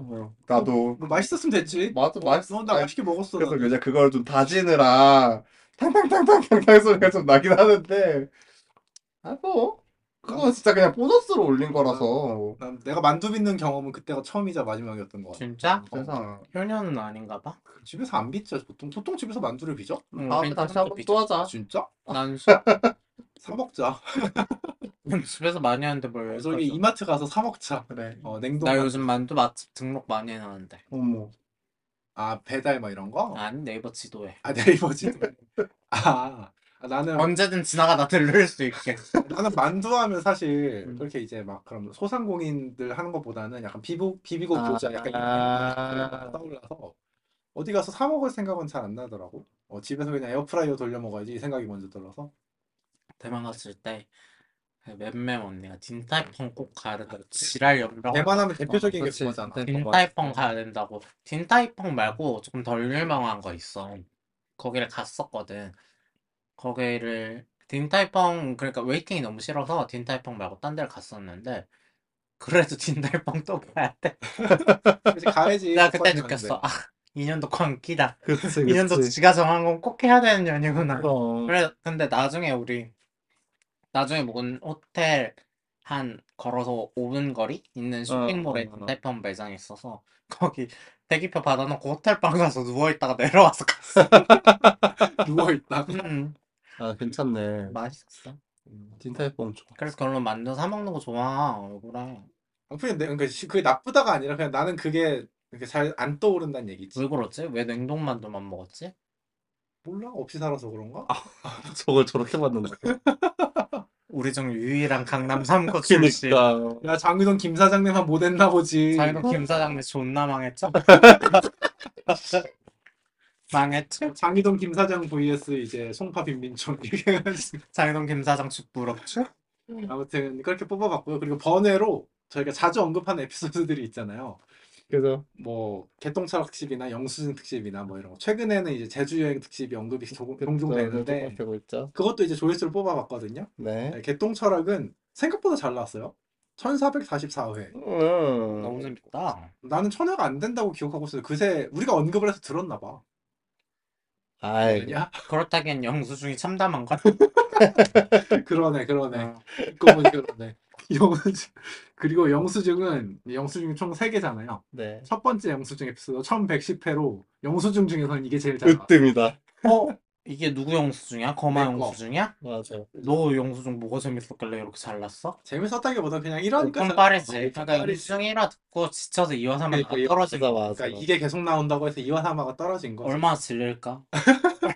[SPEAKER 1] 어, 나도
[SPEAKER 2] 뭐 맛있었으면 됐지
[SPEAKER 1] 맞아 맛있어.
[SPEAKER 2] 어, 나 맛있게 먹었어
[SPEAKER 1] 그래서
[SPEAKER 2] 나는.
[SPEAKER 1] 이제 그걸 좀 다지느라 탕탕탕탕탕탕 소리가 좀 나긴 하는데 아뭐 그건 진짜 그냥 보너스로 올린 거라서
[SPEAKER 2] 난 내가 만두 빚는 경험은 그때가 처음이자 마지막이었던 것 같아
[SPEAKER 3] 진짜?
[SPEAKER 1] 세상
[SPEAKER 3] 효녀는 아닌가 봐.
[SPEAKER 2] 그 집에서 안 빚죠 보통 보통 집에서 만두를 빚어? 아,
[SPEAKER 3] 응,
[SPEAKER 1] 다음에 다시 한번 또 하자
[SPEAKER 2] 진짜?
[SPEAKER 3] 난
[SPEAKER 2] 사 먹자
[SPEAKER 3] 수- 집에서 많이 하는데 뭘
[SPEAKER 2] 저기
[SPEAKER 3] 여기까지.
[SPEAKER 2] 이마트 가서 사 먹자
[SPEAKER 1] 그래 뭐,
[SPEAKER 2] 어 냉동
[SPEAKER 3] 나 요즘 만두 맛집 등록 많이 해놨는데.
[SPEAKER 1] 어머
[SPEAKER 2] 아 배달 막 이런
[SPEAKER 1] 어.
[SPEAKER 2] 거?
[SPEAKER 3] 아니 네이버 지도에.
[SPEAKER 2] 아 네이버 지도 아 아, 나는
[SPEAKER 3] 언제든 지나가다 들를 수 있게.
[SPEAKER 2] 나는 만두하면 사실
[SPEAKER 3] 음.
[SPEAKER 2] 그렇게 이제 막 그런 소상공인들 하는 것보다는 약간 비보 비비고
[SPEAKER 1] 아.
[SPEAKER 2] 교자 약간 이런
[SPEAKER 3] 아.
[SPEAKER 2] 게 떠올라서 어디 가서 사 먹을 생각은 잘 안 나더라고. 어, 집에서 그냥 에어프라이어 돌려 먹어야지 이 생각이 먼저 들어서
[SPEAKER 3] 대만 갔을 때 그 맴맴 언니가 딘타이펑 꼭 가야 된다고 지랄 연병
[SPEAKER 2] 대만하면 대표적인 게
[SPEAKER 5] 그렇지,
[SPEAKER 2] 그거잖아.
[SPEAKER 5] 딘타이펑.
[SPEAKER 3] 네. 딘타이펑 가야 된다고 딘타이펑 말고 조금 덜 유명한 거 있어 거기를 갔었거든 거기를 딘타이펑 그러니까 웨이팅이 너무 싫어서 딘타이펑 말고 딴 데를 갔었는데 그래도 딘타이펑 또 가야
[SPEAKER 2] 그치, 가야지.
[SPEAKER 3] 돼나 그때
[SPEAKER 2] 꺼내놨는데.
[SPEAKER 3] 느꼈어 아 인연도 광기다
[SPEAKER 5] 그치,
[SPEAKER 3] 인연도
[SPEAKER 5] 그치.
[SPEAKER 3] 지가 정한 건 꼭 해야 되는 연이구나
[SPEAKER 5] 어.
[SPEAKER 3] 그래, 근데 나중에 우리 나중에 묵은 호텔 한 걸어서 5분 거리 있는 쇼핑몰에
[SPEAKER 5] 어, 어, 어.
[SPEAKER 3] 대편 매장이 있어서 거기 대기표 받아놓고 호텔방 가서 누워있다가 내려와서 갔어.
[SPEAKER 1] 누워있다.
[SPEAKER 3] 음,
[SPEAKER 5] 아, 괜찮네.
[SPEAKER 3] 맛있었어.
[SPEAKER 5] 딘타이펑 좋아.
[SPEAKER 3] 그래서 결론 만두 사 먹는 거 좋아. 얼굴에
[SPEAKER 2] 아무튼 내- 그러니까 시- 그게 나쁘다가 아니라 그냥 나는 그게 이렇게 잘 안 떠오른다는 얘기지.
[SPEAKER 3] 왜 그러지? 왜 냉동 만두만 먹었지?
[SPEAKER 2] 몰라? 없이 살아서 그런가?
[SPEAKER 5] 저걸 저렇게 봤는데.
[SPEAKER 2] 그러니까.
[SPEAKER 3] 우리 중 유일한 강남 3구 출신.
[SPEAKER 5] 그니까.
[SPEAKER 2] 야 장유동 김 사장님만 못했나 보지.
[SPEAKER 3] 자유로 김 사장님 존나 망했죠? 망했죠?
[SPEAKER 2] 장유동 김 사장 vs 이제 송파 빈민총 이렇게 해가지고
[SPEAKER 3] 자유동 김 사장 죽부럽죠?
[SPEAKER 2] 아무튼 그렇게 뽑아봤고요. 그리고 번외로 저희가 자주 언급하는 에피소드들이 있잖아요.
[SPEAKER 5] 그래서.
[SPEAKER 2] 뭐 개똥철 특집이나 영수증 특집이나 뭐 이런 거. 최근에는 이제 제주 여행 특집이 언급이 조-
[SPEAKER 3] 네,
[SPEAKER 2] 종종
[SPEAKER 1] 네,
[SPEAKER 2] 되는데
[SPEAKER 5] 되고 있죠.
[SPEAKER 2] 그것도 이제 조회수를 뽑아봤거든요.
[SPEAKER 5] 네.
[SPEAKER 2] 개똥철학은 생각보다 잘 나왔어요. 1444회.
[SPEAKER 3] 너무
[SPEAKER 5] 음.
[SPEAKER 3] 재밌다.
[SPEAKER 2] 나는 천회가 안 된다고 기억하고 있어요. 그새 우리가 언급을 해서 들었나 봐.
[SPEAKER 5] 아이.
[SPEAKER 2] 아니야?
[SPEAKER 3] 그렇다기엔 영수증이 참담한가?
[SPEAKER 2] 그러네,
[SPEAKER 5] 아.
[SPEAKER 2] 그러네.
[SPEAKER 3] 어,
[SPEAKER 2] 듣고 보니 그러네. 영수증. 그리고 영수증은 영수증이 총 3개잖아요.
[SPEAKER 5] 네.
[SPEAKER 2] 첫 번째 영수증 에피소드 1110회로 영수증 중에서는 이게 제일 잘 나왔어요.
[SPEAKER 5] 으뜸이다.
[SPEAKER 3] 이게 누구 영수증이야? 거마
[SPEAKER 2] 내 거.
[SPEAKER 3] 영수증이야?
[SPEAKER 5] 맞아.
[SPEAKER 3] 너 영수증 뭐가 재밌었길래 이렇게 잘났어?
[SPEAKER 2] 재밌었다기보다 그냥 이러니까 어,
[SPEAKER 3] 오픈 빠르지. 그러니까 영수증 1화 듣고 지쳐서 2화 3화
[SPEAKER 2] 그러니까 이거
[SPEAKER 3] 떨어진
[SPEAKER 5] 맞아,
[SPEAKER 3] 거.
[SPEAKER 5] 맞아.
[SPEAKER 2] 그러니까 이게 계속 나온다고 해서 이와사마가 떨어진 거지.
[SPEAKER 3] 얼마나 질릴까?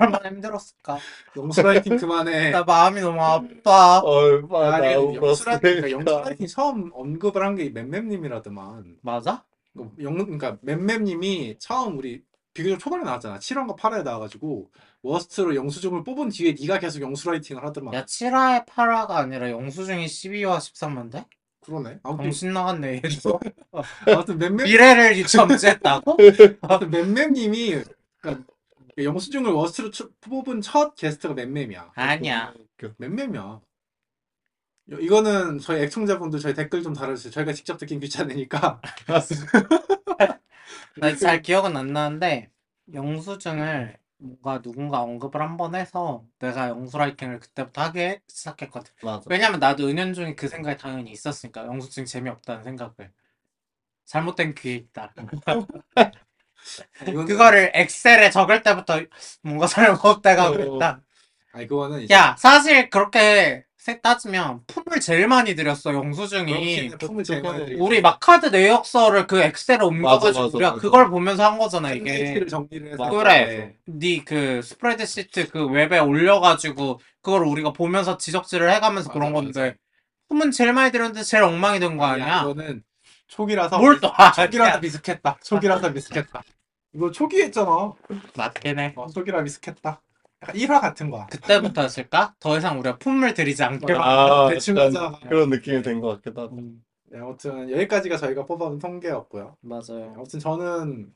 [SPEAKER 3] 얼마나 힘들었을까?
[SPEAKER 2] 영수라이팅 그만해.
[SPEAKER 3] 나 마음이 너무
[SPEAKER 2] 네. 어.
[SPEAKER 3] 아파.
[SPEAKER 5] 얼마나
[SPEAKER 2] 아니, 영수라이팅, 그러니까
[SPEAKER 5] 울었을까.
[SPEAKER 2] 영수라이팅 처음 언급을 한 게 맴맴님이라더만.
[SPEAKER 3] 맞아?
[SPEAKER 2] 그 영, 그러니까 맴맴님이 처음 우리 비교적 초반에 나왔잖아. 7화인가 8화에 나와가지고 워스트로 영수증을 뽑은 뒤에 네가 계속 영수라이팅을 하더만.
[SPEAKER 3] 야 7화에 8화가 아니라 영수증이 12화 13화인데?
[SPEAKER 2] 어. 그러네. 아무튼
[SPEAKER 3] 정신 나갔네 얘도.
[SPEAKER 2] 아무튼 맴맴
[SPEAKER 3] 미래를 점지했다고?
[SPEAKER 2] 네. 아무튼 맴맴님이 그러니까 영수증을 워스트로 추- 뽑은 첫 게스트가 맴맴이야.
[SPEAKER 3] 아니야.
[SPEAKER 2] 맴맴이야. 요- 이거는 저희 애청자분들 저희 댓글 좀 달아주세요. 저희가 직접 듣긴 귀찮으니까.
[SPEAKER 3] 나 잘 기억은 안 나는데 영수증을 뭔가 누군가 언급을 한 번 해서 내가 영수라이팅을 그때부터 하기 시작했거든.
[SPEAKER 5] 맞아.
[SPEAKER 3] 왜냐면 나도 은연중에 그 생각이 당연히 있었으니까 영수증 재미없다는 생각을 잘못된 귀에 있다.
[SPEAKER 2] 이건
[SPEAKER 3] 그거를 엑셀에 적을 때부터 뭔가 잘못돼가고
[SPEAKER 5] 어.
[SPEAKER 3] 있다.
[SPEAKER 2] 아니 그거는 이제
[SPEAKER 3] 야 사실 그렇게 세 따지면 품을 제일 많이 들였어 영수증이.
[SPEAKER 2] 그렇게는 품을 제일 많이 들이고
[SPEAKER 3] 우리 막 카드 내역서를 그 엑셀에 옮겨가지고
[SPEAKER 5] 맞아,
[SPEAKER 3] 우리가
[SPEAKER 5] 맞아.
[SPEAKER 3] 그걸 보면서 한 거잖아 이게.
[SPEAKER 2] 콘텐츠를 정리를 해서
[SPEAKER 3] 그래. 네 그 스프레드 시트 그 웹에 올려가지고 그걸 우리가 보면서 지적질을 해가면서
[SPEAKER 2] 맞아,
[SPEAKER 3] 그런
[SPEAKER 2] 맞아.
[SPEAKER 3] 건데 품은 제일 많이 들었는데 제일 엉망이 된 거
[SPEAKER 2] 아니야,
[SPEAKER 3] 아니야?
[SPEAKER 2] 이거는 초기라서
[SPEAKER 3] 뭘 또 아,
[SPEAKER 2] 초기라서 미숙했다. 초기라서 미숙했다. 이거 초기했잖아. 어,
[SPEAKER 3] 맞긴 해.
[SPEAKER 2] 초기라 미숙했다. 약간 1화 같은 거야.
[SPEAKER 3] 그때부터였을까? 더 이상 우리가 품을 들이지 않게.
[SPEAKER 2] 맞아.
[SPEAKER 5] 아,
[SPEAKER 2] 대충
[SPEAKER 5] 약간
[SPEAKER 2] 하자.
[SPEAKER 5] 그런 느낌이 된 것 같기도 하고.
[SPEAKER 2] 네, 아무튼 여기까지가 저희가 뽑아본 통계였고요. 네,
[SPEAKER 3] 맞아요.
[SPEAKER 2] 아무튼 저는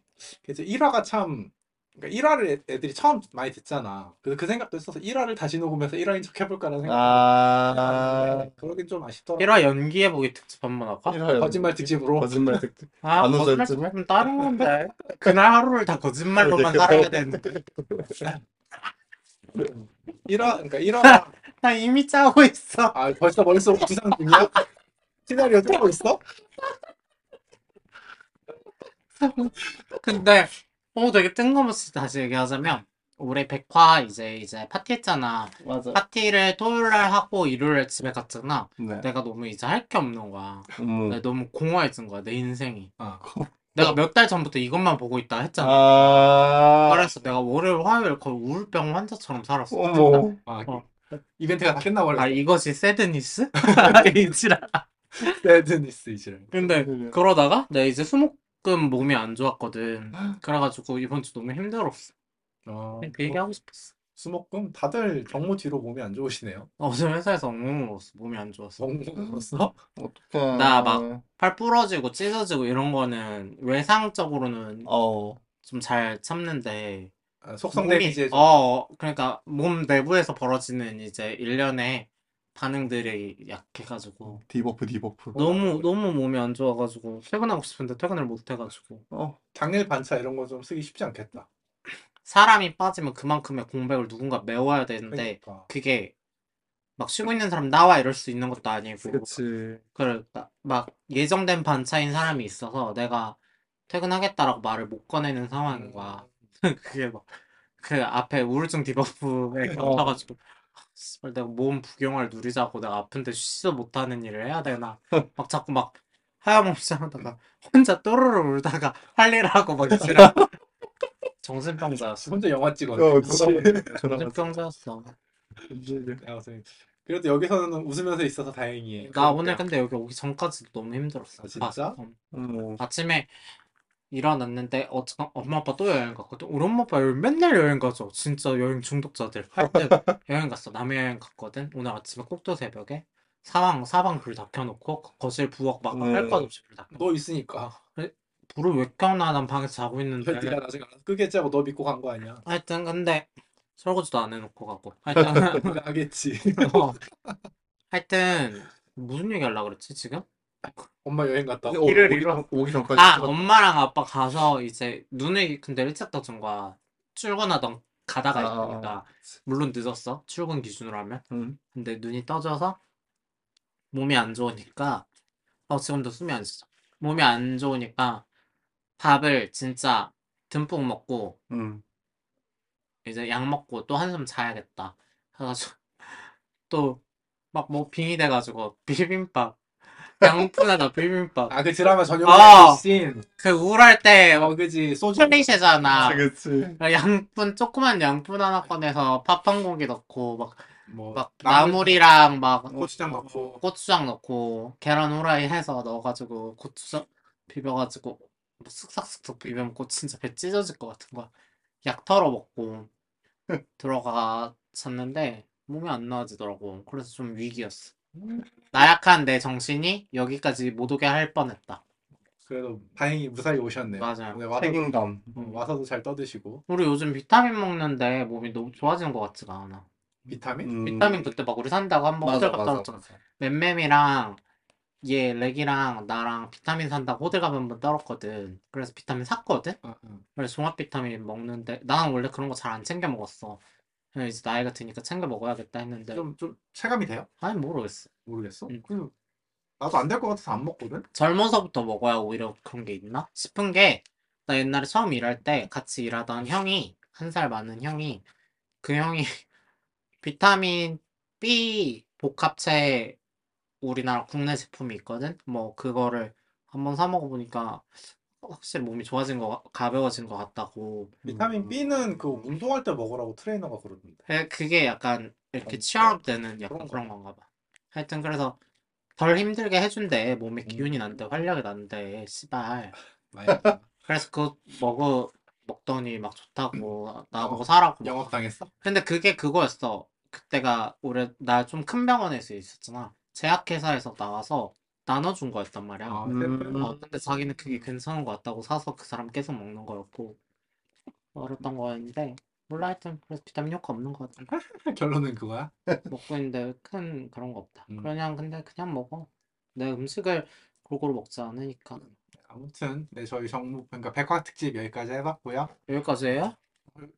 [SPEAKER 2] 이제 1화가 참 그러니까 1화를 애들이 처음 많이 듣잖아. 그래서 그 생각도 있어서 1화를 다시 녹음해서 1화인 척 해볼까라는 생각.
[SPEAKER 5] 아,
[SPEAKER 2] 그러긴 좀 아쉽더라.
[SPEAKER 3] 1화 연기해보기 특집 한번 할까?
[SPEAKER 5] 이런
[SPEAKER 2] 거짓말 특집으로.
[SPEAKER 5] 거짓말 듣
[SPEAKER 3] 아,
[SPEAKER 5] 안 웃을
[SPEAKER 3] 거짓말
[SPEAKER 5] 쯤에?
[SPEAKER 3] 특집은 다른 건데. 그날 하루를 다 거짓말로만
[SPEAKER 2] 그러니까.
[SPEAKER 5] 그러게.
[SPEAKER 3] 살아야 되는데.
[SPEAKER 2] 1화 그러니까 1화
[SPEAKER 3] 나 이미 짜고 있어.
[SPEAKER 2] 아 벌써 머릿속 구상 중이야? 시나리오 짜고 있어?
[SPEAKER 3] 근데 어 되게 뜬금없이 다시 얘기하자면 올해 백화 이제 이제 파티했잖아.
[SPEAKER 5] 맞아.
[SPEAKER 3] 파티를 토요일 날 하고 일요일 날 집에 갔잖아.
[SPEAKER 5] 네.
[SPEAKER 3] 내가 너무 이제 할 게 없는 거야.
[SPEAKER 5] 음.
[SPEAKER 1] 아,
[SPEAKER 3] 내가 너무 공허해진 거야 내 인생이.
[SPEAKER 2] 아.
[SPEAKER 3] 내가 몇 달 전부터 이것만 보고 있다 했잖아.
[SPEAKER 5] 아,
[SPEAKER 3] 그래서 내가 월요일 화요일 거의 우울병 환자처럼 살았어.
[SPEAKER 5] 어머.
[SPEAKER 2] 아,
[SPEAKER 3] 어.
[SPEAKER 2] 이벤트가 다 끝나버렸어.
[SPEAKER 3] 아 이것이 새드니스? 이지라.
[SPEAKER 5] 네,
[SPEAKER 2] 데드니스 이제.
[SPEAKER 3] 근데
[SPEAKER 5] 그래요.
[SPEAKER 3] 그러다가 내가 이제 수목금 몸이 안 좋았거든. 그래가지고 이번 주 너무 힘들었어.
[SPEAKER 2] 어,
[SPEAKER 3] 그냥 그 얘기하고 싶었어.
[SPEAKER 2] 수목금 다들 경무 뒤로 몸이 안 좋으시네요.
[SPEAKER 3] 어제 회사에서 엉엉 울었어. 몸이 안 좋았어.
[SPEAKER 2] 경무로서
[SPEAKER 3] 음.
[SPEAKER 5] 어떡해.
[SPEAKER 3] 나 막- 팔 부러지고 찢어지고 이런 거는 외상적으로는
[SPEAKER 4] 어.
[SPEAKER 3] 좀 잘 참는데
[SPEAKER 2] 아, 속성
[SPEAKER 3] 몸이-
[SPEAKER 2] 데미지에 좀
[SPEAKER 3] 어, 그러니까 몸 내부에서 벌어지는 이제 일련의 반응들이
[SPEAKER 4] 어,
[SPEAKER 3] 약해가지고
[SPEAKER 4] 디버프 디버프.
[SPEAKER 3] 너무 너무 몸이 안 좋아가지고 퇴근하고 싶은데 퇴근을 못 해가지고
[SPEAKER 4] 어.
[SPEAKER 2] 당일 반차 이런 거 좀 쓰기 쉽지 않겠다.
[SPEAKER 3] 사람이 빠지면 그만큼의 공백을 누군가 메워야
[SPEAKER 4] 네.
[SPEAKER 3] 되는데
[SPEAKER 2] 그러니까
[SPEAKER 3] 그게 막 쉬고 있는 사람 나와 이럴 수 있는 것도 아니고
[SPEAKER 4] 그치.
[SPEAKER 3] 그러니까 막 예정된 반차인 사람이 있어서 내가 퇴근하겠다라고 말을 못 꺼내는 상황인 거야.
[SPEAKER 2] 음.
[SPEAKER 3] 그게 막 그 앞에 우울증
[SPEAKER 2] 어.
[SPEAKER 3] 디버프에 겹쳐가지고 아, 씨발 내가 몸 부경을 누리자고 내가 아픈데 쉬지도 못하는 일을 해야 되나 막 자꾸 막 하염없이 하다가 혼자 또르르 울다가 할 일하고 막 이러고 정신병자였어.
[SPEAKER 2] 혼자 영화 찍었네.
[SPEAKER 4] 어, 그치.
[SPEAKER 3] 정신병자였어.
[SPEAKER 2] 네, 야, 아, 선생님. 그래도 여기서는 웃으면서 있어서 다행이에요.
[SPEAKER 3] 나 오늘 근데 여기 오기 전까지도 너무 힘들었어.
[SPEAKER 2] 아, 진짜?
[SPEAKER 3] 아, 음.
[SPEAKER 4] 음.
[SPEAKER 3] 아침에 일어났는데 어쨌건 엄마 아빠 또 여행 갔거든. 우리 엄마 아빠 여행 맨날 여행 가죠. 진짜 여행 중독자들. 하여튼 여행 갔어. 남해 여행 갔거든. 오늘 아침에 꼭두 새벽에 사방 사방 불 다 켜놓고 거실 부엌 막
[SPEAKER 4] 음.
[SPEAKER 3] 할것 없이 불다 켜놓고
[SPEAKER 2] 너 있으니까.
[SPEAKER 3] 불을 왜 켜놔? 난 방에서 자고 있는데.
[SPEAKER 2] 아. 네. 가 나중에 알아서 끄겠지 하고 너 믿고 간 거 아니야.
[SPEAKER 3] 하여튼 근데 설거지도 안 해놓고 가고. 하여튼
[SPEAKER 2] 네가 하겠지.
[SPEAKER 3] 어. 하여튼 무슨 얘기 하려고 그랬지 지금?
[SPEAKER 2] 엄마 여행 갔다 오고.
[SPEAKER 4] 오기,
[SPEAKER 3] 일을
[SPEAKER 4] 오기, 전- 오기 전까지.
[SPEAKER 3] 아, 엄마랑 아빠 가서 이제 눈을 근데 일찍 떠준 거야. 출근하던 가다가
[SPEAKER 4] 아.
[SPEAKER 3] 있으니까 물론 늦었어. 출근 기준으로 하면.
[SPEAKER 4] 음.
[SPEAKER 3] 근데 눈이 떠져서 몸이 안 좋으니까 어 지금도 숨이 안 쉬죠. 몸이 안 좋으니까 밥을 진짜 듬뿍 먹고
[SPEAKER 4] 음.
[SPEAKER 3] 이제 약 먹고 또 한숨 자야겠다. 해가지고 또 막 뭐 빙이 돼가지고 비빔밥 양푼에다 비빔밥
[SPEAKER 2] 아, 그 드라마 전용
[SPEAKER 3] 아.
[SPEAKER 2] 씬.
[SPEAKER 3] 그 우울할 때
[SPEAKER 2] 어, 그지. 소주.
[SPEAKER 3] 플레이세잖아. 그러니까
[SPEAKER 4] 그치, 그치.
[SPEAKER 3] 양푼 조그만 양푼 하나 꺼내서 밥 한 공기 넣고 막,
[SPEAKER 2] 뭐,
[SPEAKER 3] 막
[SPEAKER 2] 나물-
[SPEAKER 3] 나물이랑 막
[SPEAKER 2] 고추장
[SPEAKER 3] 어,
[SPEAKER 2] 넣고.
[SPEAKER 3] 고추장 넣고 계란 후라이 해서 넣어가지고 고추장 비벼가지고 뭐 쓱싹쓱싹 비벼 먹고 진짜 배 찢어질 것 같은 거야. 약 털어 먹고 들어갔었는데 몸이 안 나아지더라고. 그래서 좀 위기였어. 나약한 내 정신이 여기까지 못 오게 할 뻔했다.
[SPEAKER 2] 그래도 다행히 무사히 오셨네요.
[SPEAKER 3] 맞아요.
[SPEAKER 2] 네, 와서,
[SPEAKER 4] 책임감.
[SPEAKER 2] 음, 와서도 잘 떠드시고.
[SPEAKER 3] 우리 요즘 비타민 먹는데 몸이 너무 좋아지는 것 같지가 않아.
[SPEAKER 2] 비타민?
[SPEAKER 4] 음.
[SPEAKER 3] 비타민 뭐 그때 막 우리 산다고 한번
[SPEAKER 4] 맞아,
[SPEAKER 3] 호들갑
[SPEAKER 4] 맞아,
[SPEAKER 3] 떨었잖아. 맴맴이랑 얘 렉이랑 나랑 비타민 산다고 호들갑 한번 떨었거든. 그래서 비타민 샀거든.
[SPEAKER 2] 아, 아.
[SPEAKER 3] 원래 종합 비타민 먹는데 나는 원래 그런 거 잘 안 챙겨 먹었어. 그냥 이제 나이가 드니까 챙겨 먹어야겠다
[SPEAKER 4] 네.
[SPEAKER 3] 했는데
[SPEAKER 2] 좀, 좀 체감이 돼요?
[SPEAKER 3] 아니 모르겠어.
[SPEAKER 2] 모르겠어.
[SPEAKER 3] 음.
[SPEAKER 2] 그냥 나도 안 될 것 같아서 안 먹거든.
[SPEAKER 4] 음,
[SPEAKER 3] 젊어서부터 먹어야 오히려 그런 게 있나 싶은 게 나 옛날에 처음 일할 때 같이 일하던 형이 한 살 많은 형이 그 형이 비타민 B 복합체 우리나라 국내 제품이 있거든 뭐 그거를 한번 사 먹어보니까 확실히 몸이 좋아진 거 가벼워진 것 같다고
[SPEAKER 4] 음.
[SPEAKER 2] 비타민 B는 그 운동할 때 먹으라고 트레이너가 그러던데.
[SPEAKER 3] 그- 그게 약간 이렇게 취업되는 약간
[SPEAKER 2] 그러니까 그런
[SPEAKER 3] 그런 건가 봐 하여튼 그래서 덜 힘들게 해준대 몸에
[SPEAKER 2] 음.
[SPEAKER 3] 기운이 난대 활력이 난대 씨발
[SPEAKER 2] 만약에
[SPEAKER 3] 그래서 그거 먹어 먹더니 막 좋다고
[SPEAKER 2] 어.
[SPEAKER 3] 나보고 사라고 막.
[SPEAKER 2] 영업당했어?
[SPEAKER 3] 근데 그게 그거였어 그때가 올해 나 좀 큰 병원에서 있었잖아 제약회사에서 나와서 나눠준 거였단 말이야
[SPEAKER 2] 아,
[SPEAKER 4] 음.
[SPEAKER 3] 어, 근데 자기는 그게 괜찮은 것 같다고 사서 그 사람 계속 먹는 거였고 어렸던 거였는데 몰라 하여튼 그래서 비타민 효과 없는 것 같아
[SPEAKER 2] 네. 결론은 그거야?
[SPEAKER 3] 먹고 있는데 큰 그런 거 없다
[SPEAKER 2] 음.
[SPEAKER 3] 그냥 근데 그냥 먹어 내 음식을 골고루 먹지 않으니까
[SPEAKER 2] 아무튼 네 저희 정무 그러니까 백화 특집 여기까지 해봤고요.
[SPEAKER 3] 여기까지예요?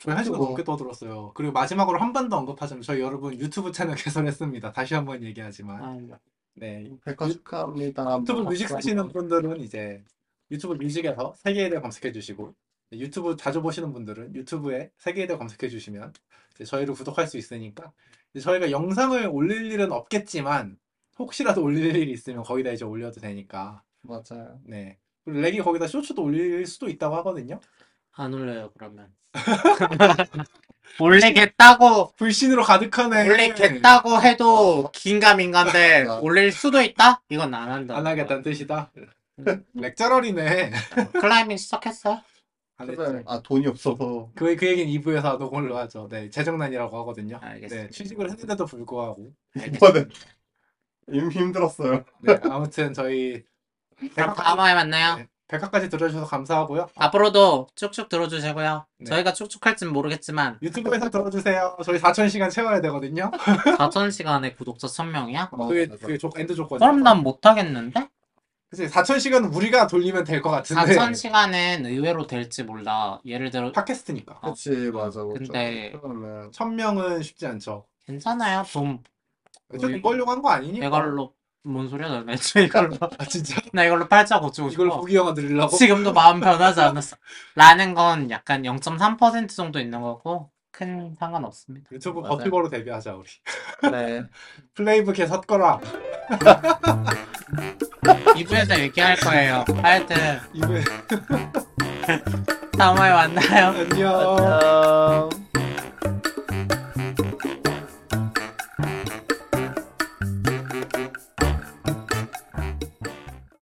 [SPEAKER 2] 저희 한 시간
[SPEAKER 4] 그리고-
[SPEAKER 2] 넘게 떠들었어요. 그리고 마지막으로 한 번 더 언급하자면 저희 여러분 유튜브 채널 개설했습니다. 다시 한 번 얘기하지만
[SPEAKER 3] 아유.
[SPEAKER 2] 네
[SPEAKER 4] 백화 축하합니다.
[SPEAKER 2] 유튜브
[SPEAKER 4] 뭐,
[SPEAKER 2] 뮤직 쓰시는 분들은 이제 유튜브 뮤직에서 세계에 대해 검색해 주시고 네, 유튜브 자주 보시는 분들은 유튜브에 세계에 대해 검색해 주시면 이제 저희를 구독할 수 있으니까 이제 저희가 영상을 올릴 일은 없겠지만 혹시라도 올릴 일이 있으면 거기다 이제 올려도 되니까
[SPEAKER 4] 맞아요.
[SPEAKER 2] 네 그리고 렉이 거기다 쇼츠도 올릴 수도 있다고 하거든요.
[SPEAKER 3] 안 올려요 그러면 올리겠다고
[SPEAKER 2] 불신으로 가득하네. 어.
[SPEAKER 3] 올리겠다고 해도 긴가민가인데
[SPEAKER 4] 맞아.
[SPEAKER 3] 올릴 수도 있다? 이건 안 한다
[SPEAKER 2] 안 하겠다는 뜻이다. 렉자럴이네.
[SPEAKER 3] 클라이밍 시작했어요?
[SPEAKER 2] 안 했죠.
[SPEAKER 4] 찾아야- 아 돈이 없어서
[SPEAKER 2] 그, 그 얘기는 2부에서 하던 걸로 하죠. 네, 재정난이라고 하거든요.
[SPEAKER 3] 알겠습니다.
[SPEAKER 2] 네, 취직을 했는데도 불구하고.
[SPEAKER 4] 이번에 이미 힘들었어요.
[SPEAKER 2] 네, 아무튼 저희
[SPEAKER 3] 그럼
[SPEAKER 2] 백화까지,
[SPEAKER 3] 다음화에 만나요.
[SPEAKER 2] 네, 백화까지 들어주셔서 감사하고요.
[SPEAKER 3] 앞으로도 쭉쭉 들어주시고요.
[SPEAKER 2] 네.
[SPEAKER 3] 저희가 쭉쭉 할진 모르겠지만
[SPEAKER 2] 유튜브에서 들어주세요. 저희 4,000시간 채워야 되거든요.
[SPEAKER 3] 4,000시간에 구독자
[SPEAKER 4] 아,
[SPEAKER 3] 1,000명이야?
[SPEAKER 2] 그게, 그게 조, 엔드 조건이에요.
[SPEAKER 3] 어, 그럼 난
[SPEAKER 2] 네.
[SPEAKER 3] 못하겠는데?
[SPEAKER 2] 그치, 4,000시간은 우리가 돌리면 될 것 같은데.
[SPEAKER 3] 4,000시간은 의외로 될지 몰라. 예를 들어
[SPEAKER 2] 팟캐스트니까.
[SPEAKER 3] 어.
[SPEAKER 4] 그렇지 맞아. 뭐
[SPEAKER 3] 근데-
[SPEAKER 4] 좀 그러면
[SPEAKER 2] 1,000명은 쉽지 않죠.
[SPEAKER 3] 괜찮아요.
[SPEAKER 2] 어.
[SPEAKER 3] 돈
[SPEAKER 2] 어쨌든 이걸려고 한 거 아니니까.
[SPEAKER 3] 이걸로 뭔 소리야? 나 애초에 이걸로
[SPEAKER 2] 아, 진짜?
[SPEAKER 3] 나 이걸로 팔자 고치고
[SPEAKER 2] 이걸
[SPEAKER 3] 싶어.
[SPEAKER 2] 보기 영화 드리려고?
[SPEAKER 3] 지금도 마음 변하지 않았어. 라는 건 약간 0.3% 정도 있는 거고 큰 상관 없습니다.
[SPEAKER 2] 유튜브
[SPEAKER 3] 맞아요.
[SPEAKER 2] 버튜버로 데뷔하자, 우리.
[SPEAKER 3] 네.
[SPEAKER 2] 플레이브캐 섰거라.
[SPEAKER 3] 2부에서 얘기할 거예요. 하여튼
[SPEAKER 2] 이분,
[SPEAKER 3] 다음에 만나요.
[SPEAKER 2] 안녕.
[SPEAKER 5] 안녕.